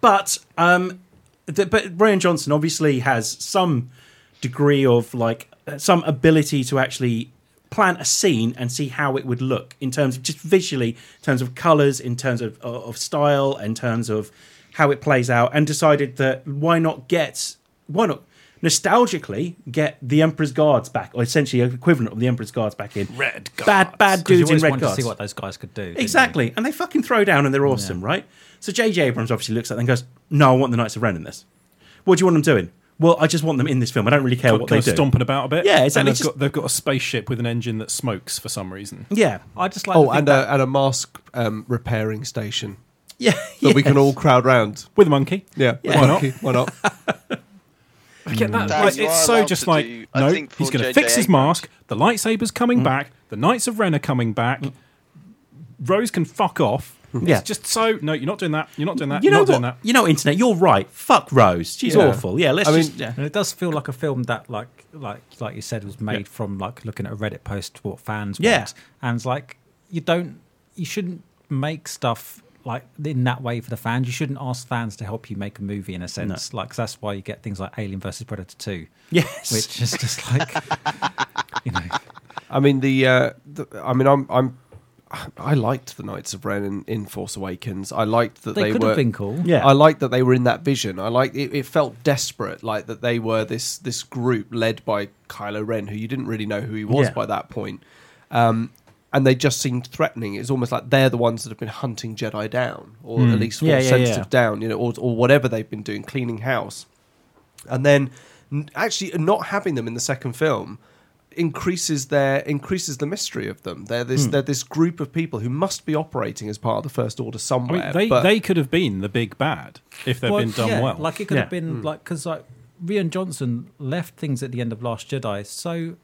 Speaker 2: But um, th- but Brian Johnson obviously has some degree of like uh, some ability to actually plan a scene and see how it would look in terms of just visually, in terms of colors, in terms of of style, in terms of how it plays out, and decided that why not get why not nostalgically get the Emperor's Guards back, or essentially equivalent of the Emperor's Guards back in
Speaker 3: Red
Speaker 2: bad bad
Speaker 5: Because you
Speaker 2: dudes in
Speaker 5: always
Speaker 2: red
Speaker 5: wanted
Speaker 2: guards.
Speaker 5: to see what those guys could do. didn't you?
Speaker 2: Exactly. And they fucking throw down and they're awesome, right? So J.J. Abrams obviously looks at them and goes, No, I want the Knights of Ren in this. What do you want them doing? Well, I just want them in this film. I don't really care what they do.
Speaker 3: stomping about a bit.
Speaker 2: Yeah,
Speaker 3: And
Speaker 2: exactly,
Speaker 3: they've,
Speaker 2: just-
Speaker 3: got, they've got a spaceship with an engine that smokes for some reason.
Speaker 2: Yeah.
Speaker 5: I just like.
Speaker 4: oh
Speaker 5: to think
Speaker 4: and
Speaker 5: that-
Speaker 4: a, and a mask um, repairing station
Speaker 2: Yeah.
Speaker 4: that we can
Speaker 2: yes.
Speaker 4: all crowd round
Speaker 3: With a monkey.
Speaker 4: yeah,
Speaker 2: Yeah.
Speaker 4: why not why not
Speaker 2: Mm.
Speaker 3: Get that.
Speaker 6: That
Speaker 3: like,
Speaker 6: you
Speaker 3: it's
Speaker 6: are
Speaker 3: so
Speaker 6: allowed
Speaker 3: just
Speaker 6: to
Speaker 3: like
Speaker 6: do- I
Speaker 3: no,
Speaker 6: think
Speaker 3: he's
Speaker 6: for
Speaker 3: going to
Speaker 6: JJ
Speaker 3: fix his
Speaker 6: Abrams-
Speaker 3: mask. The lightsaber's coming
Speaker 2: Mm.
Speaker 3: back. The Knights of Ren are coming back. Rose can fuck off.
Speaker 2: Mm. Yeah.
Speaker 3: It's just so no, you're not doing that. You're not doing that.
Speaker 2: You
Speaker 3: are
Speaker 2: know
Speaker 3: not doing
Speaker 2: what?
Speaker 3: that.
Speaker 2: You know, internet, you're right. Fuck Rose. She's
Speaker 4: Yeah.
Speaker 2: awful. Yeah, let's
Speaker 4: I mean-
Speaker 2: just. Yeah.
Speaker 5: And it does feel like a film that, like, like, like you said, was made
Speaker 2: Yeah.
Speaker 5: from like looking at a Reddit post what fans
Speaker 2: Yeah.
Speaker 5: want, and it's like you don't, you shouldn't make stuff like in that way for the fans. You shouldn't ask fans to help you make a movie in a sense, Like 'cause that's why you get things like Alien versus Predator Two,
Speaker 2: Yes.
Speaker 5: which is just like, you know,
Speaker 4: I mean the, uh, the I mean I'm I'm I liked the Knights of Ren in, in Force Awakens. I liked that
Speaker 5: they,
Speaker 4: they,
Speaker 5: could
Speaker 4: were
Speaker 5: have been cool.
Speaker 2: Yeah.
Speaker 4: I liked that they were in that vision. I liked it, it felt desperate like that they were this this group led by Kylo Ren who you didn't really know who he was
Speaker 2: Yeah.
Speaker 4: by that point. Um and they just seemed threatening. It's almost like they're the ones that have been hunting Jedi down, or at least force
Speaker 2: Hmm. Yeah, yeah,
Speaker 4: sensitive
Speaker 2: yeah.
Speaker 4: down, you know, or, or whatever they've been doing, cleaning house and then n- actually not having them in the second film increases their increases the mystery of them. They're
Speaker 2: Hmm.
Speaker 4: this they're this group of people who must be operating as part of the First Order
Speaker 3: I
Speaker 4: somewhere.
Speaker 3: mean, they
Speaker 4: but
Speaker 3: they could have been the big bad if they'd been done
Speaker 5: yeah,
Speaker 3: well. Hmm.
Speaker 5: Like it could
Speaker 2: Yeah.
Speaker 5: have been like because like Rian Johnson left things at the end of Last Jedi so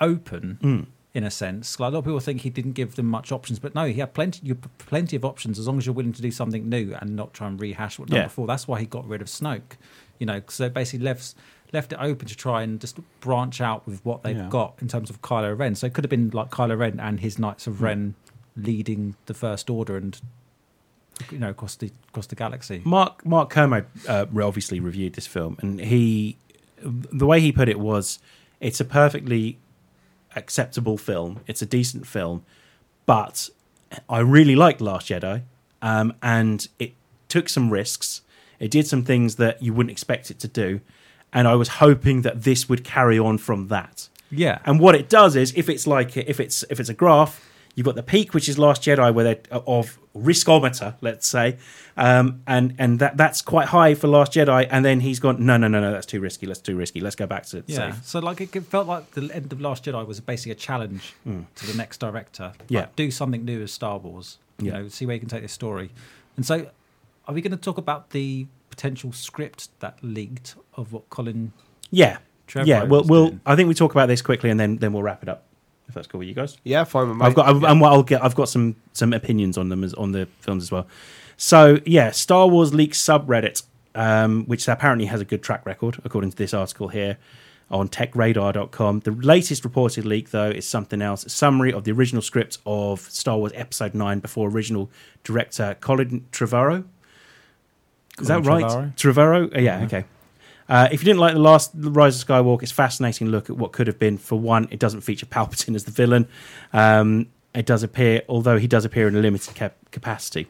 Speaker 5: open
Speaker 3: Hmm.
Speaker 5: in a sense. Like a lot of people think he didn't give them much options, but no, he had plenty. You plenty of options as long as you're willing to do something new and not try and rehash what done
Speaker 2: Yeah.
Speaker 5: before. That's why he got rid of Snoke. You know, so basically left left it open to try and just branch out with what they've
Speaker 3: Yeah.
Speaker 5: got in terms of Kylo Ren. So it could have been like Kylo Ren and his Knights
Speaker 3: Hmm.
Speaker 5: of Ren leading the First Order and you know across the across the
Speaker 3: Hmm.
Speaker 5: galaxy.
Speaker 2: Mark Mark Kermode uh, obviously reviewed this film, and he the way he put it was, it's a perfectly acceptable film. It's a decent film, but I really liked Last Jedi, um, and it took some risks. It did some things that you wouldn't expect it to do, and I was hoping that this would carry on from that.
Speaker 5: Yeah,
Speaker 2: And what it does is, if it's like if it's if it's a graph, you've got the peak, which is Last Jedi, where they're of riskometer, let's say, um, and and that that's quite high for Last Jedi. And then he's gone, no, no, no, no, that's too risky. Let's too risky. Let's go back to
Speaker 5: Yeah.
Speaker 2: safe.
Speaker 5: So like it could- felt like the end of Last Jedi was basically a challenge to the next director. Like,
Speaker 2: Yeah.
Speaker 5: do something new as Star Wars. You
Speaker 2: Yeah.
Speaker 5: know, see where you can take this story. And so, are we going to talk about the potential script that leaked of what Colin?
Speaker 2: Yeah,
Speaker 5: Trevor
Speaker 2: yeah. We'll,
Speaker 5: was
Speaker 2: we'll
Speaker 5: doing.
Speaker 2: I think we talk about this quickly, and then then we'll wrap it up. If that's cool with you guys.
Speaker 4: Yeah, fine with me.
Speaker 2: I've got, I've, and what I'll get, I've got some some opinions on them as on the films as well. So yeah, Star Wars leaks subreddit, um, which apparently has a good track record according to this article here on TechRadar.com. The latest reported leak though is something else: a summary of the original script of Star Wars Episode Nine before original director Colin Trevorrow. Is
Speaker 3: Colin
Speaker 2: that right?
Speaker 3: Trevorrow?
Speaker 2: Trevorrow? Uh, yeah, okay. Uh, if you didn't like The Last Rise of Skywalker, it's a fascinating look at what could have been. For one, it doesn't feature Palpatine as the villain. Um, it does appear, although he does appear in a limited cap- capacity.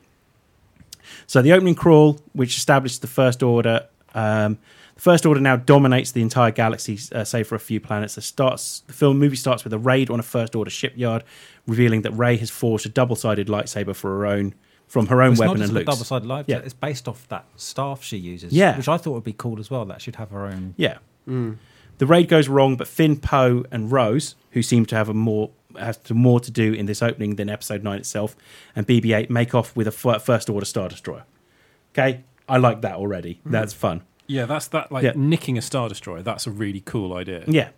Speaker 2: So the opening crawl, which established the First Order, um, the First Order now dominates the entire galaxy, uh, save for a few planets. The starts the film movie starts with a raid on a First Order shipyard, revealing that Rey has forged a double-sided lightsaber for her own from her own
Speaker 5: it's not
Speaker 2: weapon
Speaker 5: just
Speaker 2: and
Speaker 5: a
Speaker 2: Luke's.
Speaker 5: double-sided light.
Speaker 2: Yeah.
Speaker 5: It's based off that staff she uses.
Speaker 2: Yeah.
Speaker 5: Which I thought would be cool as well. That she'd have her own.
Speaker 2: Yeah. The raid goes wrong, but Finn, Poe, and Rose, who seem to have a more has to, more to do in this opening than Episode Nine itself, and BB-8 make off with a fir- First Order Star Destroyer. Okay, I like that already. That's fun.
Speaker 3: Yeah, that's that like
Speaker 2: Yeah.
Speaker 3: nicking a star destroyer. That's a really cool idea.
Speaker 2: Yeah.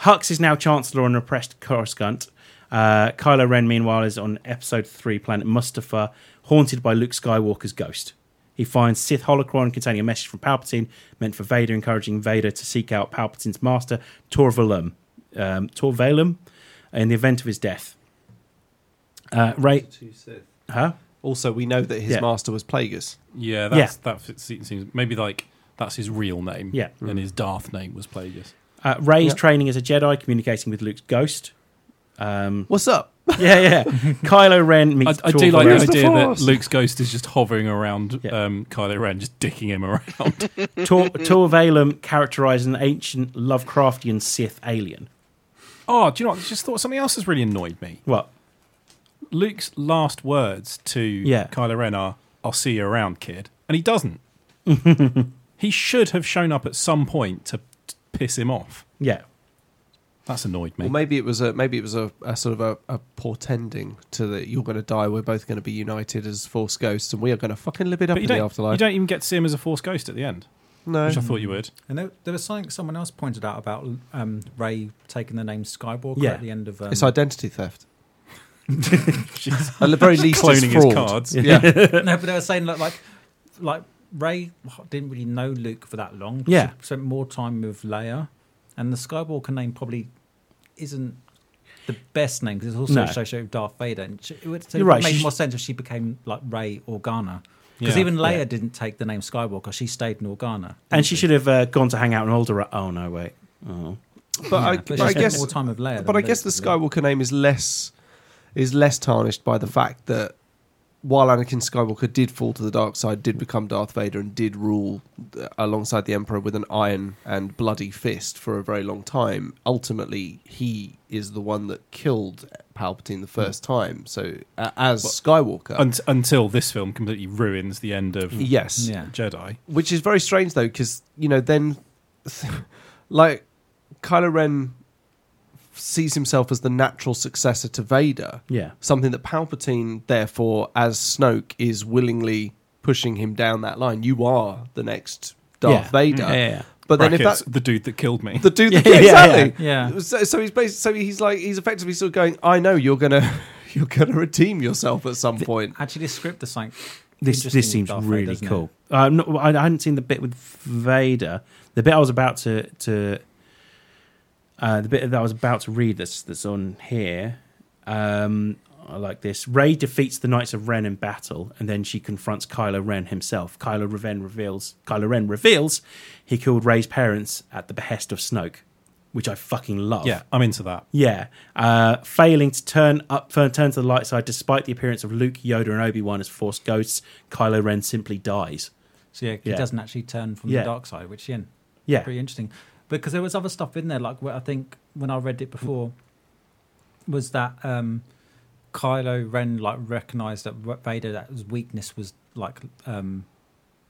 Speaker 2: Hux is now Chancellor on repressed Coruscant. Uh, Kylo Ren, meanwhile, is on Episode 3, Planet Mustafa, haunted by Luke Skywalker's ghost. He finds Sith holocron containing a message from Palpatine meant for Vader, encouraging Vader to seek out Palpatine's master, Torvalum, um, Torvalum, in the event of his death. Uh, Ray, huh?
Speaker 4: Also, we know that his
Speaker 2: Yeah.
Speaker 4: master was Plagueis.
Speaker 3: Yeah, that's that fits- seems maybe like that's his real name.
Speaker 2: Yeah.
Speaker 3: and his Darth name was Plagueis.
Speaker 2: Uh, Ray is
Speaker 4: Yeah.
Speaker 2: training as a Jedi, communicating with Luke's ghost. Um,
Speaker 4: What's up?
Speaker 2: yeah, yeah. Kylo Ren
Speaker 3: I,
Speaker 2: meets
Speaker 3: I do like the
Speaker 2: Torvalum.
Speaker 4: Where's the
Speaker 3: idea that
Speaker 4: Force?
Speaker 3: Luke's ghost is just hovering around
Speaker 2: Yeah.
Speaker 3: um, Kylo Ren, just dicking him around.
Speaker 2: Tor- Torvalum characterized an ancient Lovecraftian Sith alien.
Speaker 3: oh, do you know? What? I just thought something else has really annoyed me.
Speaker 2: What?
Speaker 3: Luke's last words to
Speaker 2: Yeah.
Speaker 3: Kylo Ren are, I'll see you around, kid. And he doesn't. he should have shown up at some point to to piss him off.
Speaker 2: Yeah.
Speaker 3: That's annoyed me.
Speaker 4: Well, maybe it was a maybe it was a, a sort of a, a portending to that you're going to die. We're both going to be united as Force ghosts, and we are going to fucking live it up
Speaker 3: but you
Speaker 4: in the
Speaker 3: don't, you
Speaker 4: afterlife. Um,
Speaker 3: don't even get to see him as a Force ghost at the end,
Speaker 4: no,
Speaker 3: which I thought you would.
Speaker 5: And there, there was something someone else pointed out about um, Ray taking the name Skywalker
Speaker 2: Yeah.
Speaker 5: at the end of. Um,
Speaker 4: it's identity theft.
Speaker 3: She's
Speaker 4: At the very least, it's
Speaker 3: cloning his
Speaker 4: fraud.
Speaker 3: cards.
Speaker 4: Yeah,
Speaker 5: no, but they were saying like like like Ray didn't really know Luke for that long.
Speaker 2: Yeah.
Speaker 5: she spent more time with Leia, and the Skywalker name probably isn't the best name because it's also
Speaker 2: No.
Speaker 5: associated with Darth Vader. And she, it would so
Speaker 2: You're
Speaker 5: it
Speaker 2: right,
Speaker 5: made
Speaker 2: she-
Speaker 5: more sense if she became like Ray Organa. Because
Speaker 3: Yeah.
Speaker 5: even Leia
Speaker 2: Yeah.
Speaker 5: didn't take the name Skywalker; she stayed in Organa,
Speaker 2: And she should have uh, gone to hang out in Alderaan. Oh, no, wait. Oh.
Speaker 4: but I,
Speaker 5: Yeah,
Speaker 4: but
Speaker 5: she
Speaker 4: I
Speaker 5: spent
Speaker 4: guess
Speaker 5: more time with Leia.
Speaker 4: But I guess the Skywalker name is less is less tarnished by the fact that while Anakin Skywalker did fall to the dark side, did become Darth Vader, and did rule uh, alongside the Emperor with an iron and bloody fist for a very long time, ultimately he is the one that killed Palpatine the first time. So uh, as Skywalker,
Speaker 3: Un- until this film completely ruins the end of
Speaker 4: yes,
Speaker 5: Yeah.
Speaker 3: Jedi.
Speaker 4: which is very strange though, because you know then, like, Kylo Ren sees himself as the natural successor to Vader.
Speaker 2: Yeah.
Speaker 4: Something that Palpatine, therefore, as Snoke, is willingly pushing him down that line. You are the next Darth
Speaker 2: Yeah.
Speaker 4: Vader.
Speaker 2: Yeah, yeah, yeah.
Speaker 4: But then
Speaker 3: Brackets,
Speaker 4: if that
Speaker 3: the dude that killed me.
Speaker 4: the dude,
Speaker 2: Yeah,
Speaker 4: yeah,
Speaker 2: yeah,
Speaker 4: exactly,
Speaker 5: yeah. Yeah.
Speaker 4: So, so he's basically, so he's like, he's effectively sort of going, I know you're gonna, you're gonna redeem yourself at some point.
Speaker 5: actually this script is something.
Speaker 2: This,
Speaker 5: interesting
Speaker 2: this seems
Speaker 5: Darth Vader,
Speaker 2: really
Speaker 5: doesn't it?
Speaker 2: cool. Uh, no, I, I hadn't seen the bit with Vader. The bit I was about to. to uh, the bit that I was about to read that's, that's on here. Um, I like this. Ray defeats the Knights of Ren in battle, and then she confronts Kylo Ren himself. Kylo Ren reveals Kylo Ren reveals he killed Ray's parents at the behest of Snoke, which I fucking love.
Speaker 3: yeah, I'm into that.
Speaker 2: Yeah, uh, failing to turn up, turn to the light side, despite the appearance of Luke, Yoda, and Obi Wan as Force ghosts, Kylo Ren simply dies.
Speaker 5: So yeah, he
Speaker 2: Yeah.
Speaker 5: doesn't actually turn from
Speaker 2: Yeah.
Speaker 5: the dark side, which yeah,
Speaker 2: Yeah,
Speaker 5: pretty interesting because there was other stuff in there like where i think when i read it before was that um Kylo Ren like recognized that Re- Vader that his weakness was like um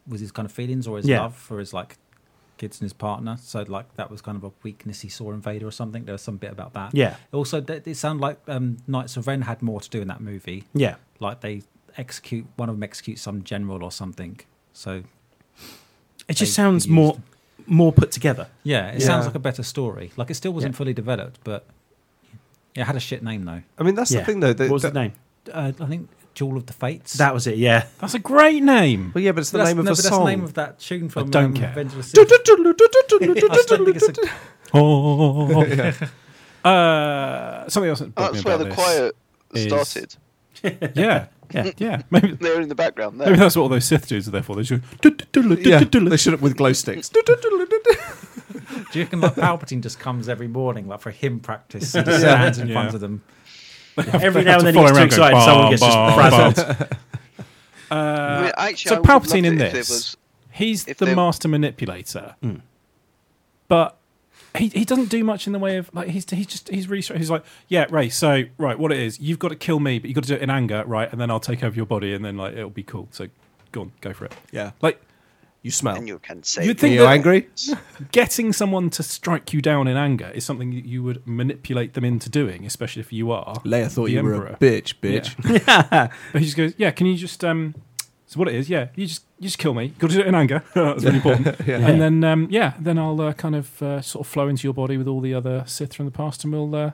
Speaker 5: was his kind of feelings or his
Speaker 2: Yeah.
Speaker 5: love for his like kids and his partner. So like that was kind of a weakness he saw in Vader or something. There was some bit about that.
Speaker 2: Yeah,
Speaker 5: Also, th- it sounded like um, Knights of Ren had more to do in that movie.
Speaker 2: yeah.
Speaker 5: Like they execute one of them executes some general or something. So
Speaker 2: It just
Speaker 5: They
Speaker 2: sounds
Speaker 5: used-
Speaker 2: more more put together.
Speaker 5: yeah, it
Speaker 4: Yeah.
Speaker 5: sounds like a better story. Like it still wasn't
Speaker 2: Yeah.
Speaker 5: fully developed, but it had a shit name though.
Speaker 4: I mean, that's
Speaker 2: Yeah.
Speaker 4: the thing, though. That,
Speaker 2: what was
Speaker 4: that-
Speaker 2: the name?
Speaker 5: Uh, I think Jewel of the Fates.
Speaker 2: That was it. Yeah.
Speaker 3: That's a great name.
Speaker 4: Well, yeah, but it's the
Speaker 5: That's-
Speaker 4: name of
Speaker 5: no,
Speaker 4: a
Speaker 5: but That's the
Speaker 4: song.
Speaker 5: name of that tune from
Speaker 3: don't
Speaker 5: um,
Speaker 3: care.
Speaker 5: Revenge of the Sith. I still think it's a-
Speaker 3: Oh. uh, something else. that bugged me
Speaker 6: Oh, That's where
Speaker 3: about
Speaker 6: the
Speaker 3: this.
Speaker 6: choir
Speaker 3: is-
Speaker 6: started.
Speaker 3: Yeah, yeah, yeah. Maybe,
Speaker 6: They're in the background
Speaker 3: maybe
Speaker 6: there.
Speaker 3: that's what all those Sith dudes are there for. They should.
Speaker 4: yeah, they should have with glow sticks.
Speaker 5: Do you reckon like Palpatine just comes every morning like for him practice? He just stands in
Speaker 3: Yeah.
Speaker 5: front of them.
Speaker 2: Every
Speaker 3: They
Speaker 2: now
Speaker 3: have
Speaker 2: and
Speaker 3: to
Speaker 2: then he's
Speaker 3: follow
Speaker 2: too
Speaker 3: around going,
Speaker 2: excited, someone
Speaker 3: "Bum,
Speaker 2: gets just
Speaker 3: bum,
Speaker 2: frazzled.
Speaker 6: I mean, actually,
Speaker 3: so
Speaker 6: I would have
Speaker 3: Palpatine
Speaker 6: loved
Speaker 3: in
Speaker 6: it if
Speaker 3: this.
Speaker 6: It was,
Speaker 3: He's
Speaker 6: If
Speaker 3: the
Speaker 6: they-
Speaker 3: master manipulator, but he he doesn't do much in the way of like he's he's just he's really straight. He's like, yeah, Ray. So right, what it is, you've got to kill me, but you've got to do it in anger, right? And then I'll take over your body, and then like it'll be cool. So go on, go for it.
Speaker 4: yeah,
Speaker 3: Like
Speaker 4: you smell.
Speaker 6: and you can say
Speaker 3: You'd
Speaker 4: Are
Speaker 3: think
Speaker 4: you
Speaker 3: that-
Speaker 4: angry?
Speaker 3: getting someone to strike you down in anger is something that you would manipulate them into doing, especially if you are.
Speaker 4: Leia thought
Speaker 3: The
Speaker 4: you were
Speaker 3: Emperor.
Speaker 4: a bitch, bitch.
Speaker 3: But he just goes, yeah, can you just um so what it is, yeah, you just you just kill me. Got to do it in anger. That's really important.
Speaker 4: Yeah.
Speaker 3: And then um yeah, then I'll uh, kind of uh, sort of flow into your body with all the other Sith from the past and we'll uh,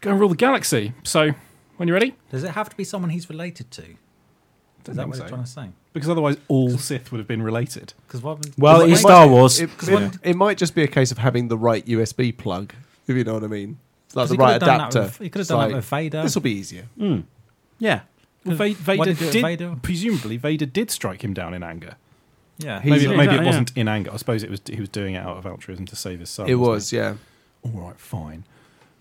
Speaker 3: go and rule the galaxy. So when you're ready?
Speaker 5: Does it have to be someone he's related to? Is that what you're trying to say?
Speaker 3: Because otherwise all Sith would have been related.
Speaker 5: Because Robin,
Speaker 2: Well,
Speaker 4: It
Speaker 2: it's
Speaker 4: might-
Speaker 2: Star Wars.
Speaker 4: It,
Speaker 5: Because
Speaker 4: it-
Speaker 5: when-
Speaker 4: it might just be a case of having the right USB plug, if you know what I mean. It's
Speaker 5: because
Speaker 4: Like the
Speaker 5: he could
Speaker 4: right
Speaker 5: have done that
Speaker 4: adapter.
Speaker 5: with- He could have
Speaker 4: It's
Speaker 5: done
Speaker 4: like,
Speaker 5: that with uh, Vader.
Speaker 4: This will be easier.
Speaker 2: Mm. Yeah.
Speaker 3: Well, Va-
Speaker 5: Why
Speaker 3: Vader
Speaker 5: did you do it,
Speaker 3: did
Speaker 5: Vader?
Speaker 3: presumably Vader did strike him down in anger.
Speaker 5: Yeah,
Speaker 4: He's-
Speaker 3: Maybe,
Speaker 2: Yeah,
Speaker 3: maybe it
Speaker 2: exactly, yeah.
Speaker 3: wasn't in anger. I suppose it was he was doing it out of altruism to save his son.
Speaker 4: it
Speaker 3: wasn't
Speaker 4: was, yeah.
Speaker 3: he? all right, fine.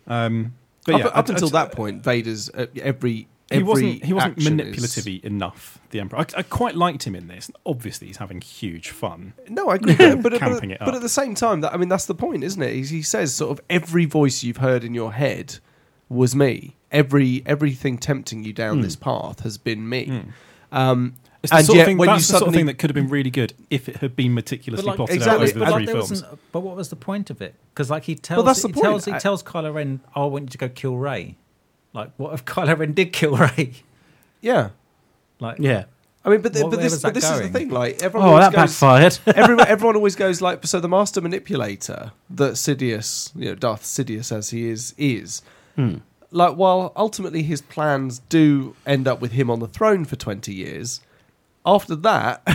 Speaker 3: Um, but
Speaker 4: up,
Speaker 3: yeah,
Speaker 4: up
Speaker 3: I- I-
Speaker 4: until that point, Vader's uh, every
Speaker 3: he
Speaker 4: every
Speaker 3: wasn't he wasn't
Speaker 4: action
Speaker 3: manipulative enough. The emperor, I, I quite liked him in this. Obviously, he's having huge fun.
Speaker 4: Is, no, I agree. with that, but,
Speaker 3: Camping
Speaker 4: but,
Speaker 3: it
Speaker 4: but
Speaker 3: up.
Speaker 4: at the same time, that I mean, that's the point, isn't it? He, he says sort of every voice you've heard in your head was me. Every everything tempting you down this path has been me.
Speaker 5: Hmm.
Speaker 4: Um,
Speaker 3: It's the
Speaker 4: and
Speaker 3: sort
Speaker 4: yet,
Speaker 3: of thing,
Speaker 4: when you
Speaker 3: that's the sort of
Speaker 4: suddenly
Speaker 3: thing that could have been really good if it had been meticulously
Speaker 5: like-
Speaker 3: plotted
Speaker 4: exactly,
Speaker 3: out over
Speaker 5: but,
Speaker 3: the
Speaker 5: like,
Speaker 3: three
Speaker 5: there
Speaker 3: films.
Speaker 5: wasn't- but what was the point of it? Because like he tells,
Speaker 4: that's the
Speaker 5: he tells,
Speaker 4: point.
Speaker 5: he
Speaker 4: I-
Speaker 5: tells Kylo Ren, "Oh, "I want you to go kill Ray." Like, what if Kylo Ren did kill Ray?
Speaker 4: yeah.
Speaker 5: Like,
Speaker 2: Yeah.
Speaker 4: I mean, but, the,
Speaker 5: What-
Speaker 4: but
Speaker 5: where
Speaker 4: this,
Speaker 5: was
Speaker 4: but
Speaker 5: that
Speaker 4: this is the
Speaker 5: going?
Speaker 4: thing. Like everyone,
Speaker 2: Oh,
Speaker 4: always
Speaker 2: that
Speaker 4: goes,
Speaker 2: backfired.
Speaker 4: everyone, everyone always goes like, so the master manipulator that Sidious, you know, Darth Sidious as he is, is like while ultimately his plans do end up with him on the throne for twenty years. After that,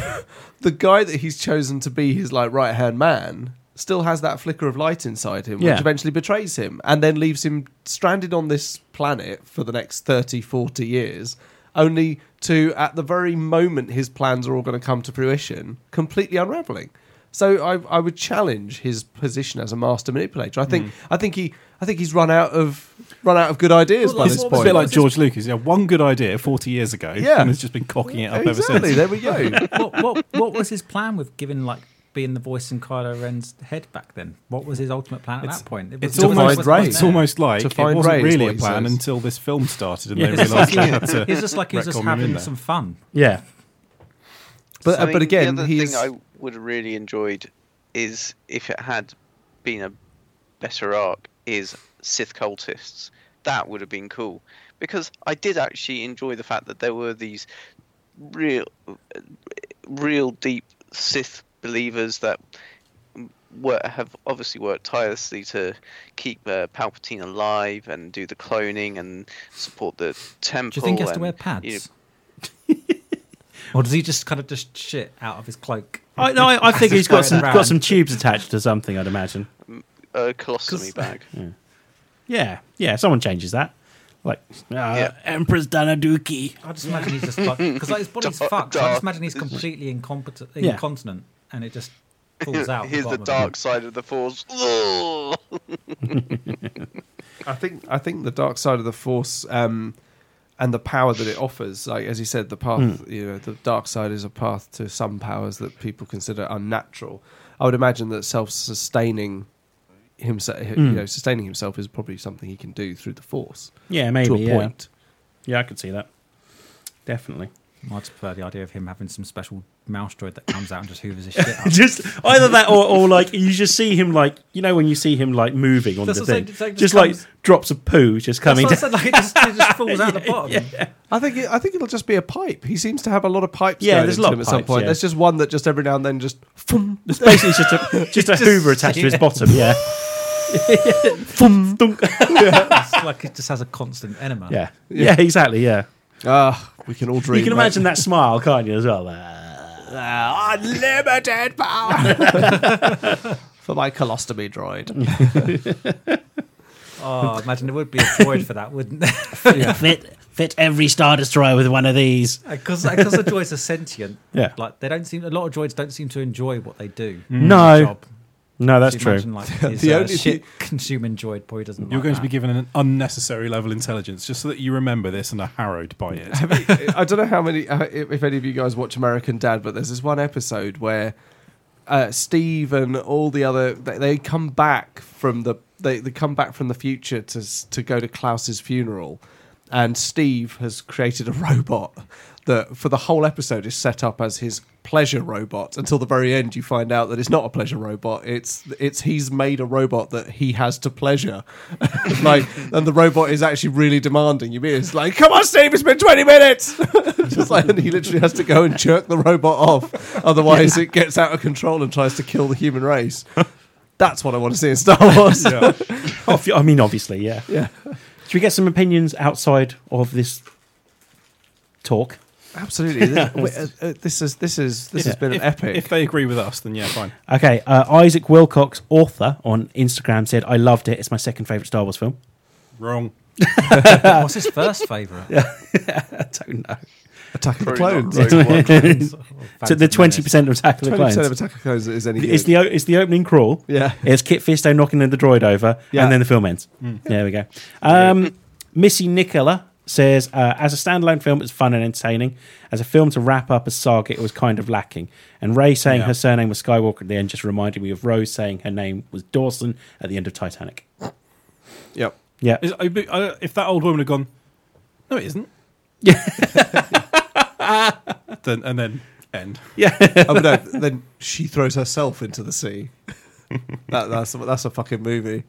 Speaker 4: the guy that he's chosen to be his like right hand man still has that flicker of light inside him,
Speaker 2: Yeah.
Speaker 4: which eventually betrays him and then leaves him stranded on this planet for the next 30, 40 years, only to, at the very moment his plans are all going to come to fruition, completely unraveling. So I, I would challenge his position as a master manipulator. I think
Speaker 3: Hmm.
Speaker 4: I think he I think he's run out of run out of good ideas
Speaker 5: Well,
Speaker 4: by
Speaker 5: like,
Speaker 4: this
Speaker 5: what
Speaker 4: point.
Speaker 5: was
Speaker 3: It's a bit like
Speaker 5: It's
Speaker 3: George Lucas. Yeah, one good idea forty years ago,
Speaker 4: Yeah.
Speaker 3: and has just been cocking it up ever
Speaker 4: exactly.
Speaker 3: since.
Speaker 4: There we go.
Speaker 5: what, what what was his plan with giving like being the voice in Kylo Ren's head back then? What was his ultimate plan at
Speaker 3: It's-
Speaker 5: that point? It was
Speaker 3: It's
Speaker 4: To
Speaker 5: all
Speaker 4: find
Speaker 3: almost,
Speaker 4: Ray.
Speaker 3: it's almost like
Speaker 4: To
Speaker 3: it
Speaker 4: find
Speaker 3: wasn't
Speaker 4: Ray is
Speaker 3: really
Speaker 4: what
Speaker 3: a
Speaker 4: he
Speaker 3: plan
Speaker 4: says.
Speaker 3: until this film started and
Speaker 2: Yeah,
Speaker 3: they
Speaker 2: it's
Speaker 3: realised they had to.
Speaker 5: It's just like he was just
Speaker 3: retcon him in
Speaker 5: having
Speaker 3: there.
Speaker 5: some fun.
Speaker 2: Yeah.
Speaker 4: But
Speaker 2: uh,
Speaker 4: uh,
Speaker 6: I mean,
Speaker 4: but again,
Speaker 6: the other
Speaker 4: he's
Speaker 6: thing I would have really enjoyed is if it had been a better arc is Sith cultists. That would have been cool because I did actually enjoy the fact that there were these real, real deep Sith believers that wor have obviously worked tirelessly to keep uh, Palpatine alive and do the cloning and support the temple.
Speaker 5: Do you think he has to
Speaker 6: and,
Speaker 5: wear
Speaker 6: you know,
Speaker 5: pads? or does he just kind of just shit out of his cloak?
Speaker 2: I, no, I, I think he's got some
Speaker 5: Around.
Speaker 2: got some tubes attached to something. I'd imagine.
Speaker 6: a
Speaker 5: 'Cause-
Speaker 6: colostomy bag.
Speaker 2: Yeah. Yeah. Someone changes that. Like uh, Emperor's done a dookie.
Speaker 5: I just imagine he's just like because like his body's
Speaker 6: Dark-
Speaker 5: fucked. so I
Speaker 6: dark.
Speaker 5: just imagine he's completely incompetent,
Speaker 2: Yeah.
Speaker 5: incontinent, and it just falls out.
Speaker 6: Here's the
Speaker 5: bottom of him.
Speaker 6: dark side of the force. Ugh.
Speaker 4: I think I think the dark side of the force um, and the power that it offers, like as you said, the path
Speaker 2: Hmm.
Speaker 4: you know the dark side is a path to some powers that people consider unnatural. I would imagine that self-sustaining
Speaker 2: Hmm.
Speaker 4: himself, you know, sustaining himself is probably something he can do through the force
Speaker 2: Yeah, maybe.
Speaker 4: to a
Speaker 2: yeah.
Speaker 4: point.
Speaker 2: Yeah, I could see that. Definitely.
Speaker 5: I just prefer the idea of him having some special mouse droid that comes out and just hoovers his shit up.
Speaker 2: Just either that or, or like you just see him like you know when you see him like moving on
Speaker 5: That's
Speaker 2: the
Speaker 5: what I
Speaker 2: thing,
Speaker 5: said, it's like
Speaker 2: just,
Speaker 5: just
Speaker 2: like
Speaker 5: comes-
Speaker 2: drops of poo just coming down.
Speaker 5: That's what I said, like it just, it just falls out the bottom.
Speaker 4: I think it, I think it'll just be a pipe. He seems to have a lot of pipes.
Speaker 2: Yeah,
Speaker 4: going
Speaker 2: there's a
Speaker 4: into
Speaker 2: lot
Speaker 4: him
Speaker 2: of
Speaker 4: at some
Speaker 2: pipes,
Speaker 4: point.
Speaker 2: yeah.
Speaker 4: There's just one that just every now and then just. Thum,
Speaker 2: It's basically just a just a Hoover attached to his bottom. Yeah. Thunk.
Speaker 5: It's like it just has a constant enema.
Speaker 2: yeah, yeah, exactly. Yeah,
Speaker 4: ah, we can all dream.
Speaker 2: you can
Speaker 4: right?
Speaker 2: imagine that smile, can't you? As well. Uh,
Speaker 4: Ah, unlimited power for my colostomy
Speaker 2: Hmm.
Speaker 4: droid.
Speaker 5: Oh, imagine there would be a droid for that, wouldn't there?
Speaker 2: fit fit every star destroyer with one of these.
Speaker 5: Because because the droids are sentient.
Speaker 2: Yeah. Mm.
Speaker 5: Like they don't seem a lot of droids don't seem to enjoy what they do.
Speaker 2: No.
Speaker 5: Job.
Speaker 2: No, that's
Speaker 5: So
Speaker 2: true.
Speaker 5: Imagine, like, his,
Speaker 4: The
Speaker 5: uh,
Speaker 4: only-
Speaker 5: shit consuming droid probably doesn't.
Speaker 3: You're
Speaker 5: like
Speaker 3: going
Speaker 5: that.
Speaker 3: to be given an unnecessary level of intelligence just so that you remember this and are harrowed by it.
Speaker 4: I don't know how many, uh, if any of you guys watch American Dad, but there's this one episode where uh, Steve and all the other they, they come back from the they, they come back from the future to s- to go to Klaus's funeral, and Steve has created a robot that for the whole episode is set up as his pleasure robot until the very end you find out that it's not a pleasure robot it's it's he's made a robot that he has to pleasure like and the robot is actually really demanding you mean it's like come on steve it's been 20 minutes just like and he literally has to go and jerk the robot off otherwise it gets out of control and tries to kill the human race that's what i want to see in star wars
Speaker 3: Yeah.
Speaker 2: Obvi- I mean, obviously, yeah.
Speaker 4: yeah
Speaker 2: Should we get some opinions outside of this talk?
Speaker 4: absolutely this, we- uh, uh, this is this is this has been an
Speaker 3: if,
Speaker 4: epic
Speaker 3: If they agree with us, then yeah, fine.
Speaker 2: Okay, uh, Isaac Wilcox, author on Instagram, said, "I loved it. It's my second favorite Star Wars film."
Speaker 3: Wrong.
Speaker 2: Uh,
Speaker 5: What's his first favorite?
Speaker 2: I don't know.
Speaker 4: attack of the
Speaker 6: Probably not
Speaker 4: clones
Speaker 6: Rogue One.
Speaker 2: So the twenty percent of Attack of the
Speaker 4: 20% of
Speaker 2: Clones.
Speaker 4: attack of the clones is any
Speaker 2: It's
Speaker 4: good.
Speaker 2: the o- it's the opening crawl.
Speaker 4: yeah
Speaker 2: It's Kit Fisto knocking the droid over,
Speaker 4: Yeah.
Speaker 2: and then the film ends. There we go. Um, Missy Nicola says, uh, as a standalone film, it's fun and entertaining. As a film to wrap up a saga, it was kind of lacking. And Ray saying
Speaker 3: Yeah.
Speaker 2: her surname was Skywalker at the end just reminded me of Rose saying her name was Dawson at the end of Titanic.
Speaker 4: yep
Speaker 2: Yeah.
Speaker 3: Is- I'd be- I- if that old woman had gone, no, it isn't. Yeah. then and then end.
Speaker 4: oh, but no, then she throws herself into the sea that, that's that's a fucking movie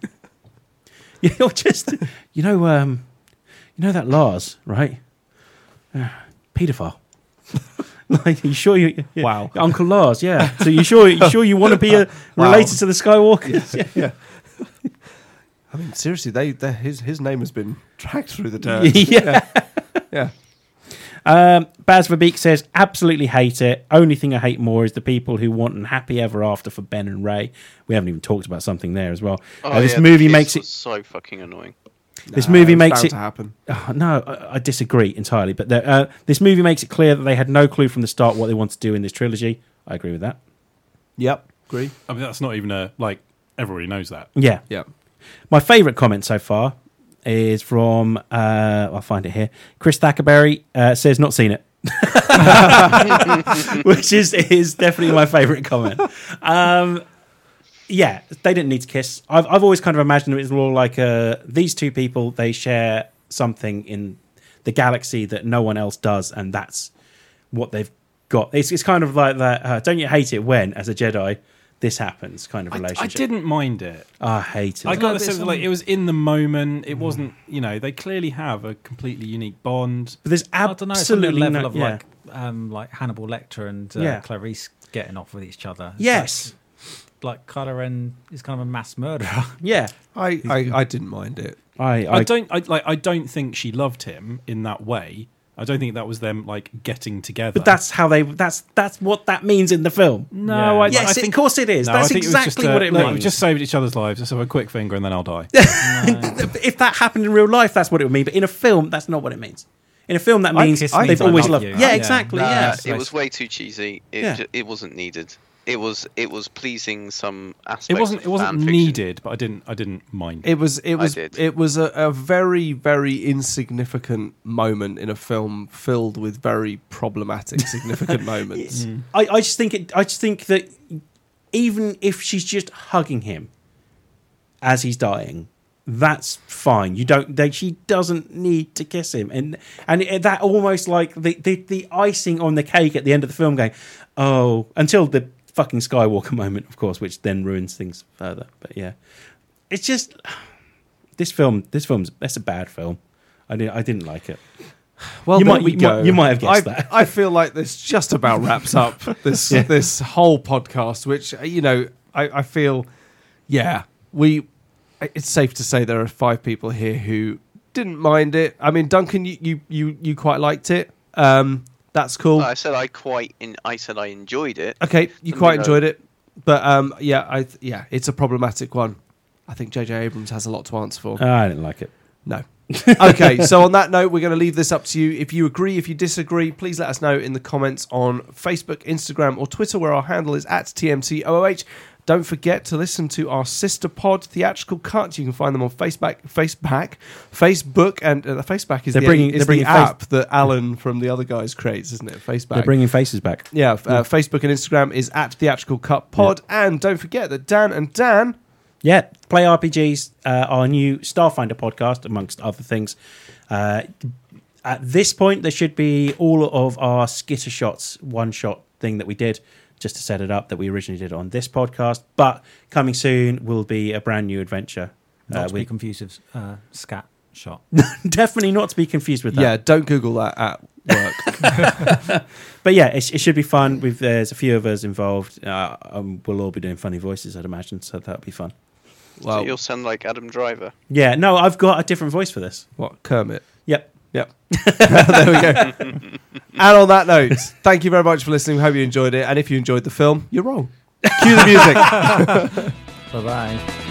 Speaker 2: You're just, you know, um, you know that Lars, right? Uh, pedophile. like, you sure you? yeah.
Speaker 4: Wow.
Speaker 2: Uncle Lars. Yeah. So you sure you sure you want to be uh
Speaker 4: Wow.
Speaker 2: related to the Skywalkers?
Speaker 4: yeah. I mean, seriously, they, they his his name has been dragged through the
Speaker 2: Yeah.
Speaker 4: dirt. yeah,
Speaker 2: Um, Baz Verbeek says, absolutely hate it. Only thing I hate more is the people who want an happy ever after for Ben and Ray. We haven't even talked about something there as well.
Speaker 6: Oh,
Speaker 2: Uh, this
Speaker 6: yeah, the
Speaker 2: movie
Speaker 6: kids
Speaker 2: makes
Speaker 6: were
Speaker 2: it.
Speaker 6: so fucking annoying.
Speaker 2: This movie
Speaker 4: was
Speaker 2: makes
Speaker 4: bound
Speaker 2: it-
Speaker 4: to happen.
Speaker 2: Oh, no, I, I disagree entirely. But the, uh, this movie makes it clear that they had no clue from the start what they want to do in this trilogy. I agree with that.
Speaker 4: Yep, agree.
Speaker 3: I mean, that's not even a like. Everybody knows that.
Speaker 2: Yeah.
Speaker 4: Yep.
Speaker 2: My favourite comment so far is from, uh, I'll find it here. Chris Thackerberry uh, says, not seen it. Which is, is definitely my favourite comment. Um, yeah, they didn't need to kiss. I've, I've always kind of imagined it was more like uh, these two people, they share something in the galaxy that no one else does, and that's what they've got. It's, it's kind of like that, uh, don't you hate it when, as a Jedi, this happens kind of
Speaker 3: I,
Speaker 2: relationship.
Speaker 3: I didn't mind it.
Speaker 2: I hate it. Mm.
Speaker 3: I got
Speaker 5: No,
Speaker 3: the
Speaker 5: but
Speaker 3: sense
Speaker 5: it's
Speaker 3: of, like
Speaker 5: on-
Speaker 3: it was in the moment. It wasn't. You know, they clearly have a completely unique bond.
Speaker 2: But there's
Speaker 5: I don't know. It's on the
Speaker 2: absolutely
Speaker 5: level
Speaker 2: no,
Speaker 5: of
Speaker 2: yeah.
Speaker 5: like um, like Hannibal Lecter and uh,
Speaker 2: Yeah.
Speaker 5: Clarice getting off with each other. It's
Speaker 2: yes,
Speaker 5: Like, like Kylo Ren is kind of a mass murderer.
Speaker 2: yeah.
Speaker 4: I, I I didn't mind it.
Speaker 2: I,
Speaker 3: I,
Speaker 2: I,
Speaker 3: don't I, like. I don't think she loved him in that way. I don't think that was them like getting together.
Speaker 2: but that's how they. That's that's what that means in the film.
Speaker 3: no.
Speaker 5: Yeah.
Speaker 3: I,
Speaker 2: yes,
Speaker 3: I think
Speaker 2: of course it is.
Speaker 3: no, I
Speaker 2: that's
Speaker 3: think it was
Speaker 2: exactly
Speaker 3: just, uh,
Speaker 2: what it
Speaker 3: look,
Speaker 2: means.
Speaker 3: We've just saved each other's lives. Let's have a quick finger and then I'll die.
Speaker 2: if that happened in real life, that's what it would mean. But in a film, that's not what it means. In a film, that
Speaker 4: I
Speaker 2: means
Speaker 4: kiss
Speaker 5: me,
Speaker 2: they've
Speaker 5: I
Speaker 2: always
Speaker 5: love
Speaker 2: loved.
Speaker 5: you.
Speaker 2: Yeah,
Speaker 5: Yeah.
Speaker 2: exactly.
Speaker 6: Nah,
Speaker 2: yeah.
Speaker 6: it was way too cheesy. It
Speaker 2: Yeah.
Speaker 6: ju- it wasn't needed. It was it was pleasing some aspects.
Speaker 3: It wasn't.
Speaker 6: of
Speaker 3: It wasn't
Speaker 6: fan fiction.
Speaker 3: needed, but I didn't. I didn't mind.
Speaker 4: It was it was
Speaker 6: did.
Speaker 4: it was a, a very very insignificant moment in a film filled with very problematic significant moments.
Speaker 2: I, I just think it. I just think that even if she's just hugging him as he's dying, that's fine. You don't. They, she doesn't need to kiss him, and and it- that almost like the, the the icing on the cake at the end of the film, going, oh, until the fucking Skywalker moment, of course, which then ruins things further. But yeah, it's just this film. This film's that's a bad film. I didn't. I didn't like it.
Speaker 4: Well,
Speaker 2: You
Speaker 4: there
Speaker 2: might-
Speaker 4: we
Speaker 2: you
Speaker 4: go.
Speaker 2: might- you might have guessed
Speaker 4: I,
Speaker 2: that.
Speaker 4: I feel like this just about wraps up this this whole podcast, which uh, you know, I, I feel, yeah, we. uh, It's safe to say there are five people here who didn't mind it. I mean, Duncan, you you you, you quite liked it. Um, that's cool.
Speaker 6: Well, I said I quite. In, I said I enjoyed it.
Speaker 4: Okay, you quite enjoyed it, but um, yeah, I th- yeah, it's a problematic one. I think J.J. Abrams has a lot to answer for.
Speaker 2: I didn't like it.
Speaker 4: No. okay, so on that note, we're going to leave this up to you. If you agree, if you disagree, please let us know in the comments on Facebook, Instagram, or Twitter, where our handle is at TMTOOH. Don't forget to listen to our sister pod, Theatrical Cut. You can find them on Facebook, Facebook, Facebook, and uh, Facebook is
Speaker 2: They're
Speaker 4: the,
Speaker 2: bringing-
Speaker 4: is
Speaker 2: they're bringing
Speaker 4: the
Speaker 2: Face-
Speaker 4: app that Alan from the other guys creates, isn't it?
Speaker 2: They're
Speaker 4: Facebook.
Speaker 2: bringing faces back.
Speaker 4: yeah, f- uh, Facebook and Instagram is at Theatrical Cut Pod, and don't forget that Dan and Dan
Speaker 2: Yeah, play RPGs. Uh, our new Starfinder podcast, amongst other things. Uh, at this point, there should be all of our skitter shots one shot thing that we did just to set it up that we originally did on this podcast. But coming soon will be a brand new adventure.
Speaker 5: Not
Speaker 2: Uh,
Speaker 5: to be
Speaker 2: we
Speaker 5: confused with uh, scat shot.
Speaker 2: definitely not to be confused with that.
Speaker 4: Yeah, don't Google that at work.
Speaker 2: But yeah, it, it should be fun. We've, there's a few of us involved. Uh, um, we'll all be doing funny voices, I'd imagine. So that'll be fun.
Speaker 6: So
Speaker 4: well,
Speaker 6: you'll sound like Adam Driver.
Speaker 2: Yeah, no, I've got a different voice for this.
Speaker 4: what Kermit?
Speaker 2: Yep.
Speaker 4: Yep. there we go. and on that note, thank you very much for listening. We hope you enjoyed it. And if you enjoyed the film, you're wrong. Cue the music.
Speaker 5: Bye bye.